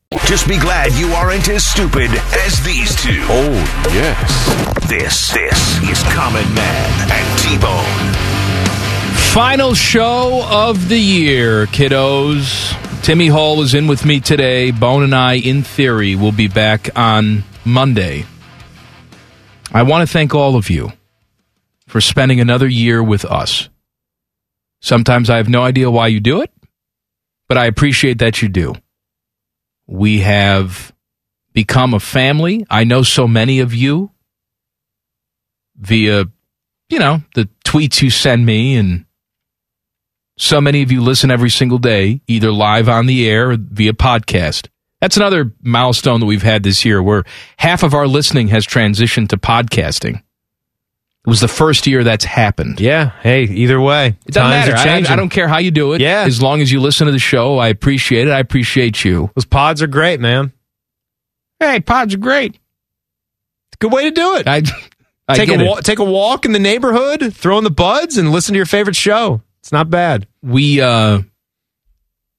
Speaker 3: Just be glad you aren't as stupid as these two. Oh, yes. This, this is Common Man and T-Bone.
Speaker 5: Final show of the year, kiddos. Timmy Hall is in with me today. Bone and I, in theory, will be back on Monday. I want to thank all of you for spending another year with us. Sometimes I have no idea why you do it, but I appreciate that you do. We have become a family. I know so many of you via, you know, the tweets you send me and so many of you listen every single day, either live on the air or via podcast. That's another milestone that we've had this year where half of our listening has transitioned to podcasting. It was the first year that's happened.
Speaker 4: Yeah. Hey, either way,
Speaker 5: It doesn't
Speaker 4: times
Speaker 5: matter.
Speaker 4: Are
Speaker 5: I- I-
Speaker 4: changing.
Speaker 5: I don't care how you do it.
Speaker 4: Yeah.
Speaker 5: As long as you listen to the show, I appreciate it. I appreciate you.
Speaker 4: Those pods are great, man.
Speaker 5: Hey, pods are great.
Speaker 4: Good way to do it.
Speaker 5: I, I
Speaker 4: take
Speaker 5: get
Speaker 4: a
Speaker 5: it.
Speaker 4: wa- take a walk in the neighborhood, throw in the buds, and listen to your favorite show. It's not bad.
Speaker 5: we uh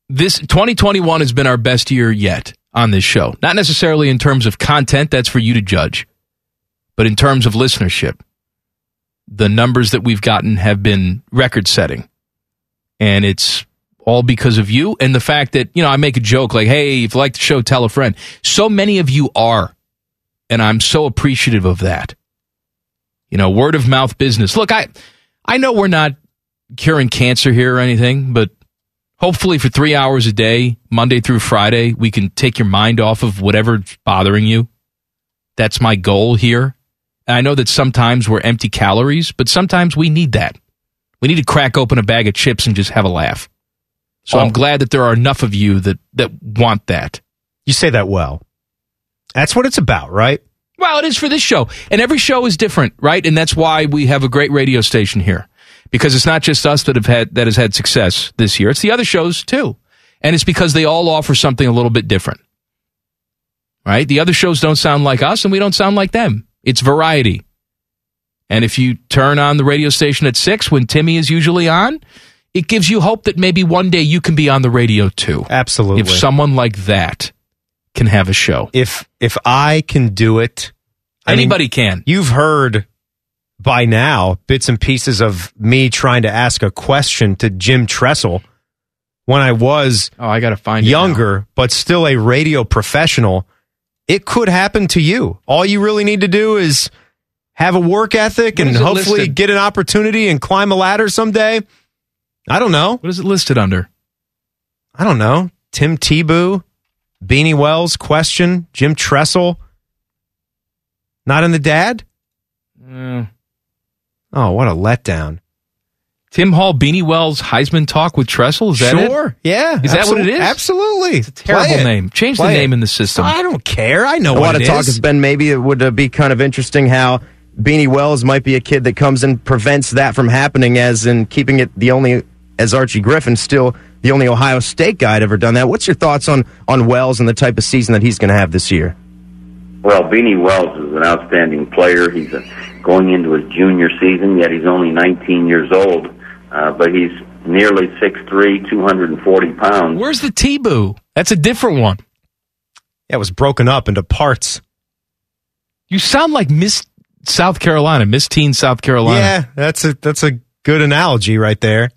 Speaker 5: this 2021 has been our best year yet on this show not necessarily in terms of content that's for you to judge but in terms of listenership the numbers that we've gotten have been record setting and it's all because of you and the fact that you know i make a joke like hey if you like the show tell a friend so many of you are and i'm so appreciative of that you know word of mouth business look i i know we're not curing cancer here or anything but hopefully for three hours a day monday through friday we can take your mind off of whatever's bothering you that's my goal here and i know that sometimes we're empty calories but sometimes we need that we need to crack open a bag of chips and just have a laugh so
Speaker 4: Oh.
Speaker 5: i'm glad that there are enough of you that that want that
Speaker 4: You say that well. That's what it's about, right?
Speaker 5: Well, it is for this show. And every show is different, right? And that's why we have a great radio station here. Because it's not just us that have had that has had success this year. It's the other shows too. And it's because they all offer something a little bit different. Right? The other shows don't sound like us and we don't sound like them. It's variety. And if you turn on the radio station at 6 when Timmy is usually on, it gives you hope that maybe one day you can be on the radio too.
Speaker 4: Absolutely.
Speaker 5: If someone like that can have a show.
Speaker 4: If if I can do it, I mean,
Speaker 5: Anybody can.
Speaker 4: You've heard by now bits and pieces of me trying to ask a question to Jim Tressel when I was
Speaker 5: oh, I gotta find
Speaker 4: younger, but still a radio professional. It could happen to you. All you really need to do is have a work ethic and
Speaker 5: is it
Speaker 4: hopefully
Speaker 5: listed?
Speaker 4: get an opportunity and climb a ladder someday. I don't know.
Speaker 5: What is it listed under?
Speaker 4: I don't know. Tim Tebow, Beanie Wells, question, Jim Tressel. Not in the dad?
Speaker 5: Mm.
Speaker 4: Oh, what a letdown.
Speaker 5: Tim Hall, Beanie Wells, Heisman Talk with Tressel. Is that it?
Speaker 4: sure. Yeah.
Speaker 5: Is that what it
Speaker 4: absolute-
Speaker 5: is?
Speaker 4: Absolutely. It's a
Speaker 5: Terrible name. Change the name in the system.
Speaker 4: I don't care. I know
Speaker 10: a lot
Speaker 4: what it
Speaker 10: of talk
Speaker 4: is.
Speaker 10: has been maybe it would uh, be kind of interesting how Beanie Wells might be a kid that comes and prevents that from happening, as in keeping it the only as Archie Griffin still the only Ohio State guy to ever done that. What's your thoughts on on Wells and the type of season that he's going to have this year?
Speaker 14: Well, Beanie Wells is an outstanding player. He's uh going into his junior season, yet he's only 19 years old. Uh, but he's nearly 6'3", 240 pounds.
Speaker 5: Where's the Tebow? That's a different one.
Speaker 4: That was broken up into parts.
Speaker 5: You sound like Miss South Carolina, Miss Teen South Carolina.
Speaker 4: Yeah, that's a that's a good analogy right there.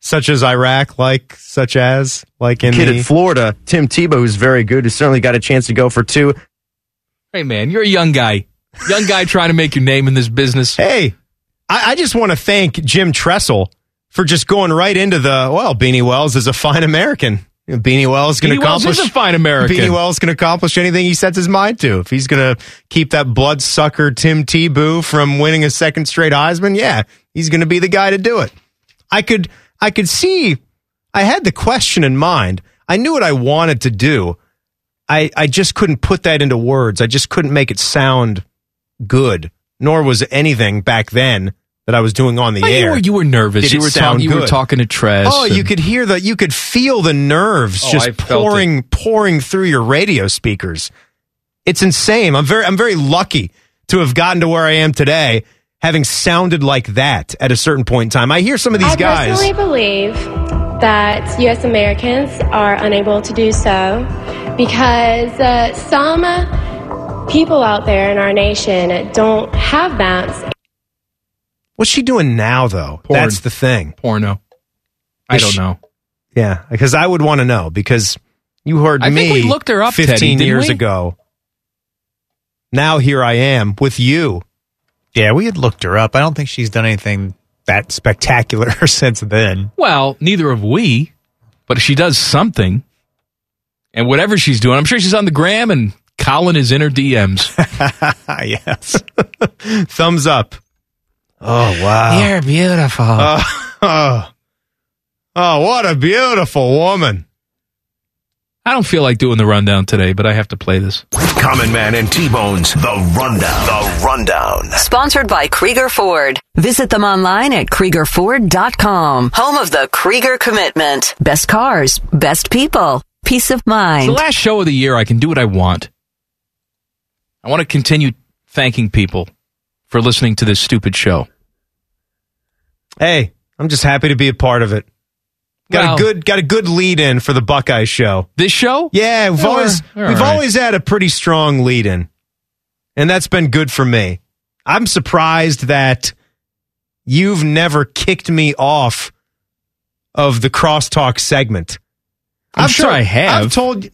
Speaker 4: Such as Iraq, like such as like in
Speaker 10: Kid
Speaker 4: the-
Speaker 10: at Florida, Tim Tebow, who's very good, who's certainly got a chance to go for two.
Speaker 5: Hey, man, you're a young guy. Young guy trying to make your name in this business.
Speaker 4: Hey, I, I just want to thank Jim Tressel for just going right into the well. Beanie Wells is a fine American. Beanie Wells can
Speaker 5: Beanie Wells
Speaker 4: accomplish
Speaker 5: is a fine American.
Speaker 4: Beanie Wells can accomplish anything he sets his mind to. If he's going to keep that bloodsucker Tim Tebow from winning a second straight Heisman, yeah, he's going to be the guy to do it. I could, I could see. I had the question in mind. I knew what I wanted to do. I, I just couldn't put that into words. I just couldn't make it sound good. Nor was it anything back then that I was doing on the
Speaker 5: But you
Speaker 4: air.
Speaker 5: were- you were nervous.
Speaker 4: Did
Speaker 5: You
Speaker 4: it
Speaker 5: were
Speaker 4: sound
Speaker 5: talk- you were
Speaker 4: good?
Speaker 5: talking to Tress
Speaker 4: Oh, you
Speaker 5: and-
Speaker 4: could hear the you could feel the nerves
Speaker 5: Oh, I
Speaker 4: just
Speaker 5: felt
Speaker 4: pouring pouring through your radio speakers. It's insane. I'm very I'm very lucky to have gotten to where I am today, having sounded like that at a certain point in time. I hear some of these
Speaker 15: I
Speaker 4: guys.
Speaker 15: personally believe that U.S. Americans are unable to do so because uh, some people out there in our nation don't have that.
Speaker 4: What's she doing now, though? That's the thing.
Speaker 5: Porno. I don't know.
Speaker 4: Yeah, because I would want to know because you heard
Speaker 5: I
Speaker 4: me.
Speaker 5: think we looked her up, Teddy,
Speaker 4: fifteen
Speaker 5: didn't
Speaker 4: years
Speaker 5: we?
Speaker 4: ago. Now here I am with you.
Speaker 2: Yeah, we had looked her up. I don't think she's done anything that spectacular since then.
Speaker 5: Well, neither have we, but she does something. And whatever she's doing, I'm sure she's on the gram and Colin is in her DMs.
Speaker 4: yes. Thumbs up. Oh wow,
Speaker 5: You're beautiful.
Speaker 4: oh, oh, what a beautiful woman.
Speaker 5: I don't feel like doing the rundown today, but I have to play this.
Speaker 3: Common Man and T-Bones, The Rundown. The Rundown.
Speaker 6: Sponsored by Krieger Ford. Visit them online at KriegerFord.com. Home of the Krieger Commitment. Best cars, best people, peace of
Speaker 5: It's the
Speaker 6: mind.
Speaker 5: last show of the year. I can do what I want. I want to continue thanking people for listening to this stupid show.
Speaker 4: Hey, I'm just happy to be a part of it. Got
Speaker 5: Well-
Speaker 4: a good got a good lead in for the Buckeye show.
Speaker 5: This show?
Speaker 4: Yeah, we've
Speaker 5: Yeah,
Speaker 4: always
Speaker 5: we're- we're
Speaker 4: we've
Speaker 5: all right.
Speaker 4: always had a pretty strong lead in. And that's been good for me. I'm surprised that you've never kicked me off of the crosstalk segment.
Speaker 5: I'm sure I have.
Speaker 4: I've told you.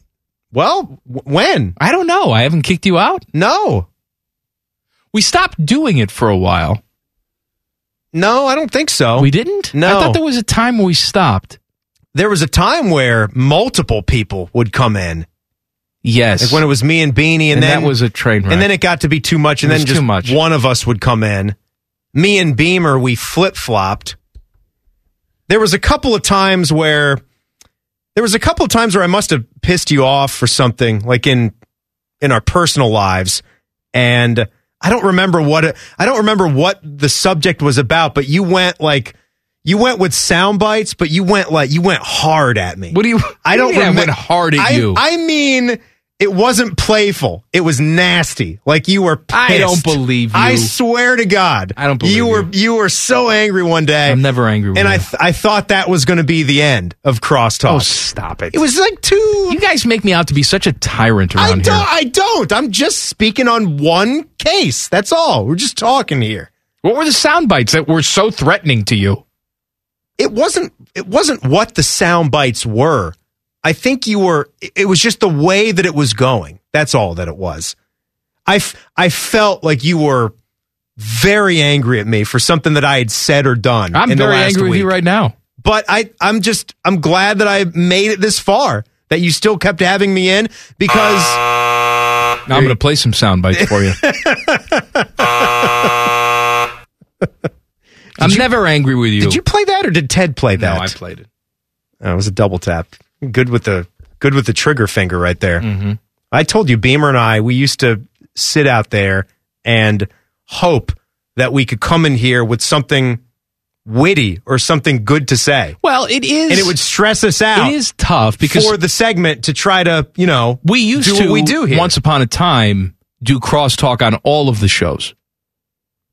Speaker 4: Well, w- when?
Speaker 5: I don't know. I haven't kicked you out.
Speaker 4: No.
Speaker 5: We stopped doing it for a while.
Speaker 4: No, I don't think so.
Speaker 5: We didn't?
Speaker 4: No.
Speaker 5: I thought there was a time we stopped.
Speaker 4: There was a time where multiple people would come in.
Speaker 5: Yes.
Speaker 4: Like when it was me and Beanie, and,
Speaker 5: And
Speaker 4: then
Speaker 5: that was a train wreck.
Speaker 4: And then it got to be too much, and
Speaker 5: It
Speaker 4: then
Speaker 5: was
Speaker 4: just
Speaker 5: too much.
Speaker 4: one of us would come in. Me and Beamer, we flip flopped. There was a couple of times where there was a couple of times where I must have pissed you off for something, like in in our personal lives, and I don't remember what it, I don't remember what the subject was about, but you went like. You went with sound bites, but you went like you went hard at me. What
Speaker 5: do you?
Speaker 4: I
Speaker 5: what
Speaker 4: don't
Speaker 5: do you mean I
Speaker 4: remem-
Speaker 5: went hard at
Speaker 4: I-
Speaker 5: you?
Speaker 4: I mean, it wasn't playful. It was nasty. Like you were. Pissed.
Speaker 5: I don't believe you.
Speaker 4: I swear to God, I don't
Speaker 5: believe
Speaker 4: you were. You. were so angry one day. I'm
Speaker 5: never angry. With
Speaker 4: and I, th- I thought that was going to be the end of crosstalk. Oh,
Speaker 5: stop it!
Speaker 4: It was like two.
Speaker 5: You guys make me out to be such a tyrant
Speaker 4: I
Speaker 5: around
Speaker 4: don't.
Speaker 5: here.
Speaker 4: I don't. I'm just speaking on one case. That's all. We're just talking here.
Speaker 5: What were the sound bites that were so threatening to you?
Speaker 4: It wasn't. It wasn't what the sound bites were. I think you were. it- It was just the way that it was going. That's all that it was. I, f- I felt like you were very angry at me for something that I had said or done.
Speaker 5: I'm
Speaker 4: in the
Speaker 5: very
Speaker 4: last
Speaker 5: angry with you
Speaker 4: week.
Speaker 5: right now.
Speaker 4: But I, I'm just, I'm glad that I made it this far. That you still kept having me in because
Speaker 5: Now I'm going to play some sound bites for you. I'm never angry with you.
Speaker 4: did you play that or did Ted play that?
Speaker 5: I played it.
Speaker 4: Oh, it was a double tap. Good with the good with the trigger finger right there.
Speaker 5: Mm-hmm.
Speaker 4: I told you, Beamer and I, we used to sit out there and hope that we could come in here with something witty or something good to say.
Speaker 5: Well, it is,
Speaker 4: and it would stress us out.
Speaker 5: It is tough because
Speaker 4: for the segment to try to, you know,
Speaker 5: we used
Speaker 4: do
Speaker 5: to
Speaker 4: what we do here.
Speaker 5: once upon a time do crosstalk on all of the shows.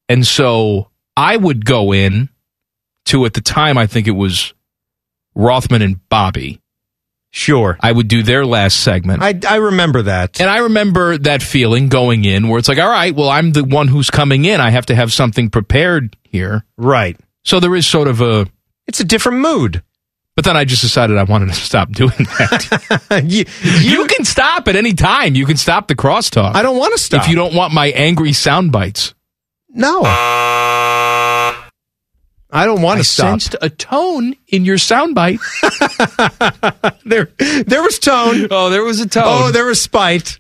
Speaker 5: And so I would go in to at the time I think it was Rothman and Bobby.
Speaker 4: Sure.
Speaker 5: I would do their last segment.
Speaker 4: I I remember that.
Speaker 5: And I remember that feeling going in where it's like, all right, well, I'm the one who's coming in. I have to have something prepared here.
Speaker 4: Right.
Speaker 5: So there is sort of a
Speaker 4: It's a different mood.
Speaker 5: But then I just decided I wanted to stop doing that.
Speaker 4: you,
Speaker 5: can stop at any time. You can stop the crosstalk. I
Speaker 4: don't want to stop.
Speaker 5: If you don't want my angry sound bites.
Speaker 4: No. I don't want
Speaker 5: I
Speaker 4: to stop.
Speaker 5: sensed a tone in your soundbite.
Speaker 4: there, there was tone.
Speaker 5: Oh, there was a tone.
Speaker 4: Oh, there was spite.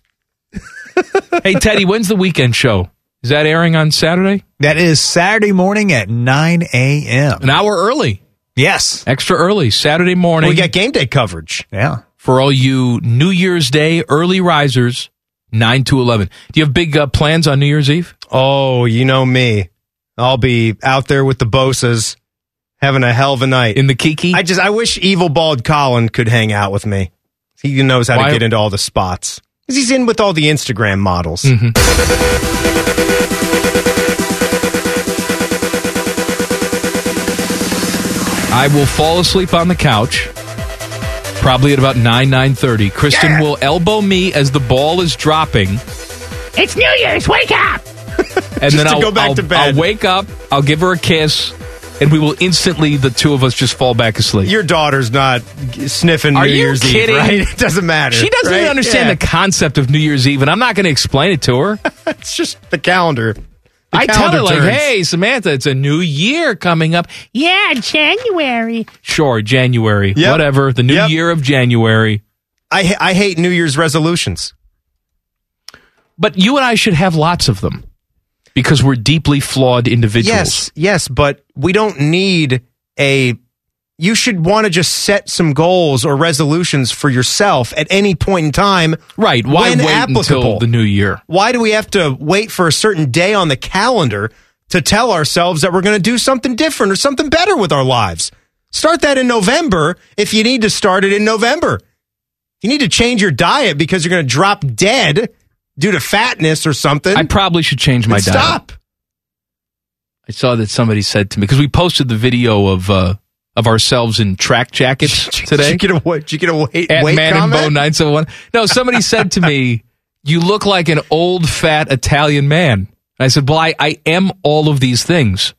Speaker 5: hey, Teddy, when's the weekend show? Is that airing on Saturday?
Speaker 2: That is Saturday morning at 9 a.m.
Speaker 5: An hour early.
Speaker 2: Yes.
Speaker 5: Extra early, Saturday morning.
Speaker 4: We got game day coverage.
Speaker 2: Yeah.
Speaker 5: for all you New Year's Day early risers, 9 to 11. Do you have big uh, plans on New Year's Eve?
Speaker 4: Oh, you know me. I'll be out there with the Bosas, having a hell of a night
Speaker 5: in the Kiki.
Speaker 4: I just I wish evil bald Colin could hang out with me. He knows how
Speaker 5: Why-
Speaker 4: to get into all the spots. 'Cause He's in with all the Instagram models.
Speaker 5: Mm-hmm. I will fall asleep on the couch, probably at about 9, 9.30. Kristen will elbow me as the ball is dropping.
Speaker 9: It's New Year's. Wake up.
Speaker 5: and
Speaker 9: Just
Speaker 5: then
Speaker 9: to
Speaker 5: I'll
Speaker 9: go back
Speaker 5: I'll-
Speaker 9: to bed.
Speaker 5: I'll wake up. I'll give her a kiss, and we will instantly the two of us just fall back asleep.
Speaker 4: Your daughter's not g- sniffing
Speaker 5: Are
Speaker 4: New
Speaker 5: you
Speaker 4: Year's
Speaker 5: kidding?
Speaker 4: Eve, right? It doesn't matter.
Speaker 5: She doesn't
Speaker 4: right?
Speaker 5: even understand
Speaker 4: Yeah.
Speaker 5: the concept of New Year's Eve, and I'm not going to explain it to her.
Speaker 4: it's just the calendar.
Speaker 5: I tell her
Speaker 4: calendar
Speaker 5: like,
Speaker 4: turns.
Speaker 5: "Hey, Samantha, it's a new year coming up.
Speaker 9: Yeah, January.
Speaker 5: Sure, January, whatever. The new year of January.
Speaker 4: I ha- I hate New Year's resolutions,
Speaker 5: but you and I should have lots of them because we're deeply flawed individuals.
Speaker 4: Yes, yes, but we don't need a. You should want to just set some goals or resolutions for yourself at any point in time.
Speaker 5: Right? Why
Speaker 4: when
Speaker 5: wait
Speaker 4: applicable.
Speaker 5: until the new year?
Speaker 4: Why do we have to wait for a certain day on the calendar to tell ourselves that we're going to do something different or something better with our lives? Start that in November if you need to start it in November. You need to change your diet because you're going to drop dead due to fatness or something. I
Speaker 5: probably should change my diet.
Speaker 4: Stop.
Speaker 5: I saw that somebody said to me because we posted the video of uh, of ourselves in track jackets today.
Speaker 4: Did you get a what? Did you get a weight,
Speaker 5: at
Speaker 4: weight
Speaker 5: Man and
Speaker 4: comment?
Speaker 5: Bo nine seven one. No, somebody said to me, "You look like an old fat Italian man." And I said, "Well, I, I am all of these things.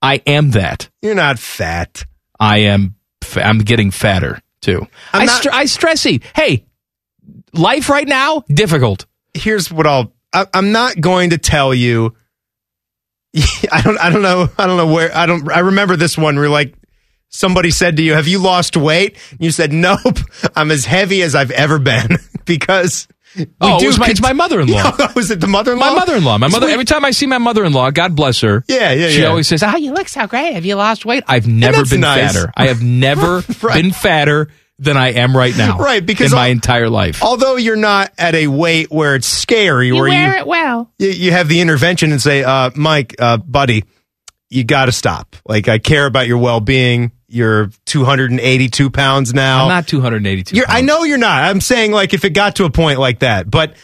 Speaker 5: I am that.
Speaker 4: You're not fat.
Speaker 5: I am. Fa- I'm getting fatter too. i str- I stress eat. Hey, life right now difficult.
Speaker 4: Here's what I'll. I, I'm not going to tell you. I don't. I don't know. I don't know where. I don't. I remember this one. We're like, somebody said to you, "Have you lost weight?" And you said, "Nope. I'm as heavy as I've ever been because." we
Speaker 5: Oh, it
Speaker 4: do
Speaker 5: was my- it's my mother-in-law.
Speaker 4: Yeah, was it the mother-in-law?
Speaker 5: My mother-in-law. My
Speaker 4: So
Speaker 5: mother.
Speaker 4: we-
Speaker 5: Every time I see my mother-in-law, God bless her.
Speaker 4: Oh. Yeah, yeah,
Speaker 5: She
Speaker 4: yeah.
Speaker 5: always says, "Ah, you look so great. Have you lost weight? I've never
Speaker 4: that's
Speaker 5: been
Speaker 4: nice.
Speaker 5: fatter. I have never
Speaker 4: Right.
Speaker 5: been fatter than I am right now.
Speaker 4: Right, because
Speaker 5: in
Speaker 4: I'll-
Speaker 5: my entire life.
Speaker 4: although you're not at a weight where it's scary,
Speaker 9: You
Speaker 4: where
Speaker 9: wear
Speaker 4: you
Speaker 9: it well.
Speaker 4: you, you have the intervention and say, uh, Mike, uh, buddy, you got to stop. Like, I care about your well being. You're 282 pounds now.
Speaker 5: I'm not 282.
Speaker 4: You're, I know you're not. I'm saying, like, if it got to a point like that, but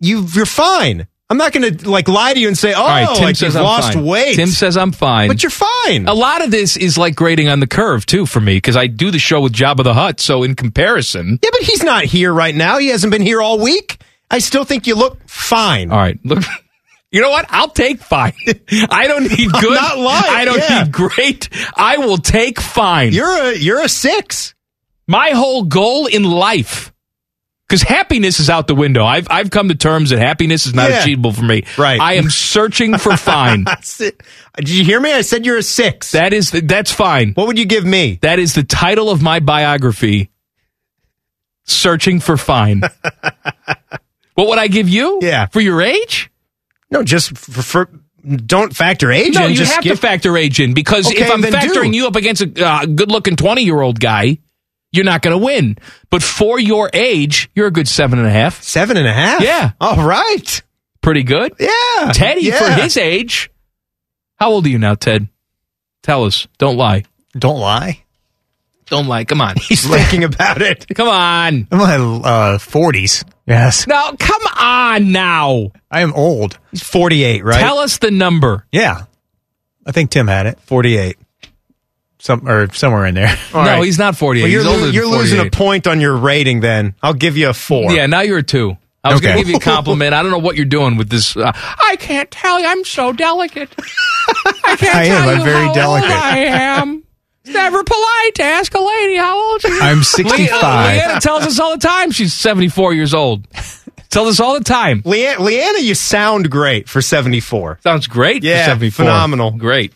Speaker 4: you, you're fine. I'm not going to, like, lie to you and say, oh,
Speaker 5: All right, Tim
Speaker 4: like,
Speaker 5: says
Speaker 4: you've
Speaker 5: I'm
Speaker 4: lost
Speaker 5: fine.
Speaker 4: weight.
Speaker 5: Tim says I'm fine.
Speaker 4: But you're fine.
Speaker 5: A lot of this is like grading on the curve too for me because I do the show with Jabba the Hutt. So in comparison,
Speaker 4: yeah, but he's not here right now. He hasn't been here all week. I still think you look fine.
Speaker 5: All right, look. You know what? I'll take fine. I don't need
Speaker 4: I'm
Speaker 5: good.
Speaker 4: not lying,
Speaker 5: I don't
Speaker 4: yeah.
Speaker 5: need great. I will take fine.
Speaker 4: You're a you're a six.
Speaker 5: My whole goal in life, because happiness is out the window. I've I've come to terms that happiness is not
Speaker 4: Yeah.
Speaker 5: achievable for me. Right. I am searching for fine.
Speaker 4: Did you hear me? I said you're a six.
Speaker 5: That is the, that's fine.
Speaker 4: What would you give me?
Speaker 5: That is the title of my biography. Searching for fine. what would I give you?
Speaker 4: Yeah.
Speaker 5: For your age?
Speaker 4: No, just for, for don't factor age
Speaker 5: no,
Speaker 4: in.
Speaker 5: you
Speaker 4: just
Speaker 5: have
Speaker 4: give-
Speaker 5: to factor age in because if
Speaker 4: Okay,
Speaker 5: I'm
Speaker 4: then do.
Speaker 5: factoring you up against a uh, good-looking twenty-year-old guy, you're not going to win. But for your age, you're a good seven and a half.
Speaker 4: Seven and a half.
Speaker 5: Yeah.
Speaker 4: All right.
Speaker 5: Pretty good.
Speaker 4: Yeah.
Speaker 5: Teddy
Speaker 4: Yeah.
Speaker 5: for his age. How old are you now, Ted? Tell us. Don't lie.
Speaker 2: Don't lie.
Speaker 5: Don't lie. Come on.
Speaker 2: He's thinking
Speaker 4: about it.
Speaker 5: Come on.
Speaker 2: I'm in my uh, forties. yes.
Speaker 5: No, come on now.
Speaker 2: I am old.
Speaker 4: He's 48, right?
Speaker 5: Tell us the number.
Speaker 2: Yeah. I think Tim had it.
Speaker 4: 48.
Speaker 2: Some or somewhere in there.
Speaker 5: No, he's not 48.
Speaker 4: Well, you're
Speaker 5: He's older than
Speaker 4: you're losing a
Speaker 5: 48.
Speaker 4: point on your rating. Then I'll give you a four.
Speaker 5: Yeah, now you're a two. I was going
Speaker 4: Okay.
Speaker 5: to give you a compliment. I don't know what you're doing with this. Uh, I can't tell you. I'm so delicate. I can't
Speaker 2: I am.
Speaker 5: tell
Speaker 2: I'm
Speaker 5: you
Speaker 2: very
Speaker 5: how
Speaker 2: delicate.
Speaker 5: old I am. It's never polite to ask a lady how old she is.
Speaker 2: I'm 65.
Speaker 5: Le- Leanna tells us all the time she's 74 years old. Tells us all the time.
Speaker 4: Leanna, Leanna you sound great for 74.
Speaker 5: Sounds great.
Speaker 4: Yeah,
Speaker 5: for 74.
Speaker 4: phenomenal.
Speaker 5: Great.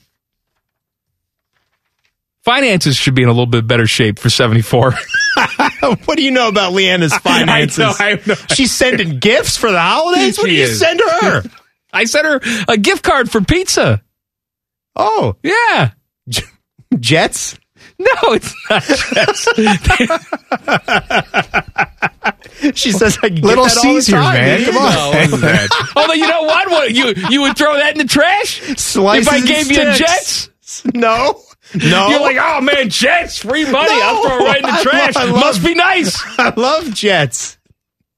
Speaker 5: Finances should be in a little bit better shape for 74.
Speaker 4: what do you know about Leanna's finances?
Speaker 5: I know, I have no
Speaker 4: She's sending gifts for the holidays. What do
Speaker 5: She
Speaker 4: you
Speaker 5: is.
Speaker 4: send her?
Speaker 5: I sent her a gift card for pizza.
Speaker 4: Oh
Speaker 5: Yeah.
Speaker 4: Jets.
Speaker 5: No, it's not
Speaker 4: she says, I get
Speaker 5: Little
Speaker 4: that all the
Speaker 5: Caesar,
Speaker 4: time,
Speaker 5: man.
Speaker 4: dude."
Speaker 5: Come on. No, it wasn't that. Although you know what? What- you you would throw that in the trash?
Speaker 4: Slices
Speaker 5: if I
Speaker 4: and
Speaker 5: gave you
Speaker 4: sticks.
Speaker 5: Jets?
Speaker 4: No. No.
Speaker 5: You're like, oh man, Jets, free money. I'll
Speaker 4: No.
Speaker 5: throw it right in
Speaker 4: I
Speaker 5: the trash.
Speaker 4: lo- I
Speaker 5: Must
Speaker 4: love-
Speaker 5: be nice.
Speaker 4: I love Jets.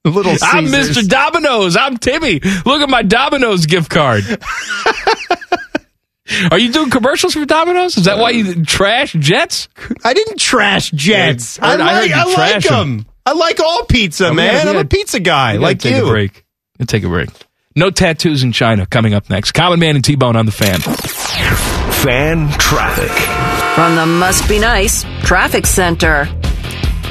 Speaker 4: Little
Speaker 5: I'm
Speaker 4: Caesars.
Speaker 5: Mr. Domino's. I'm Timmy. Look at my Domino's gift card. Are you doing commercials for Domino's? Is that why you trash Jets?
Speaker 4: I didn't trash Jets. I,
Speaker 5: heard- I heard
Speaker 4: like,
Speaker 5: you
Speaker 4: I like
Speaker 5: trash 'em.
Speaker 4: them. I like all pizza,
Speaker 5: We
Speaker 4: man.
Speaker 5: gotta-
Speaker 4: I'm
Speaker 5: Oh, yeah.
Speaker 4: a pizza guy,
Speaker 5: We gotta
Speaker 4: like
Speaker 5: take
Speaker 4: you.
Speaker 5: A break. We'll take a break. No tattoos in China coming up next. Common Man and T Bone on the fan.
Speaker 3: Fan traffic.
Speaker 6: From the Must Be Nice Traffic Center.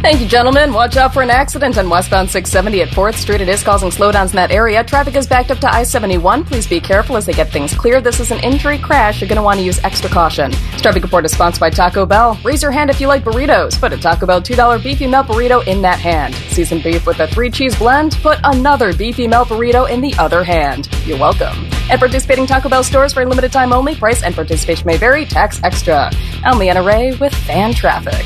Speaker 7: Thank you, gentlemen. Watch out for an accident on westbound 670 at 4th Street. It is causing slowdowns in that area. Traffic is backed up to I 71. Please be careful as they get things cleared. This is an injury crash. You're going to want to use extra caution. This traffic report is sponsored by Taco Bell. Raise your hand if you like burritos. Put a Taco Bell $2 beefy melt burrito in that hand. Seasoned beef with a three cheese blend. Put another beefy melt burrito in the other hand. You're welcome. At participating Taco Bell stores for a limited time only, price and participation may vary. Tax extra. I'm Leanna Ray with Fan Traffic.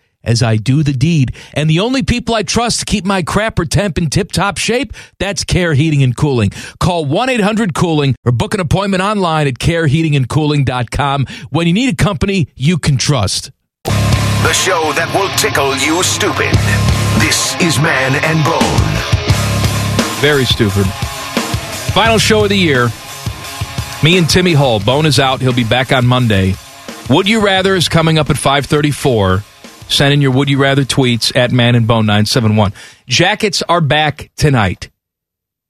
Speaker 5: as I do the deed. And the only people I trust to keep my crapper temp in tip top shape, that's Care Heating and Cooling. Call 1 800 Cooling or book an appointment online at careheatingandcooling.com when you need a company you can trust.
Speaker 3: The show that will tickle you stupid. This is Man and Bone.
Speaker 5: Very stupid. Final show of the year. Me and Timmy Hall. Bone is out. He'll be back on Monday. Would you rather is coming up at 534. Send in your would you rather tweets at man and bone 971. Jackets are back tonight.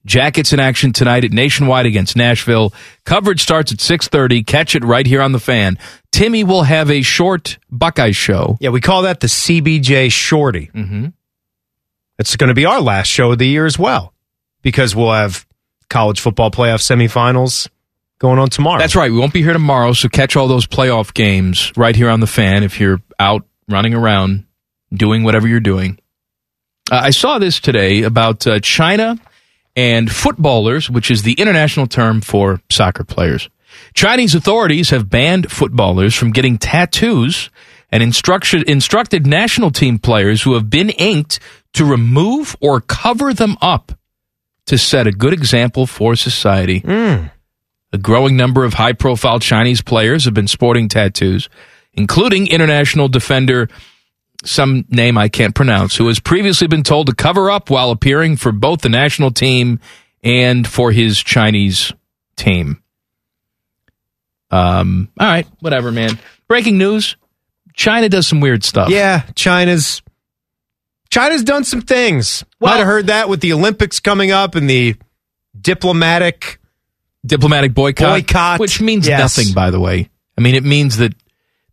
Speaker 5: Jackets in action tonight at Nationwide against Nashville. Coverage starts at 6:30. Catch it right here on the fan. Timmy will have a short Buckeye show.
Speaker 4: Yeah, we call that the CBJ Shorty.
Speaker 5: Mm-hmm.
Speaker 4: It's going to be our last show of the year as well because we'll have college football playoff semifinals going on tomorrow.
Speaker 5: That's right. We won't be here tomorrow, so catch all those playoff games right here on the fan if you're out running around doing whatever you're doing. Uh, I saw this today about uh, China and footballers, which is the international term for soccer players. Chinese authorities have banned footballers from getting tattoos and instruction, instructed national team players who have been inked to remove or cover them up to set a good example for society. A growing number of high profile Chinese players have been sporting tattoos, including international defender, some name I can't pronounce, who has previously been told to cover up while appearing for both the national team and for his Chinese team. Um, all right, whatever, man. Breaking news China does some weird stuff.
Speaker 4: Yeah, China's China's done some things. Might have heard that with the Olympics coming up and the diplomatic
Speaker 5: diplomatic boycott, which means
Speaker 4: Yes.
Speaker 5: nothing, by the way. I mean, it means that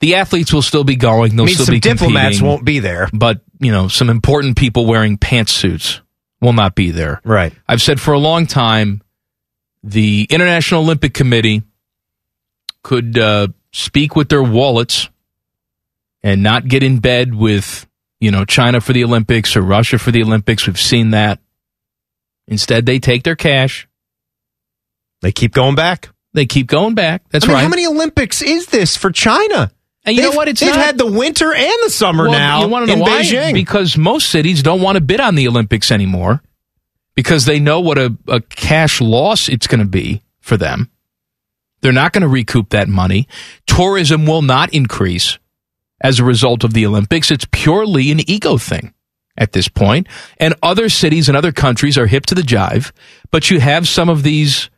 Speaker 5: the athletes will still be going. They'll
Speaker 4: Means
Speaker 5: still
Speaker 4: some
Speaker 5: be
Speaker 4: diplomats
Speaker 5: competing,
Speaker 4: won't be there,
Speaker 5: but you know, some important people wearing pantsuits will not be there.
Speaker 4: Right.
Speaker 5: I've said for a long time, the International Olympic Committee could uh, speak with their wallets and not get in bed with you know China for the Olympics or Russia for the Olympics. We've seen that. Instead, they take their cash.
Speaker 4: They keep going back.
Speaker 5: They keep going back. That's
Speaker 4: I mean,
Speaker 5: right.
Speaker 4: How many Olympics is this for China?
Speaker 5: And you know
Speaker 4: They've-
Speaker 5: what? It's
Speaker 4: they've
Speaker 5: not-
Speaker 4: had the winter and the summer
Speaker 5: Well,
Speaker 4: now
Speaker 5: You want to
Speaker 4: in
Speaker 5: know why?
Speaker 4: Beijing.
Speaker 5: Because most cities don't want to bid on the Olympics anymore because they know what a, a cash loss it's going to be for them. They're not going to recoup that money. Tourism will not increase as a result of the Olympics. It's purely an ego thing at this point. And other cities and other countries are hip to the jive, but you have some of these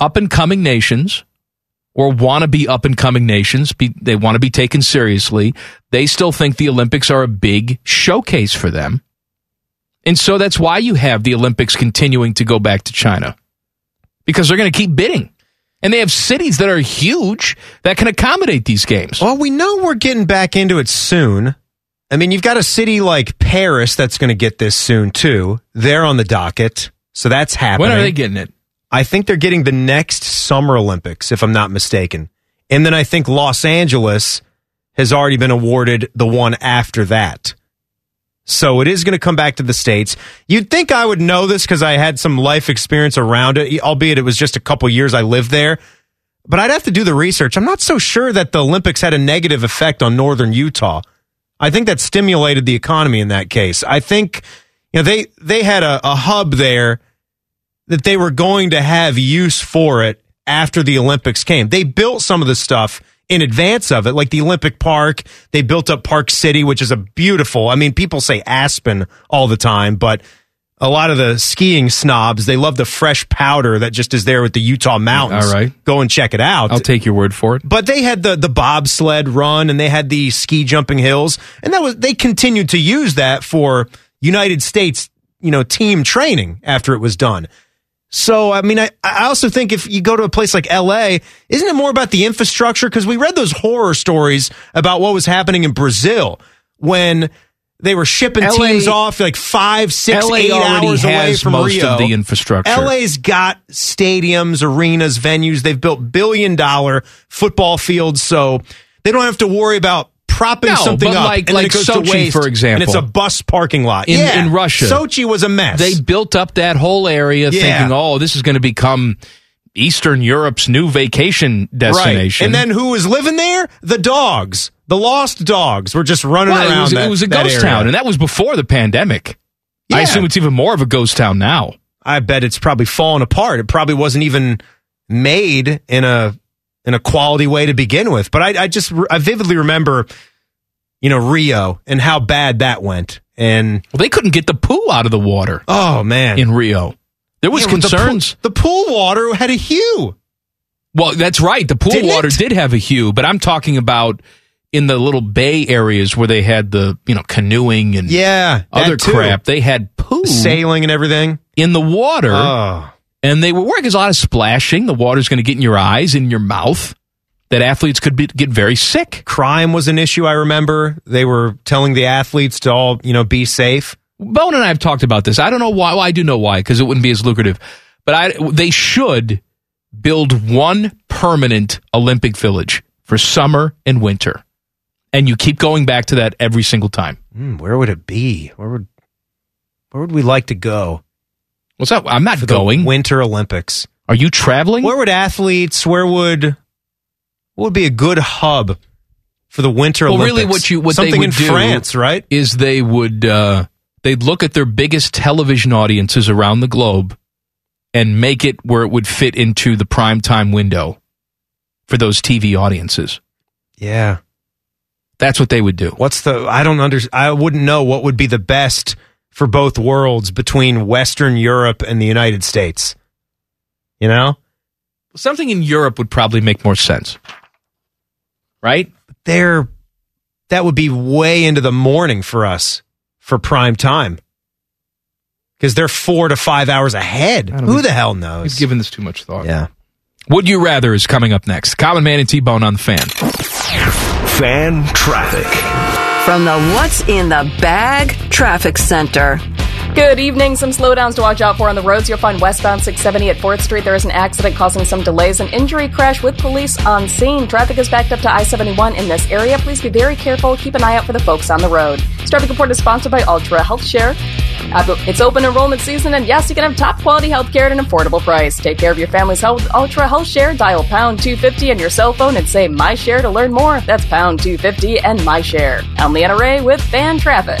Speaker 5: up and coming nations or want to be up and coming nations. Be, they want to be taken seriously. They still think the Olympics are a big showcase for them. And so that's why you have the Olympics continuing to go back to China because they're going to keep bidding. And they have cities that are huge that can accommodate these games.
Speaker 4: Well, we know we're getting back into it soon. I mean, you've got a city like Paris that's going to get this soon too. They're on the docket. So that's happening.
Speaker 5: are they getting it?
Speaker 4: I think they're getting the next Summer Olympics, if I'm not mistaken. And then I think Los Angeles has already been awarded the one after that. So it is going to come back to the States. You'd think I would know this because I had some life experience around it, albeit it was just a couple years I lived there. But I'd have to do the research. I'm not so sure that the Olympics had a negative effect on northern Utah. I think that stimulated the economy in that case. I think you know they they had a, a hub there that they were going to have use for it after the Olympics came. They built some of the stuff in advance of it, like the Olympic Park. They built up Park City, which is a beautiful, I mean, people say Aspen all the time, but a lot of the skiing snobs, they love the fresh powder that just is there with the Utah mountains.
Speaker 5: All right.
Speaker 4: Go and check it out.
Speaker 5: I'll take your word for it.
Speaker 4: But they had the the bobsled run and they had the ski jumping hills, and that was they continued to use that for United States, you know, team training after it was done. So I mean, I, I also think if you go to a place like L.A., isn't it more about the infrastructure? Because we read those horror stories about what was happening in Brazil when they were shipping
Speaker 5: LA
Speaker 4: teams off like five, six,
Speaker 5: LA
Speaker 4: eight
Speaker 5: already
Speaker 4: hours away
Speaker 5: has
Speaker 4: from
Speaker 5: most
Speaker 4: Rio.
Speaker 5: of the infrastructure.
Speaker 4: LA's got stadiums, arenas, venues. They've built billion dollar football fields, so they don't have to worry about propping
Speaker 5: No,
Speaker 4: something
Speaker 5: but
Speaker 4: up.
Speaker 5: like-
Speaker 4: and then
Speaker 5: like
Speaker 4: it goes
Speaker 5: Sochi,
Speaker 4: to waste,
Speaker 5: for example.
Speaker 4: and it's a bus parking lot
Speaker 5: in,
Speaker 4: Yeah.
Speaker 5: in Russia.
Speaker 4: Sochi was a mess.
Speaker 5: They built up that whole area
Speaker 4: Yeah.
Speaker 5: thinking, oh, this is going to become Eastern Europe's new vacation destination.
Speaker 4: Right. And then who was living there? The dogs. The lost dogs were just running
Speaker 5: Well,
Speaker 4: around.
Speaker 5: it was,
Speaker 4: that,
Speaker 5: it was a
Speaker 4: that
Speaker 5: ghost
Speaker 4: area.
Speaker 5: town, and that was before the pandemic. I assume it's even more of a ghost town now.
Speaker 4: I bet it's probably fallen apart. It probably wasn't even made in a in a quality way to begin with. But I, I just I vividly remember, you know, Rio and how bad that went. And
Speaker 5: well, they couldn't get the poo out of the water.
Speaker 4: Oh man,
Speaker 5: in Rio, there was
Speaker 4: Yeah, with the pool-
Speaker 5: concerns.
Speaker 4: The pool, water had a hue.
Speaker 5: Well, that's right. The pool
Speaker 4: Didn't
Speaker 5: water did have a hue, but I'm talking about in the little bay areas where they had the you know canoeing and
Speaker 4: yeah
Speaker 5: other
Speaker 4: that too.
Speaker 5: crap. They had poo
Speaker 4: sailing and everything
Speaker 5: in the water,
Speaker 4: Oh.
Speaker 5: and they were working a lot of splashing. The water's going to get in your eyes, in your mouth. That athletes could be, get very sick.
Speaker 4: Crime was an issue. I remember they were telling the athletes to all you know be safe.
Speaker 5: Bone and I have talked about this. I don't know why. Well, I do know why because it wouldn't be as lucrative. But I, they should build one permanent Olympic village for summer and winter, and you keep going back to that every single time.
Speaker 4: Hmm, where would it be? Where would where would we like to go?
Speaker 5: What's up? I'm not
Speaker 4: For the
Speaker 5: going.
Speaker 4: Winter Olympics.
Speaker 5: Are you traveling?
Speaker 4: Where would athletes? Where would what would be a good hub for the Winter
Speaker 5: well,
Speaker 4: Olympics?
Speaker 5: really, what you what
Speaker 4: something
Speaker 5: they would
Speaker 4: in
Speaker 5: do
Speaker 4: France, right?
Speaker 5: Is they would uh, they'd look at their biggest television audiences around the globe and make it where it would fit into the prime time window for those TV audiences.
Speaker 4: Yeah,
Speaker 5: that's what they would do.
Speaker 4: What's the? I don't under. I wouldn't know what would be the best for both worlds between Western Europe and the United States. You know,
Speaker 5: something in Europe would probably make more sense, right?
Speaker 4: There, that would be way into the morning for us for prime time because they're four to five hours ahead. Who the hell knows? We've
Speaker 5: given this too much thought.
Speaker 4: Yeah.
Speaker 5: Would you rather is coming up next. Common Man and T Bone on the fan.
Speaker 3: Fan traffic.
Speaker 6: From the What's in the Bag Traffic Center.
Speaker 7: Good evening. Some slowdowns to watch out for on the roads. You'll find westbound 670 at 4th Street. There is an accident causing some delays. An injury crash with police on scene. Traffic is backed up to I 71 in this area. Please be very careful. Keep an eye out for the folks on the road. This traffic report is sponsored by Ultra Health Share. Uh, It's open enrollment season, and yes, you can have top quality health care at an affordable price. Take care of your family's health with Ultra Health Share. Dial pound 250 on your cell phone and say My Share to learn more. That's pound 250 and My Share. I'm Leanna Ray with Fan Traffic.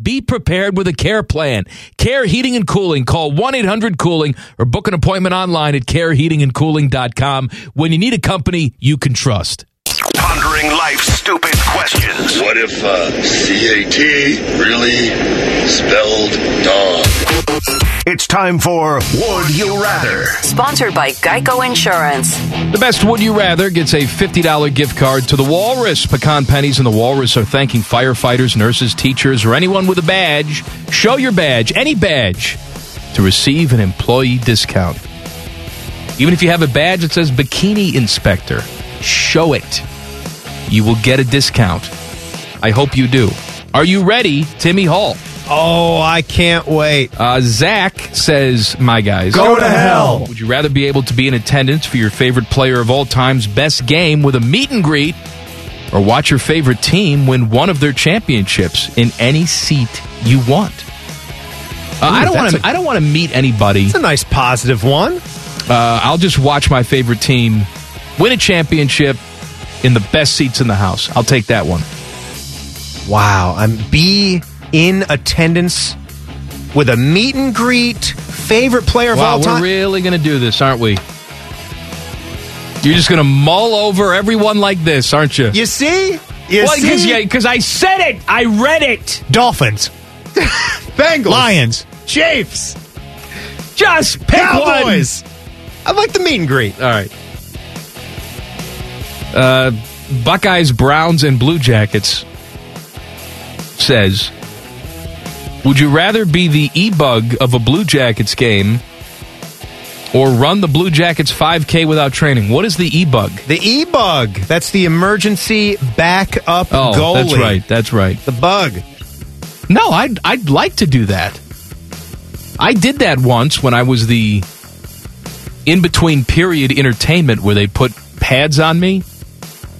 Speaker 5: Be prepared with a care plan. Care Heating and Cooling. Call 1 800 Cooling or book an appointment online at careheatingandcooling.com when you need a company you can trust.
Speaker 3: Pondering life's stupid questions. questions.
Speaker 16: What if uh, CAT really spelled dog?
Speaker 3: It's time for Would You Rather.
Speaker 6: Sponsored by Geico Insurance.
Speaker 5: The best Would You Rather gets a $50 gift card to the Walrus. Pecan Pennies and the Walrus are thanking firefighters, nurses, teachers, or anyone with a badge. Show your badge, any badge, to receive an employee discount. Even if you have a badge that says Bikini Inspector, show it. You will get a discount. I hope you do. Are you ready, Timmy Hall?
Speaker 4: Oh, I can't wait.
Speaker 5: Uh, Zach says, My guys.
Speaker 4: Go to hell.
Speaker 5: Would you rather be able to be in attendance for your favorite player of all time's best game with a meet and greet or watch your favorite team win one of their championships in any seat you want? Uh, I don't want to. I don't want to meet anybody. It's a
Speaker 4: nice positive one.
Speaker 5: Uh, I'll just watch my favorite team win a championship in the best seats in the house. I'll take that one.
Speaker 4: Wow, I'm Um, be in attendance with a meet and greet, favorite player of
Speaker 5: wow,
Speaker 4: all time.
Speaker 5: we're really going to do this, aren't we? You're just going to mull over everyone like this, aren't you?
Speaker 4: You see? You
Speaker 5: Well, 'cause-
Speaker 4: see?
Speaker 5: yeah, because I said it. I read it.
Speaker 2: Dolphins.
Speaker 4: Bengals.
Speaker 2: Lions.
Speaker 4: Chiefs.
Speaker 5: Just pick
Speaker 4: Cowboys. I'd like the meet and greet.
Speaker 5: All right. Uh, Buckeyes, Browns, and Blue Jackets says, Would you rather be the e bug of a Blue Jackets game or run the Blue Jackets 5K without training? What is the e bug?
Speaker 4: The e bug. That's the emergency backup
Speaker 5: Oh,
Speaker 4: goalie.
Speaker 5: that's right. That's right.
Speaker 4: The bug.
Speaker 5: No, I'd, I'd like to do that. I did that once when I was the in between period entertainment where they put pads on me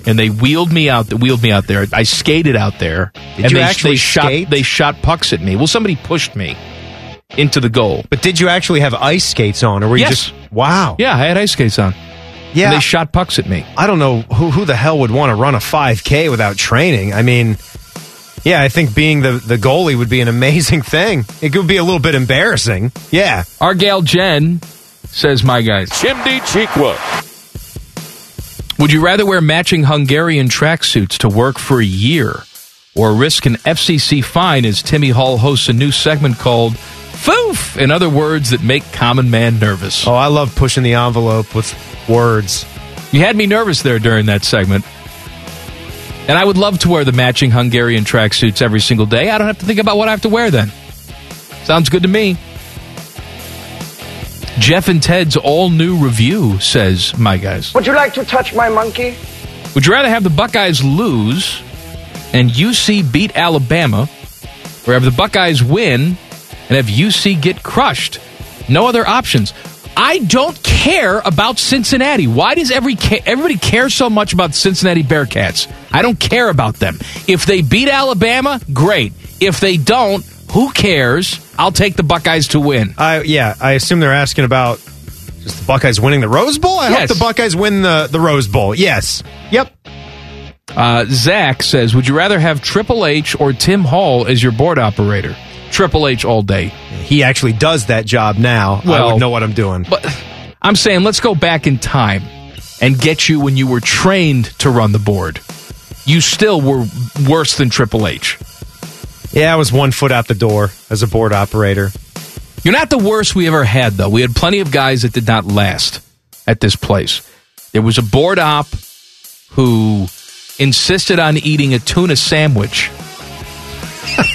Speaker 5: and they wheeled me out. They wheeled me out there. I skated out there.
Speaker 4: Did
Speaker 5: and
Speaker 4: you
Speaker 5: they,
Speaker 4: actually
Speaker 5: they shot
Speaker 4: skate?
Speaker 5: they shot pucks at me. Well, somebody pushed me into the goal.
Speaker 4: But did you actually have ice skates on, or were
Speaker 5: Yes.
Speaker 4: you just wow?
Speaker 5: Yeah, I had ice skates on.
Speaker 4: Yeah,
Speaker 5: and they shot pucks at me.
Speaker 4: I don't know who who the hell would want to run a 5K without training. I mean, yeah, I think being the the goalie would be an amazing thing. It could be a little bit embarrassing. Yeah,
Speaker 5: Our gal Jen says, "My guys, Chimney Chikwa." Would you rather wear matching Hungarian tracksuits to work for a year, or risk an FCC fine as Timmy Hall hosts a new segment called "Foof"? In other words, that make common man nervous.
Speaker 4: Oh, I love pushing the envelope with words.
Speaker 5: You had me nervous there during that segment. And I would love to wear the matching Hungarian tracksuits every single day. I don't have to think about what I have to wear then. Sounds good to me. Jeff and Ted's all new review says, My guys,
Speaker 17: Would you like to touch my monkey?
Speaker 5: would you rather have the Buckeyes lose and UC beat Alabama, or have the Buckeyes win and have UC get crushed? No other options. I don't care about Cincinnati. Why does every ca- everybody care so much about Cincinnati Bearcats? I don't care about them. If they beat Alabama, great. If they don't, who cares? I'll take the Buckeyes to win.
Speaker 4: I yeah, I assume they're asking about just the Buckeyes winning the Rose Bowl. I
Speaker 5: Yes.
Speaker 4: hope the Buckeyes win the the Rose Bowl. Yes. Yep.
Speaker 5: Uh, Zach says, "Would you rather have Triple H or Tim Hall as your board operator? Triple H all day.
Speaker 4: He actually does that job now. I
Speaker 5: Well,
Speaker 4: would know what I'm doing.
Speaker 5: But I'm saying let's go back in time and get you when you were trained to run the board. You still were worse than Triple H.
Speaker 4: Yeah, I was one foot out the door as a board operator.
Speaker 5: You're not the worst we ever had, though. We had plenty of guys that did not last at this place. There was a board op who insisted on eating a tuna sandwich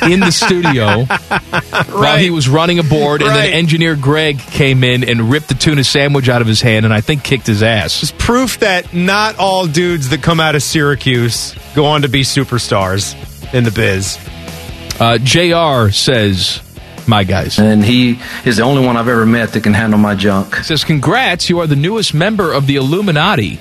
Speaker 5: in the studio while he was running a board, and then
Speaker 4: Right.
Speaker 5: engineer Greg came in and ripped the tuna sandwich out of his hand, and I think kicked his ass.
Speaker 4: Proof that not all dudes that come out of Syracuse go on to be superstars in the biz.
Speaker 5: Uh, JR says, My guys.
Speaker 18: And he is the only one I've ever met that can handle my junk.
Speaker 5: says, Congrats, you are the newest member of the Illuminati.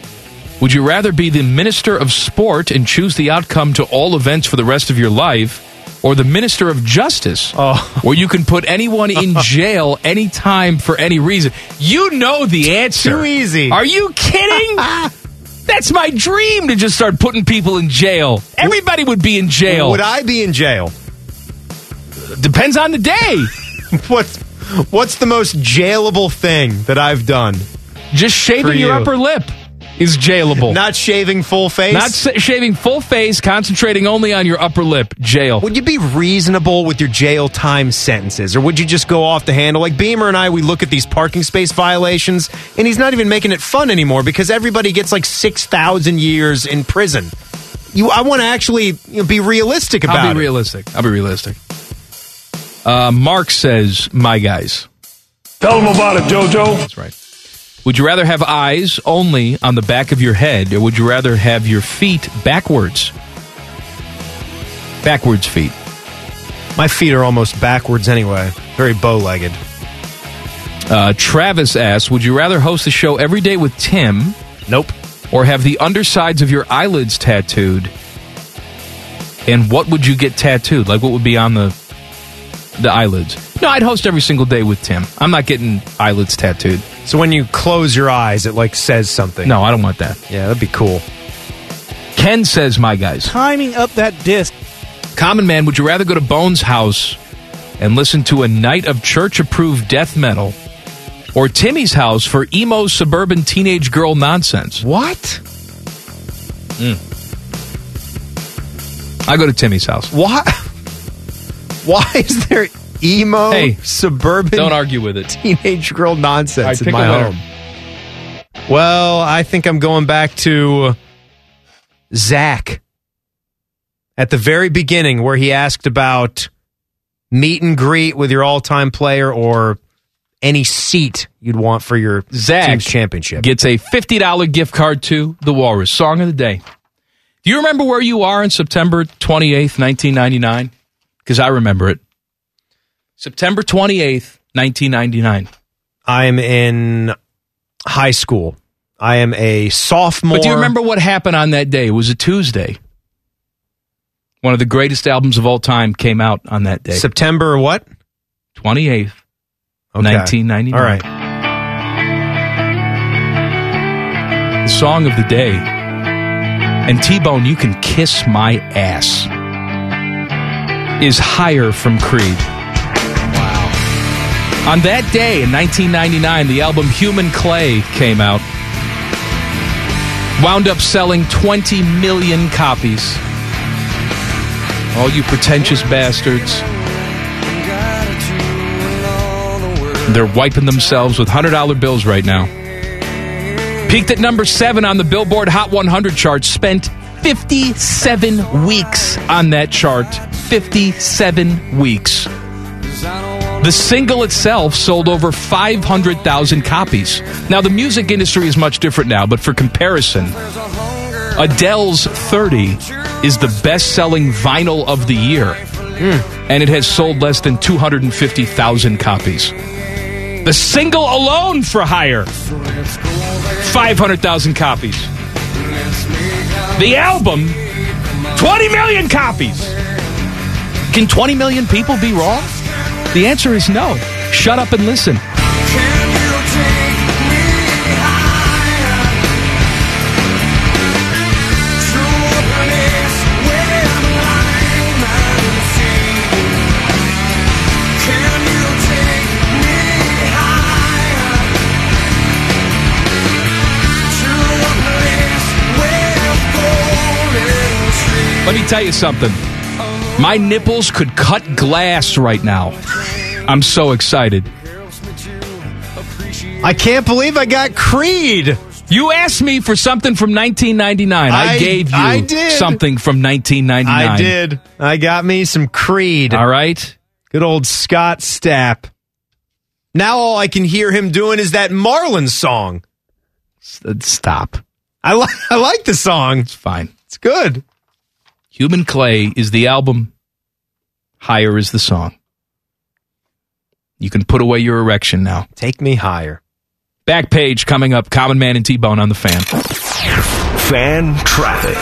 Speaker 5: Would you rather be the minister of sport and choose the outcome to all events for the rest of your life, or the minister of justice,
Speaker 4: Oh.
Speaker 5: where you can put anyone in jail anytime for any reason? You know the answer.
Speaker 4: Too easy.
Speaker 5: Are you kidding? That's my dream to just start putting people in jail. Everybody would be in jail.
Speaker 4: Would I be in jail?
Speaker 5: Depends on the day.
Speaker 4: what's what's the most jailable thing that I've done?
Speaker 5: Just shaving
Speaker 4: For
Speaker 5: your
Speaker 4: you.
Speaker 5: upper lip. is jailable.
Speaker 4: Not shaving full face?
Speaker 5: Not sa- shaving full face, concentrating only on your upper lip. Jail.
Speaker 4: Would you be reasonable with your jail time sentences, or would you just go off the handle? Like Beamer and I, we look at these parking space violations, and he's not even making it fun anymore because everybody gets like six thousand years in prison. You, I want to actually you know, be realistic about
Speaker 5: I'll be
Speaker 4: it.
Speaker 5: realistic. I'll be realistic. Uh, Mark says, "My guys,
Speaker 17: Tell 'em about it, JoJo.
Speaker 5: That's right. Would you rather have eyes only on the back of your head, or would you rather have your feet backwards? Backwards feet.
Speaker 4: My feet are almost backwards anyway. Very bow-legged.
Speaker 5: Uh, Travis asks, "Would you rather host a show every day with Tim?
Speaker 4: Nope.
Speaker 5: Or have the undersides of your eyelids tattooed? And what would you get tattooed? Like what would be on the the eyelids? No, I'd host every single day with Tim. I'm not getting eyelids tattooed.
Speaker 4: So when you close your eyes, it like says something.
Speaker 5: No, I don't want that.
Speaker 4: Yeah, that'd be cool.
Speaker 5: Ken says, "My guys."
Speaker 19: Timing up that disc.
Speaker 5: Common man, would you rather go to Bones' house and listen to a night of church-approved death metal, or Timmy's house for emo suburban teenage girl nonsense? Hmm.
Speaker 4: What?
Speaker 5: I go to Timmy's house.
Speaker 4: Why? Why is there emo suburban?
Speaker 5: Don't argue with it.
Speaker 4: Teenage girl nonsense
Speaker 5: All right,
Speaker 4: in
Speaker 5: pick
Speaker 4: my
Speaker 5: a winner.
Speaker 4: home. Well, I think I'm going back to Zach at the very beginning where he asked about meet and greet with your all-time player or any seat you'd want for your
Speaker 5: Zach
Speaker 4: team's championship.
Speaker 5: Gets a fifty dollar gift card to the Walrus. Song of the day. Do you remember where you are on September twenty eighth, nineteen ninety nine? Because I remember it. September twenty eighth, nineteen ninety nine.
Speaker 4: I am in high school. I am a sophomore.
Speaker 5: But do you remember what happened on that day? It was a Tuesday. One of the greatest albums of all time came out on that day.
Speaker 4: September what?
Speaker 5: Twenty eighth,
Speaker 4: Okay.
Speaker 5: nineteen ninety nine.
Speaker 4: All right.
Speaker 5: The song of the day. And T Bone, you can kiss my ass. Is higher from Creed. Wow. On that day in 1999, the album Human Clay came out. Wound up selling 20 million copies. All you pretentious bastards. They're wiping themselves with $100 bills right now. Peaked at number seven on the Billboard Hot 100 chart. Spent 57 weeks on that chart. 57 weeks. The single itself sold over 500,000 copies. Now, the music industry is much different now, but for comparison, Adele's 30 is the best selling vinyl of the year, and it has sold less than 250,000 copies. The single alone for hire. 500,000 copies. The album, 20 million copies. Can 20 million people be wrong? The answer is no. Shut up and listen. Let me tell you something. My nipples could cut glass right now. I'm so excited.
Speaker 4: I can't believe I got Creed.
Speaker 5: You asked me for something from 1999. I,
Speaker 4: I-
Speaker 5: gave you
Speaker 4: I did.
Speaker 5: something from 1999.
Speaker 4: I did. I got me some Creed. All
Speaker 5: right.
Speaker 4: Good old Scott Stapp. Now all I can hear him doing is that Marlin song. uh,
Speaker 5: Stop.
Speaker 4: I like I like the song. It's
Speaker 5: fine.
Speaker 4: It's good.
Speaker 5: Human Clay is the album. Higher is the song. You can put away your erection now.
Speaker 4: Take me higher.
Speaker 5: Back page coming up. Common Man and T Bone on the fan.
Speaker 3: Fan traffic.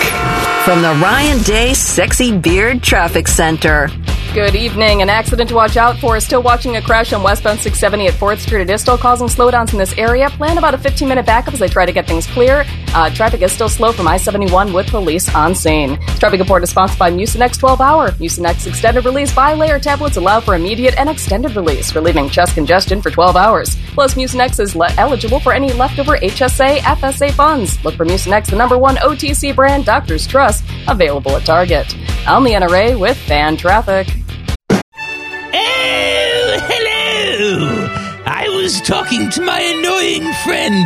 Speaker 6: From the Ryan Day Sexy Beard Traffic Center.
Speaker 7: Good evening. An accident to watch out for is still watching a crash on westbound 670 at 4th Street. It is still causing slowdowns in this area. Plan about a 15 minute backup as they try to get things clear. Uh, traffic is still slow from I 71 with police on scene. This Traffic report is sponsored by Mucinex 12 Hour. Mucinex extended release bi layer tablets allow for immediate and extended release, relieving chest congestion for 12 hours. Plus, Mucinex is le- eligible for any leftover HSA, FSA funds. Look for Mucinex, the number one OTC brand doctors trust, available at Target. I'm the NRA with fan traffic.
Speaker 13: Hello! I was talking to my annoying friend,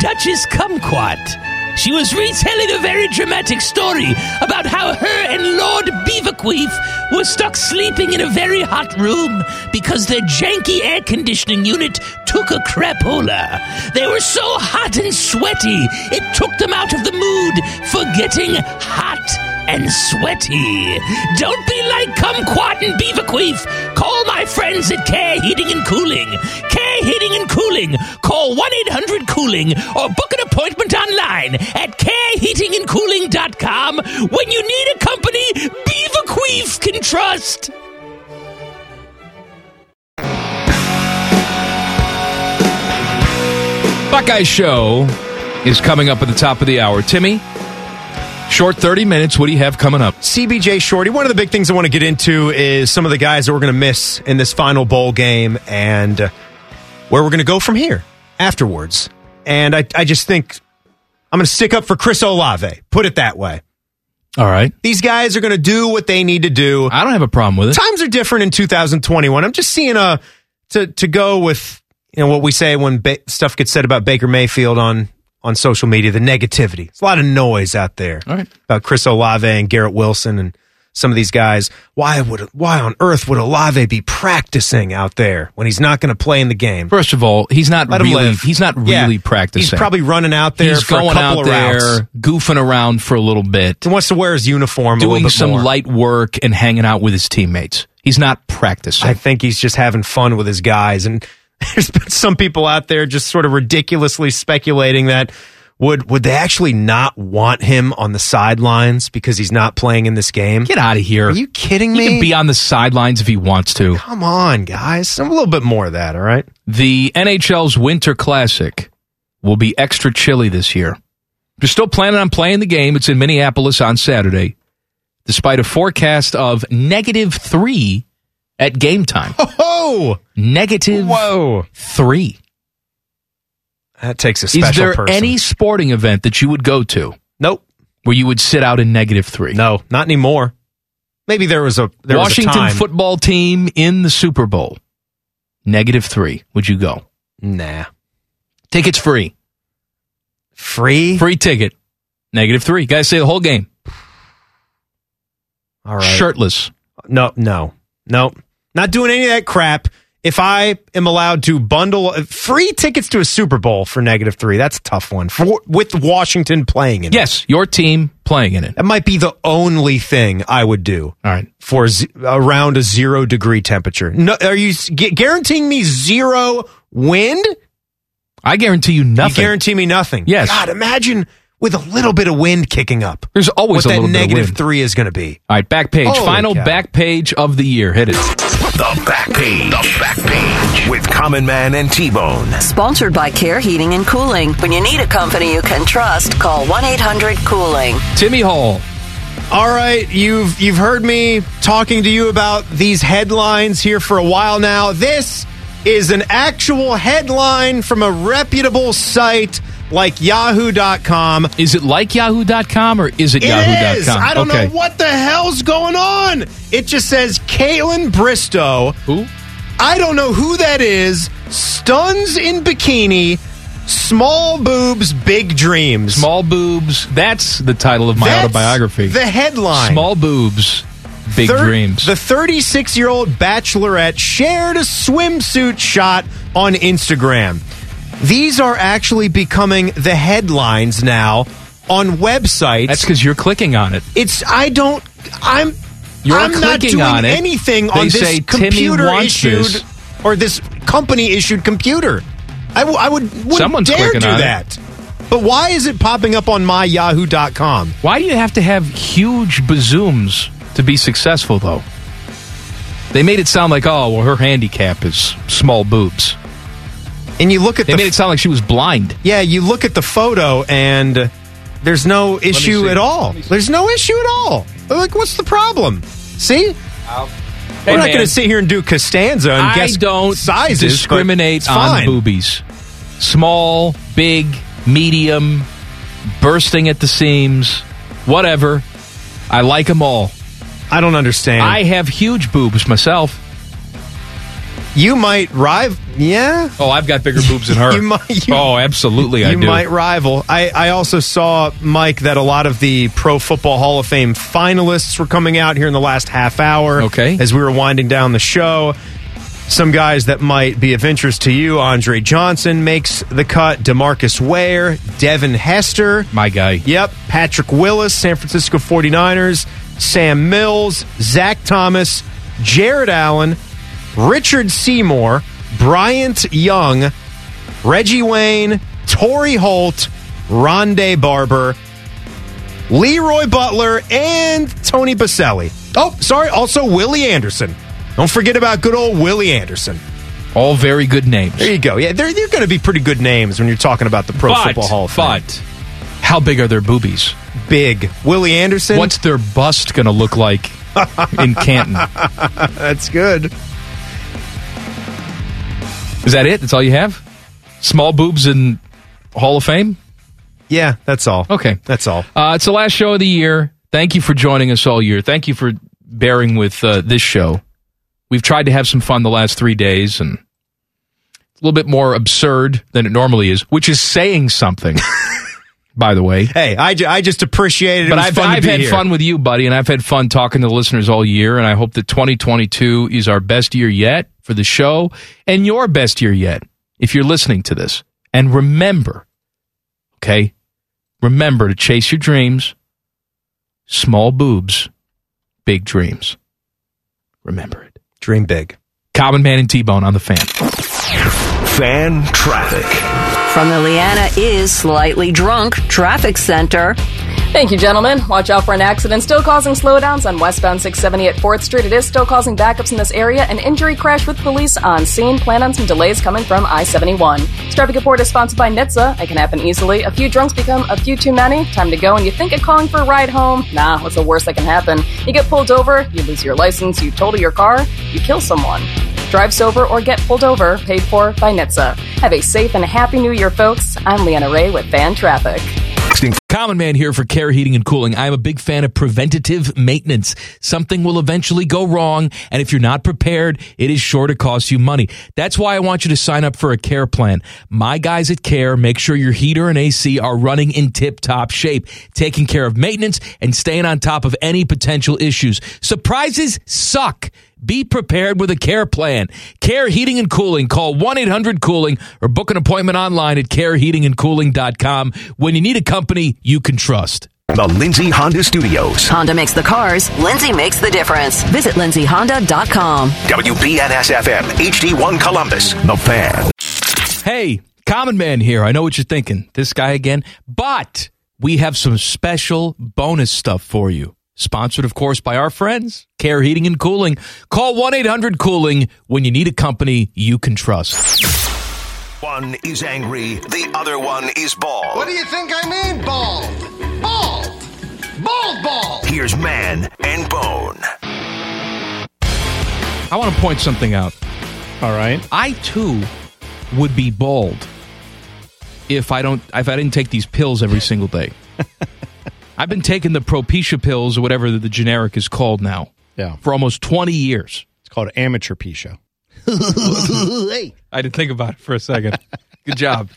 Speaker 13: Duchess Kumquat. She was retelling a very dramatic story about how her and Lord Beaverqueef were stuck sleeping in a very hot room because their janky air conditioning unit took a crapola. They were so hot and sweaty, it took them out of the mood for getting hot and sweaty. Don't be like Kumquat and Beaverqueef. Call my friends at Care Heating and Cooling. Care Heating and Cooling. Call 1 800 Cooling or book an appointment online at careheatingandcooling.com when you need a company Beaverqueef can trust.
Speaker 5: Buckeye Show is coming up at the top of the hour. Timmy, short 30 minutes. What do you have coming up?
Speaker 4: CBJ Shorty. One of the big things I want to get into is some of the guys that we're going to miss in this final bowl game and uh, where we're going to go from here afterwards. And I, I just think I'm going to stick up for Chris Olave. Put it that way.
Speaker 5: All right.
Speaker 4: These guys are going to do what they need to do.
Speaker 5: I don't have a problem with it.
Speaker 4: Times are different in 2021. I'm just seeing a to to go with you know what we say when ba- stuff gets said about Baker Mayfield on on social media, the negativity. It's a lot of noise out there about Chris Olave and Garrett Wilson and some of these guys. Why would why on earth would Olave be practicing out there when he's not going to play in the game?
Speaker 5: First of all, he's not
Speaker 4: Let him
Speaker 5: really
Speaker 4: live.
Speaker 5: he's not
Speaker 4: Yeah.
Speaker 5: really practicing.
Speaker 4: He's probably running out there
Speaker 5: He's
Speaker 4: for
Speaker 5: going
Speaker 4: a couple
Speaker 5: out
Speaker 4: of
Speaker 5: there,
Speaker 4: routes.
Speaker 5: goofing around for a little bit.
Speaker 4: He wants to wear his uniform, a little
Speaker 5: doing
Speaker 4: bit
Speaker 5: some
Speaker 4: more.
Speaker 5: light work and hanging out with his teammates. He's not practicing.
Speaker 4: I think he's just having fun with his guys. And there's been some people out there just sort of ridiculously speculating that would would they actually not want him on the sidelines because he's not playing in this game? Get
Speaker 5: out of here.
Speaker 4: Are you kidding
Speaker 5: He
Speaker 4: me?
Speaker 5: can be on the sidelines if he wants to.
Speaker 4: Come on, guys. A little bit more of that, all right?
Speaker 5: The NHL's Winter Classic will be extra chilly this year. They're still planning on playing the game. It's in Minneapolis on Saturday, despite a forecast of negative three at game time.
Speaker 4: Oh,
Speaker 5: negative
Speaker 4: whoa
Speaker 5: three.
Speaker 4: That takes a special
Speaker 5: Is there
Speaker 4: person.
Speaker 5: any sporting event that you would go to?
Speaker 4: Nope.
Speaker 5: Where you would sit out in negative three?
Speaker 4: No, not anymore. Maybe there was a there was a
Speaker 5: Washington
Speaker 4: time.
Speaker 5: football team in the Super Bowl. Negative three. Would you go?
Speaker 4: Nah.
Speaker 5: Tickets free.
Speaker 4: Free?
Speaker 5: Free ticket. Negative three. Guys say the whole game.
Speaker 4: All right.
Speaker 5: Shirtless.
Speaker 4: No, no, no. Not doing any of that crap. If I am allowed to bundle free tickets to a Super Bowl for negative three, that's a tough one. For, with Washington playing in it.
Speaker 5: Yes, your team playing in it.
Speaker 4: That might be the only thing I would do.
Speaker 5: All right.
Speaker 4: For z- around a zero degree temperature. No, are you s- gu- guaranteeing me zero wind?
Speaker 5: I guarantee you nothing.
Speaker 4: You guarantee me nothing.
Speaker 5: Yes.
Speaker 4: God, imagine with a little bit of wind kicking up.
Speaker 5: There's always
Speaker 4: what
Speaker 5: a
Speaker 4: that
Speaker 5: little bit of
Speaker 4: negative
Speaker 5: wind.
Speaker 4: three is going to be.
Speaker 5: All right, back page.
Speaker 4: Holy
Speaker 5: Final
Speaker 4: cow.
Speaker 5: back page of the year. Hit it.
Speaker 3: The back page. The back page with Common Man and T Bone.
Speaker 6: Sponsored by Care Heating and Cooling. When you need a company you can trust, call 1 800 Cooling.
Speaker 5: Timmy Hall.
Speaker 4: All right, you've you've heard me talking to you about these headlines here for a while now. This is an actual headline from a reputable site like yahoo.com.
Speaker 5: Is it like yahoo.com or is it, yahoo.com?
Speaker 4: It is. I don't
Speaker 5: okay.
Speaker 4: know what the hell's going on. It just says Caitlin Bristow.
Speaker 5: Who?
Speaker 4: I don't know who that is. Stuns in bikini, small boobs, big dreams.
Speaker 5: Small boobs. That's the title of my
Speaker 4: That's
Speaker 5: autobiography.
Speaker 4: the headline.
Speaker 5: Small boobs, big
Speaker 4: Thir-
Speaker 5: dreams.
Speaker 4: The 36 year old bachelorette shared a swimsuit shot on Instagram. These are actually becoming the headlines now on websites.
Speaker 5: That's because you're clicking on it.
Speaker 4: It's I don't I'm
Speaker 5: You're
Speaker 4: I'm not
Speaker 5: clicking
Speaker 4: doing
Speaker 5: on it.
Speaker 4: anything
Speaker 5: They
Speaker 4: on this
Speaker 5: say Timmy
Speaker 4: computer
Speaker 5: wants
Speaker 4: issued
Speaker 5: this.
Speaker 4: or this company issued computer. I, w- I would wouldn't
Speaker 5: Someone's
Speaker 4: dare do
Speaker 5: clicking on it.
Speaker 4: that. But why is it popping up on my yahoo.com?
Speaker 5: Why do you have to have huge bazooms to be successful, though? They made it sound like, oh, well, her handicap is small boobs.
Speaker 4: And you look at
Speaker 5: they made it sound like she was blind.
Speaker 4: Yeah, you look at the photo and uh, there's no issue
Speaker 5: see.
Speaker 4: at all. There's no issue at all. They're like, what's the problem? See? We're not
Speaker 5: man.
Speaker 4: going to sit here and do Costanza and
Speaker 5: I
Speaker 4: guess
Speaker 5: don't
Speaker 4: sizes. but
Speaker 5: discriminate
Speaker 4: it's
Speaker 5: on
Speaker 4: fine.
Speaker 5: boobies. Small, big, medium, bursting at the seams, whatever. I like them all.
Speaker 4: I don't understand.
Speaker 5: I have huge boobs myself.
Speaker 4: You might rival, yeah.
Speaker 5: Oh, I've got bigger boobs than her.
Speaker 4: You might- you-
Speaker 5: oh, absolutely, I
Speaker 4: you
Speaker 5: do.
Speaker 4: might rival. I, I also saw, Mike, that a lot of the Pro Football Hall of Fame finalists were coming out here in the last half hour. Okay. As we were winding down the show. Some guys that might be of interest to you Andre Johnson makes the cut, Demarcus Ware, Devin Hester.
Speaker 5: My guy.
Speaker 4: Yep. Patrick Willis, San Francisco 49ers, Sam Mills, Zach Thomas, Jared Allen, Richard Seymour, Bryant Young, Reggie Wayne, Torrey Holt, Rondé Barber, Leroy Butler, and Tony Baselli. Oh, sorry, also Willie Anderson. Don't forget about good old Willie Anderson.
Speaker 5: All very good names.
Speaker 4: There you go. Yeah, they're, they're going to be pretty good names when you're talking about the Pro
Speaker 5: But-
Speaker 4: Football Hall of Fame.
Speaker 5: But how big are their boobies?
Speaker 4: Big. Willie Anderson.
Speaker 5: What's their bust going to look like in Canton?
Speaker 4: That's good.
Speaker 5: Is that it? That's all you have? Small boobs in Hall of Fame?
Speaker 4: Yeah, that's all.
Speaker 5: Okay.
Speaker 4: That's all.
Speaker 5: Uh, it's the last show of the year. Thank you for joining us all year. Thank you for bearing with uh, this show. We've tried to have some fun the last three days and it's a little bit more absurd than it normally is, which is saying something, by the way.
Speaker 4: Hey, I, ju- I just appreciate it.
Speaker 5: But
Speaker 4: it was
Speaker 5: I've,
Speaker 4: fun to
Speaker 5: I've
Speaker 4: be
Speaker 5: had
Speaker 4: here.
Speaker 5: fun with you, buddy, and I've had fun talking to the listeners all year. And I hope that 2022 is our best year yet for the show and your best year yet if you're listening to this. And remember, okay, remember to chase your dreams, small boobs, big dreams. Remember it.
Speaker 4: Dream big.
Speaker 5: Common Man and T Bone on the fan.
Speaker 3: Fan traffic.
Speaker 6: From the Leanna is Slightly Drunk Traffic Center.
Speaker 7: Thank you, gentlemen. Watch out for an accident still causing slowdowns on westbound 670 at 4th Street. It is still causing backups in this area. An injury crash with police on scene. Plan on some delays coming from I 71. This traffic report is sponsored by NHTSA. It can happen easily. A few drunks become a few too many. Time to go, and you think of calling for a ride home. Nah, what's the worst that can happen? You get pulled over, you lose your license, you total your car, you kill someone. Drive sober or get pulled over, paid for by NHTSA. Have a safe and happy new year, folks. I'm Leanna Ray with Fan Traffic.
Speaker 5: Common Man here for Care Heating and Cooling. I am a big fan of preventative maintenance. Something will eventually go wrong, and if you're not prepared, it is sure to cost you money. That's why I want you to sign up for a care plan. My guys at Care make sure your heater and AC are running in tip top shape, taking care of maintenance and staying on top of any potential issues. Surprises suck. Be prepared with a care plan. Care Heating and Cooling. Call 1 800 Cooling or book an appointment online at careheatingandcooling.com when you need a company you can trust.
Speaker 3: The Lindsay Honda Studios.
Speaker 6: Honda makes the cars, Lindsay makes the difference. Visit lindsayhonda.com.
Speaker 3: WBNSFM, HD1 Columbus. The Fan.
Speaker 5: Hey, Common Man here. I know what you're thinking. This guy again. But we have some special bonus stuff for you. Sponsored, of course, by our friends, Care Heating and Cooling. Call 1 800 Cooling when you need a company you can trust.
Speaker 3: One is angry, the other one is bald.
Speaker 8: What do you think I mean, bald? Bald! Bald, bald!
Speaker 3: Here's Man and Bone.
Speaker 5: I want to point something out. All right. I too would be bald if I don't if I didn't take these pills every single day. I've been taking the Propecia pills or whatever the generic is called now.
Speaker 19: Yeah.
Speaker 5: For almost 20 years.
Speaker 19: It's called amateur Pisha.
Speaker 5: I didn't think about it for a second. Good job.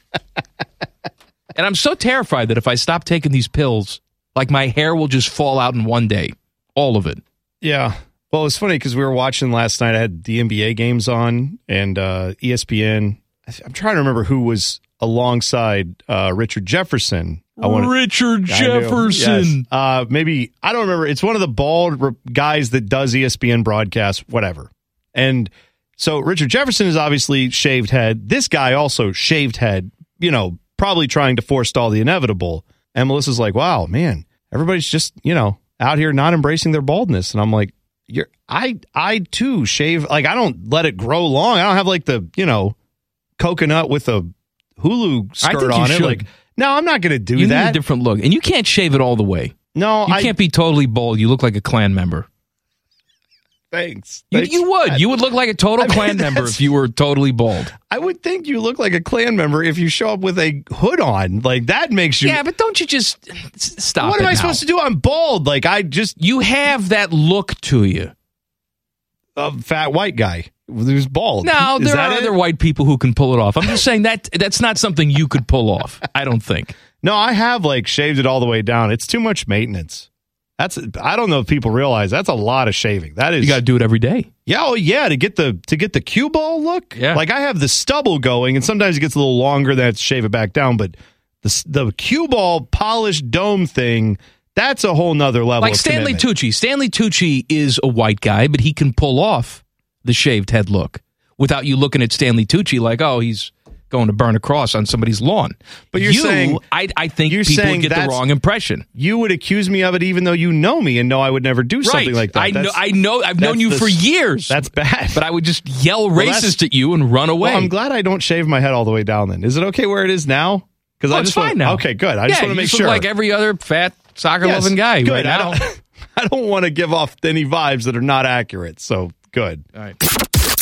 Speaker 5: and I'm so terrified that if I stop taking these pills, like my hair will just fall out in one day. All of it.
Speaker 19: Yeah. Well, it's funny because we were watching last night. I had the NBA games on and uh, ESPN. I th- I'm trying to remember who was alongside uh, Richard Jefferson. I wanna-
Speaker 5: Richard
Speaker 19: I knew.
Speaker 5: Jefferson.
Speaker 19: Yes. Uh, maybe I don't remember. It's one of the bald re- guys that does E ESPN broadcast, whatever. And so Richard Jefferson is obviously shaved head. This guy also shaved head. You know, probably trying to forestall the inevitable. And Melissa's like, "Wow, man, everybody's just you know out here not embracing their baldness." And I'm like, you're I I too shave like I don't let it grow long. I don't have like the you know coconut with a Hulu
Speaker 5: I think
Speaker 19: skirt
Speaker 5: you
Speaker 19: on it.
Speaker 5: should.
Speaker 19: Like no, I'm not going to do
Speaker 5: you
Speaker 19: that.
Speaker 5: need a different look, and you can't shave it all the way.
Speaker 19: No,
Speaker 5: you
Speaker 19: I-
Speaker 5: can't be totally bald. You look like a Klan member.
Speaker 19: Thanks.
Speaker 5: You,
Speaker 19: Thanks.
Speaker 5: you would. You would look like a total
Speaker 19: I mean,
Speaker 5: Klan member
Speaker 19: that's-
Speaker 5: if you were totally bald.
Speaker 19: I would think you look like a Klan member if you show up with a hood on. Like that makes you.
Speaker 5: Yeah, but don't you just stop?
Speaker 19: What am I supposed to do? I'm bald. Like I just.
Speaker 5: You have that look to you.
Speaker 19: A fat white guy who's bald.
Speaker 5: No,
Speaker 19: Is
Speaker 5: there
Speaker 19: that
Speaker 5: are
Speaker 19: it?
Speaker 5: other white people who can pull it off. I'm just saying that that's not something you could pull off. I don't think.
Speaker 19: No, I have like shaved it all the way down. It's too much maintenance. That's I don't know if people realize that's a lot of shaving. That is
Speaker 5: You got to do it every day.
Speaker 19: Yeah, oh yeah, to get the to get the cue ball look. Yeah, like I have the stubble going, and sometimes it gets a little longer. Then I have to shave it back down. But the s- the cue ball polished dome thing, that's a whole nother level.
Speaker 5: Like
Speaker 19: of
Speaker 5: Stanley
Speaker 19: commitment.
Speaker 5: Tucci. Stanley Tucci is a white guy, but he can pull off the shaved head look without you looking at Stanley Tucci like, oh, he's going to burn a cross on somebody's lawn.
Speaker 19: But you're
Speaker 5: You,
Speaker 19: saying-
Speaker 5: I, I think
Speaker 19: you're
Speaker 5: people
Speaker 19: saying
Speaker 5: get the
Speaker 19: that's-
Speaker 5: wrong impression.
Speaker 19: You would accuse me of it, even though you know me and know I would never do something
Speaker 5: Right.
Speaker 19: like that.
Speaker 5: I know,
Speaker 19: That's-
Speaker 5: I know. I've
Speaker 19: that's
Speaker 5: known you
Speaker 19: the-
Speaker 5: for years.
Speaker 19: That's bad.
Speaker 5: But I would just yell
Speaker 19: Well, that's-
Speaker 5: racist at you and run away.
Speaker 19: Well, I'm glad I don't shave my head all the way down. Then is it okay where it is now? Because
Speaker 5: Oh,
Speaker 19: I
Speaker 5: it's
Speaker 19: just wanna-
Speaker 5: fine now.
Speaker 19: Okay, good. I just
Speaker 5: Yeah,
Speaker 19: want to
Speaker 5: you
Speaker 19: make
Speaker 5: just look
Speaker 19: sure.
Speaker 5: like every other fat soccer loving guy
Speaker 19: Good.
Speaker 5: right
Speaker 19: I
Speaker 5: now.
Speaker 19: don't, I don't want to give off any vibes that are not accurate. So good.
Speaker 5: All right.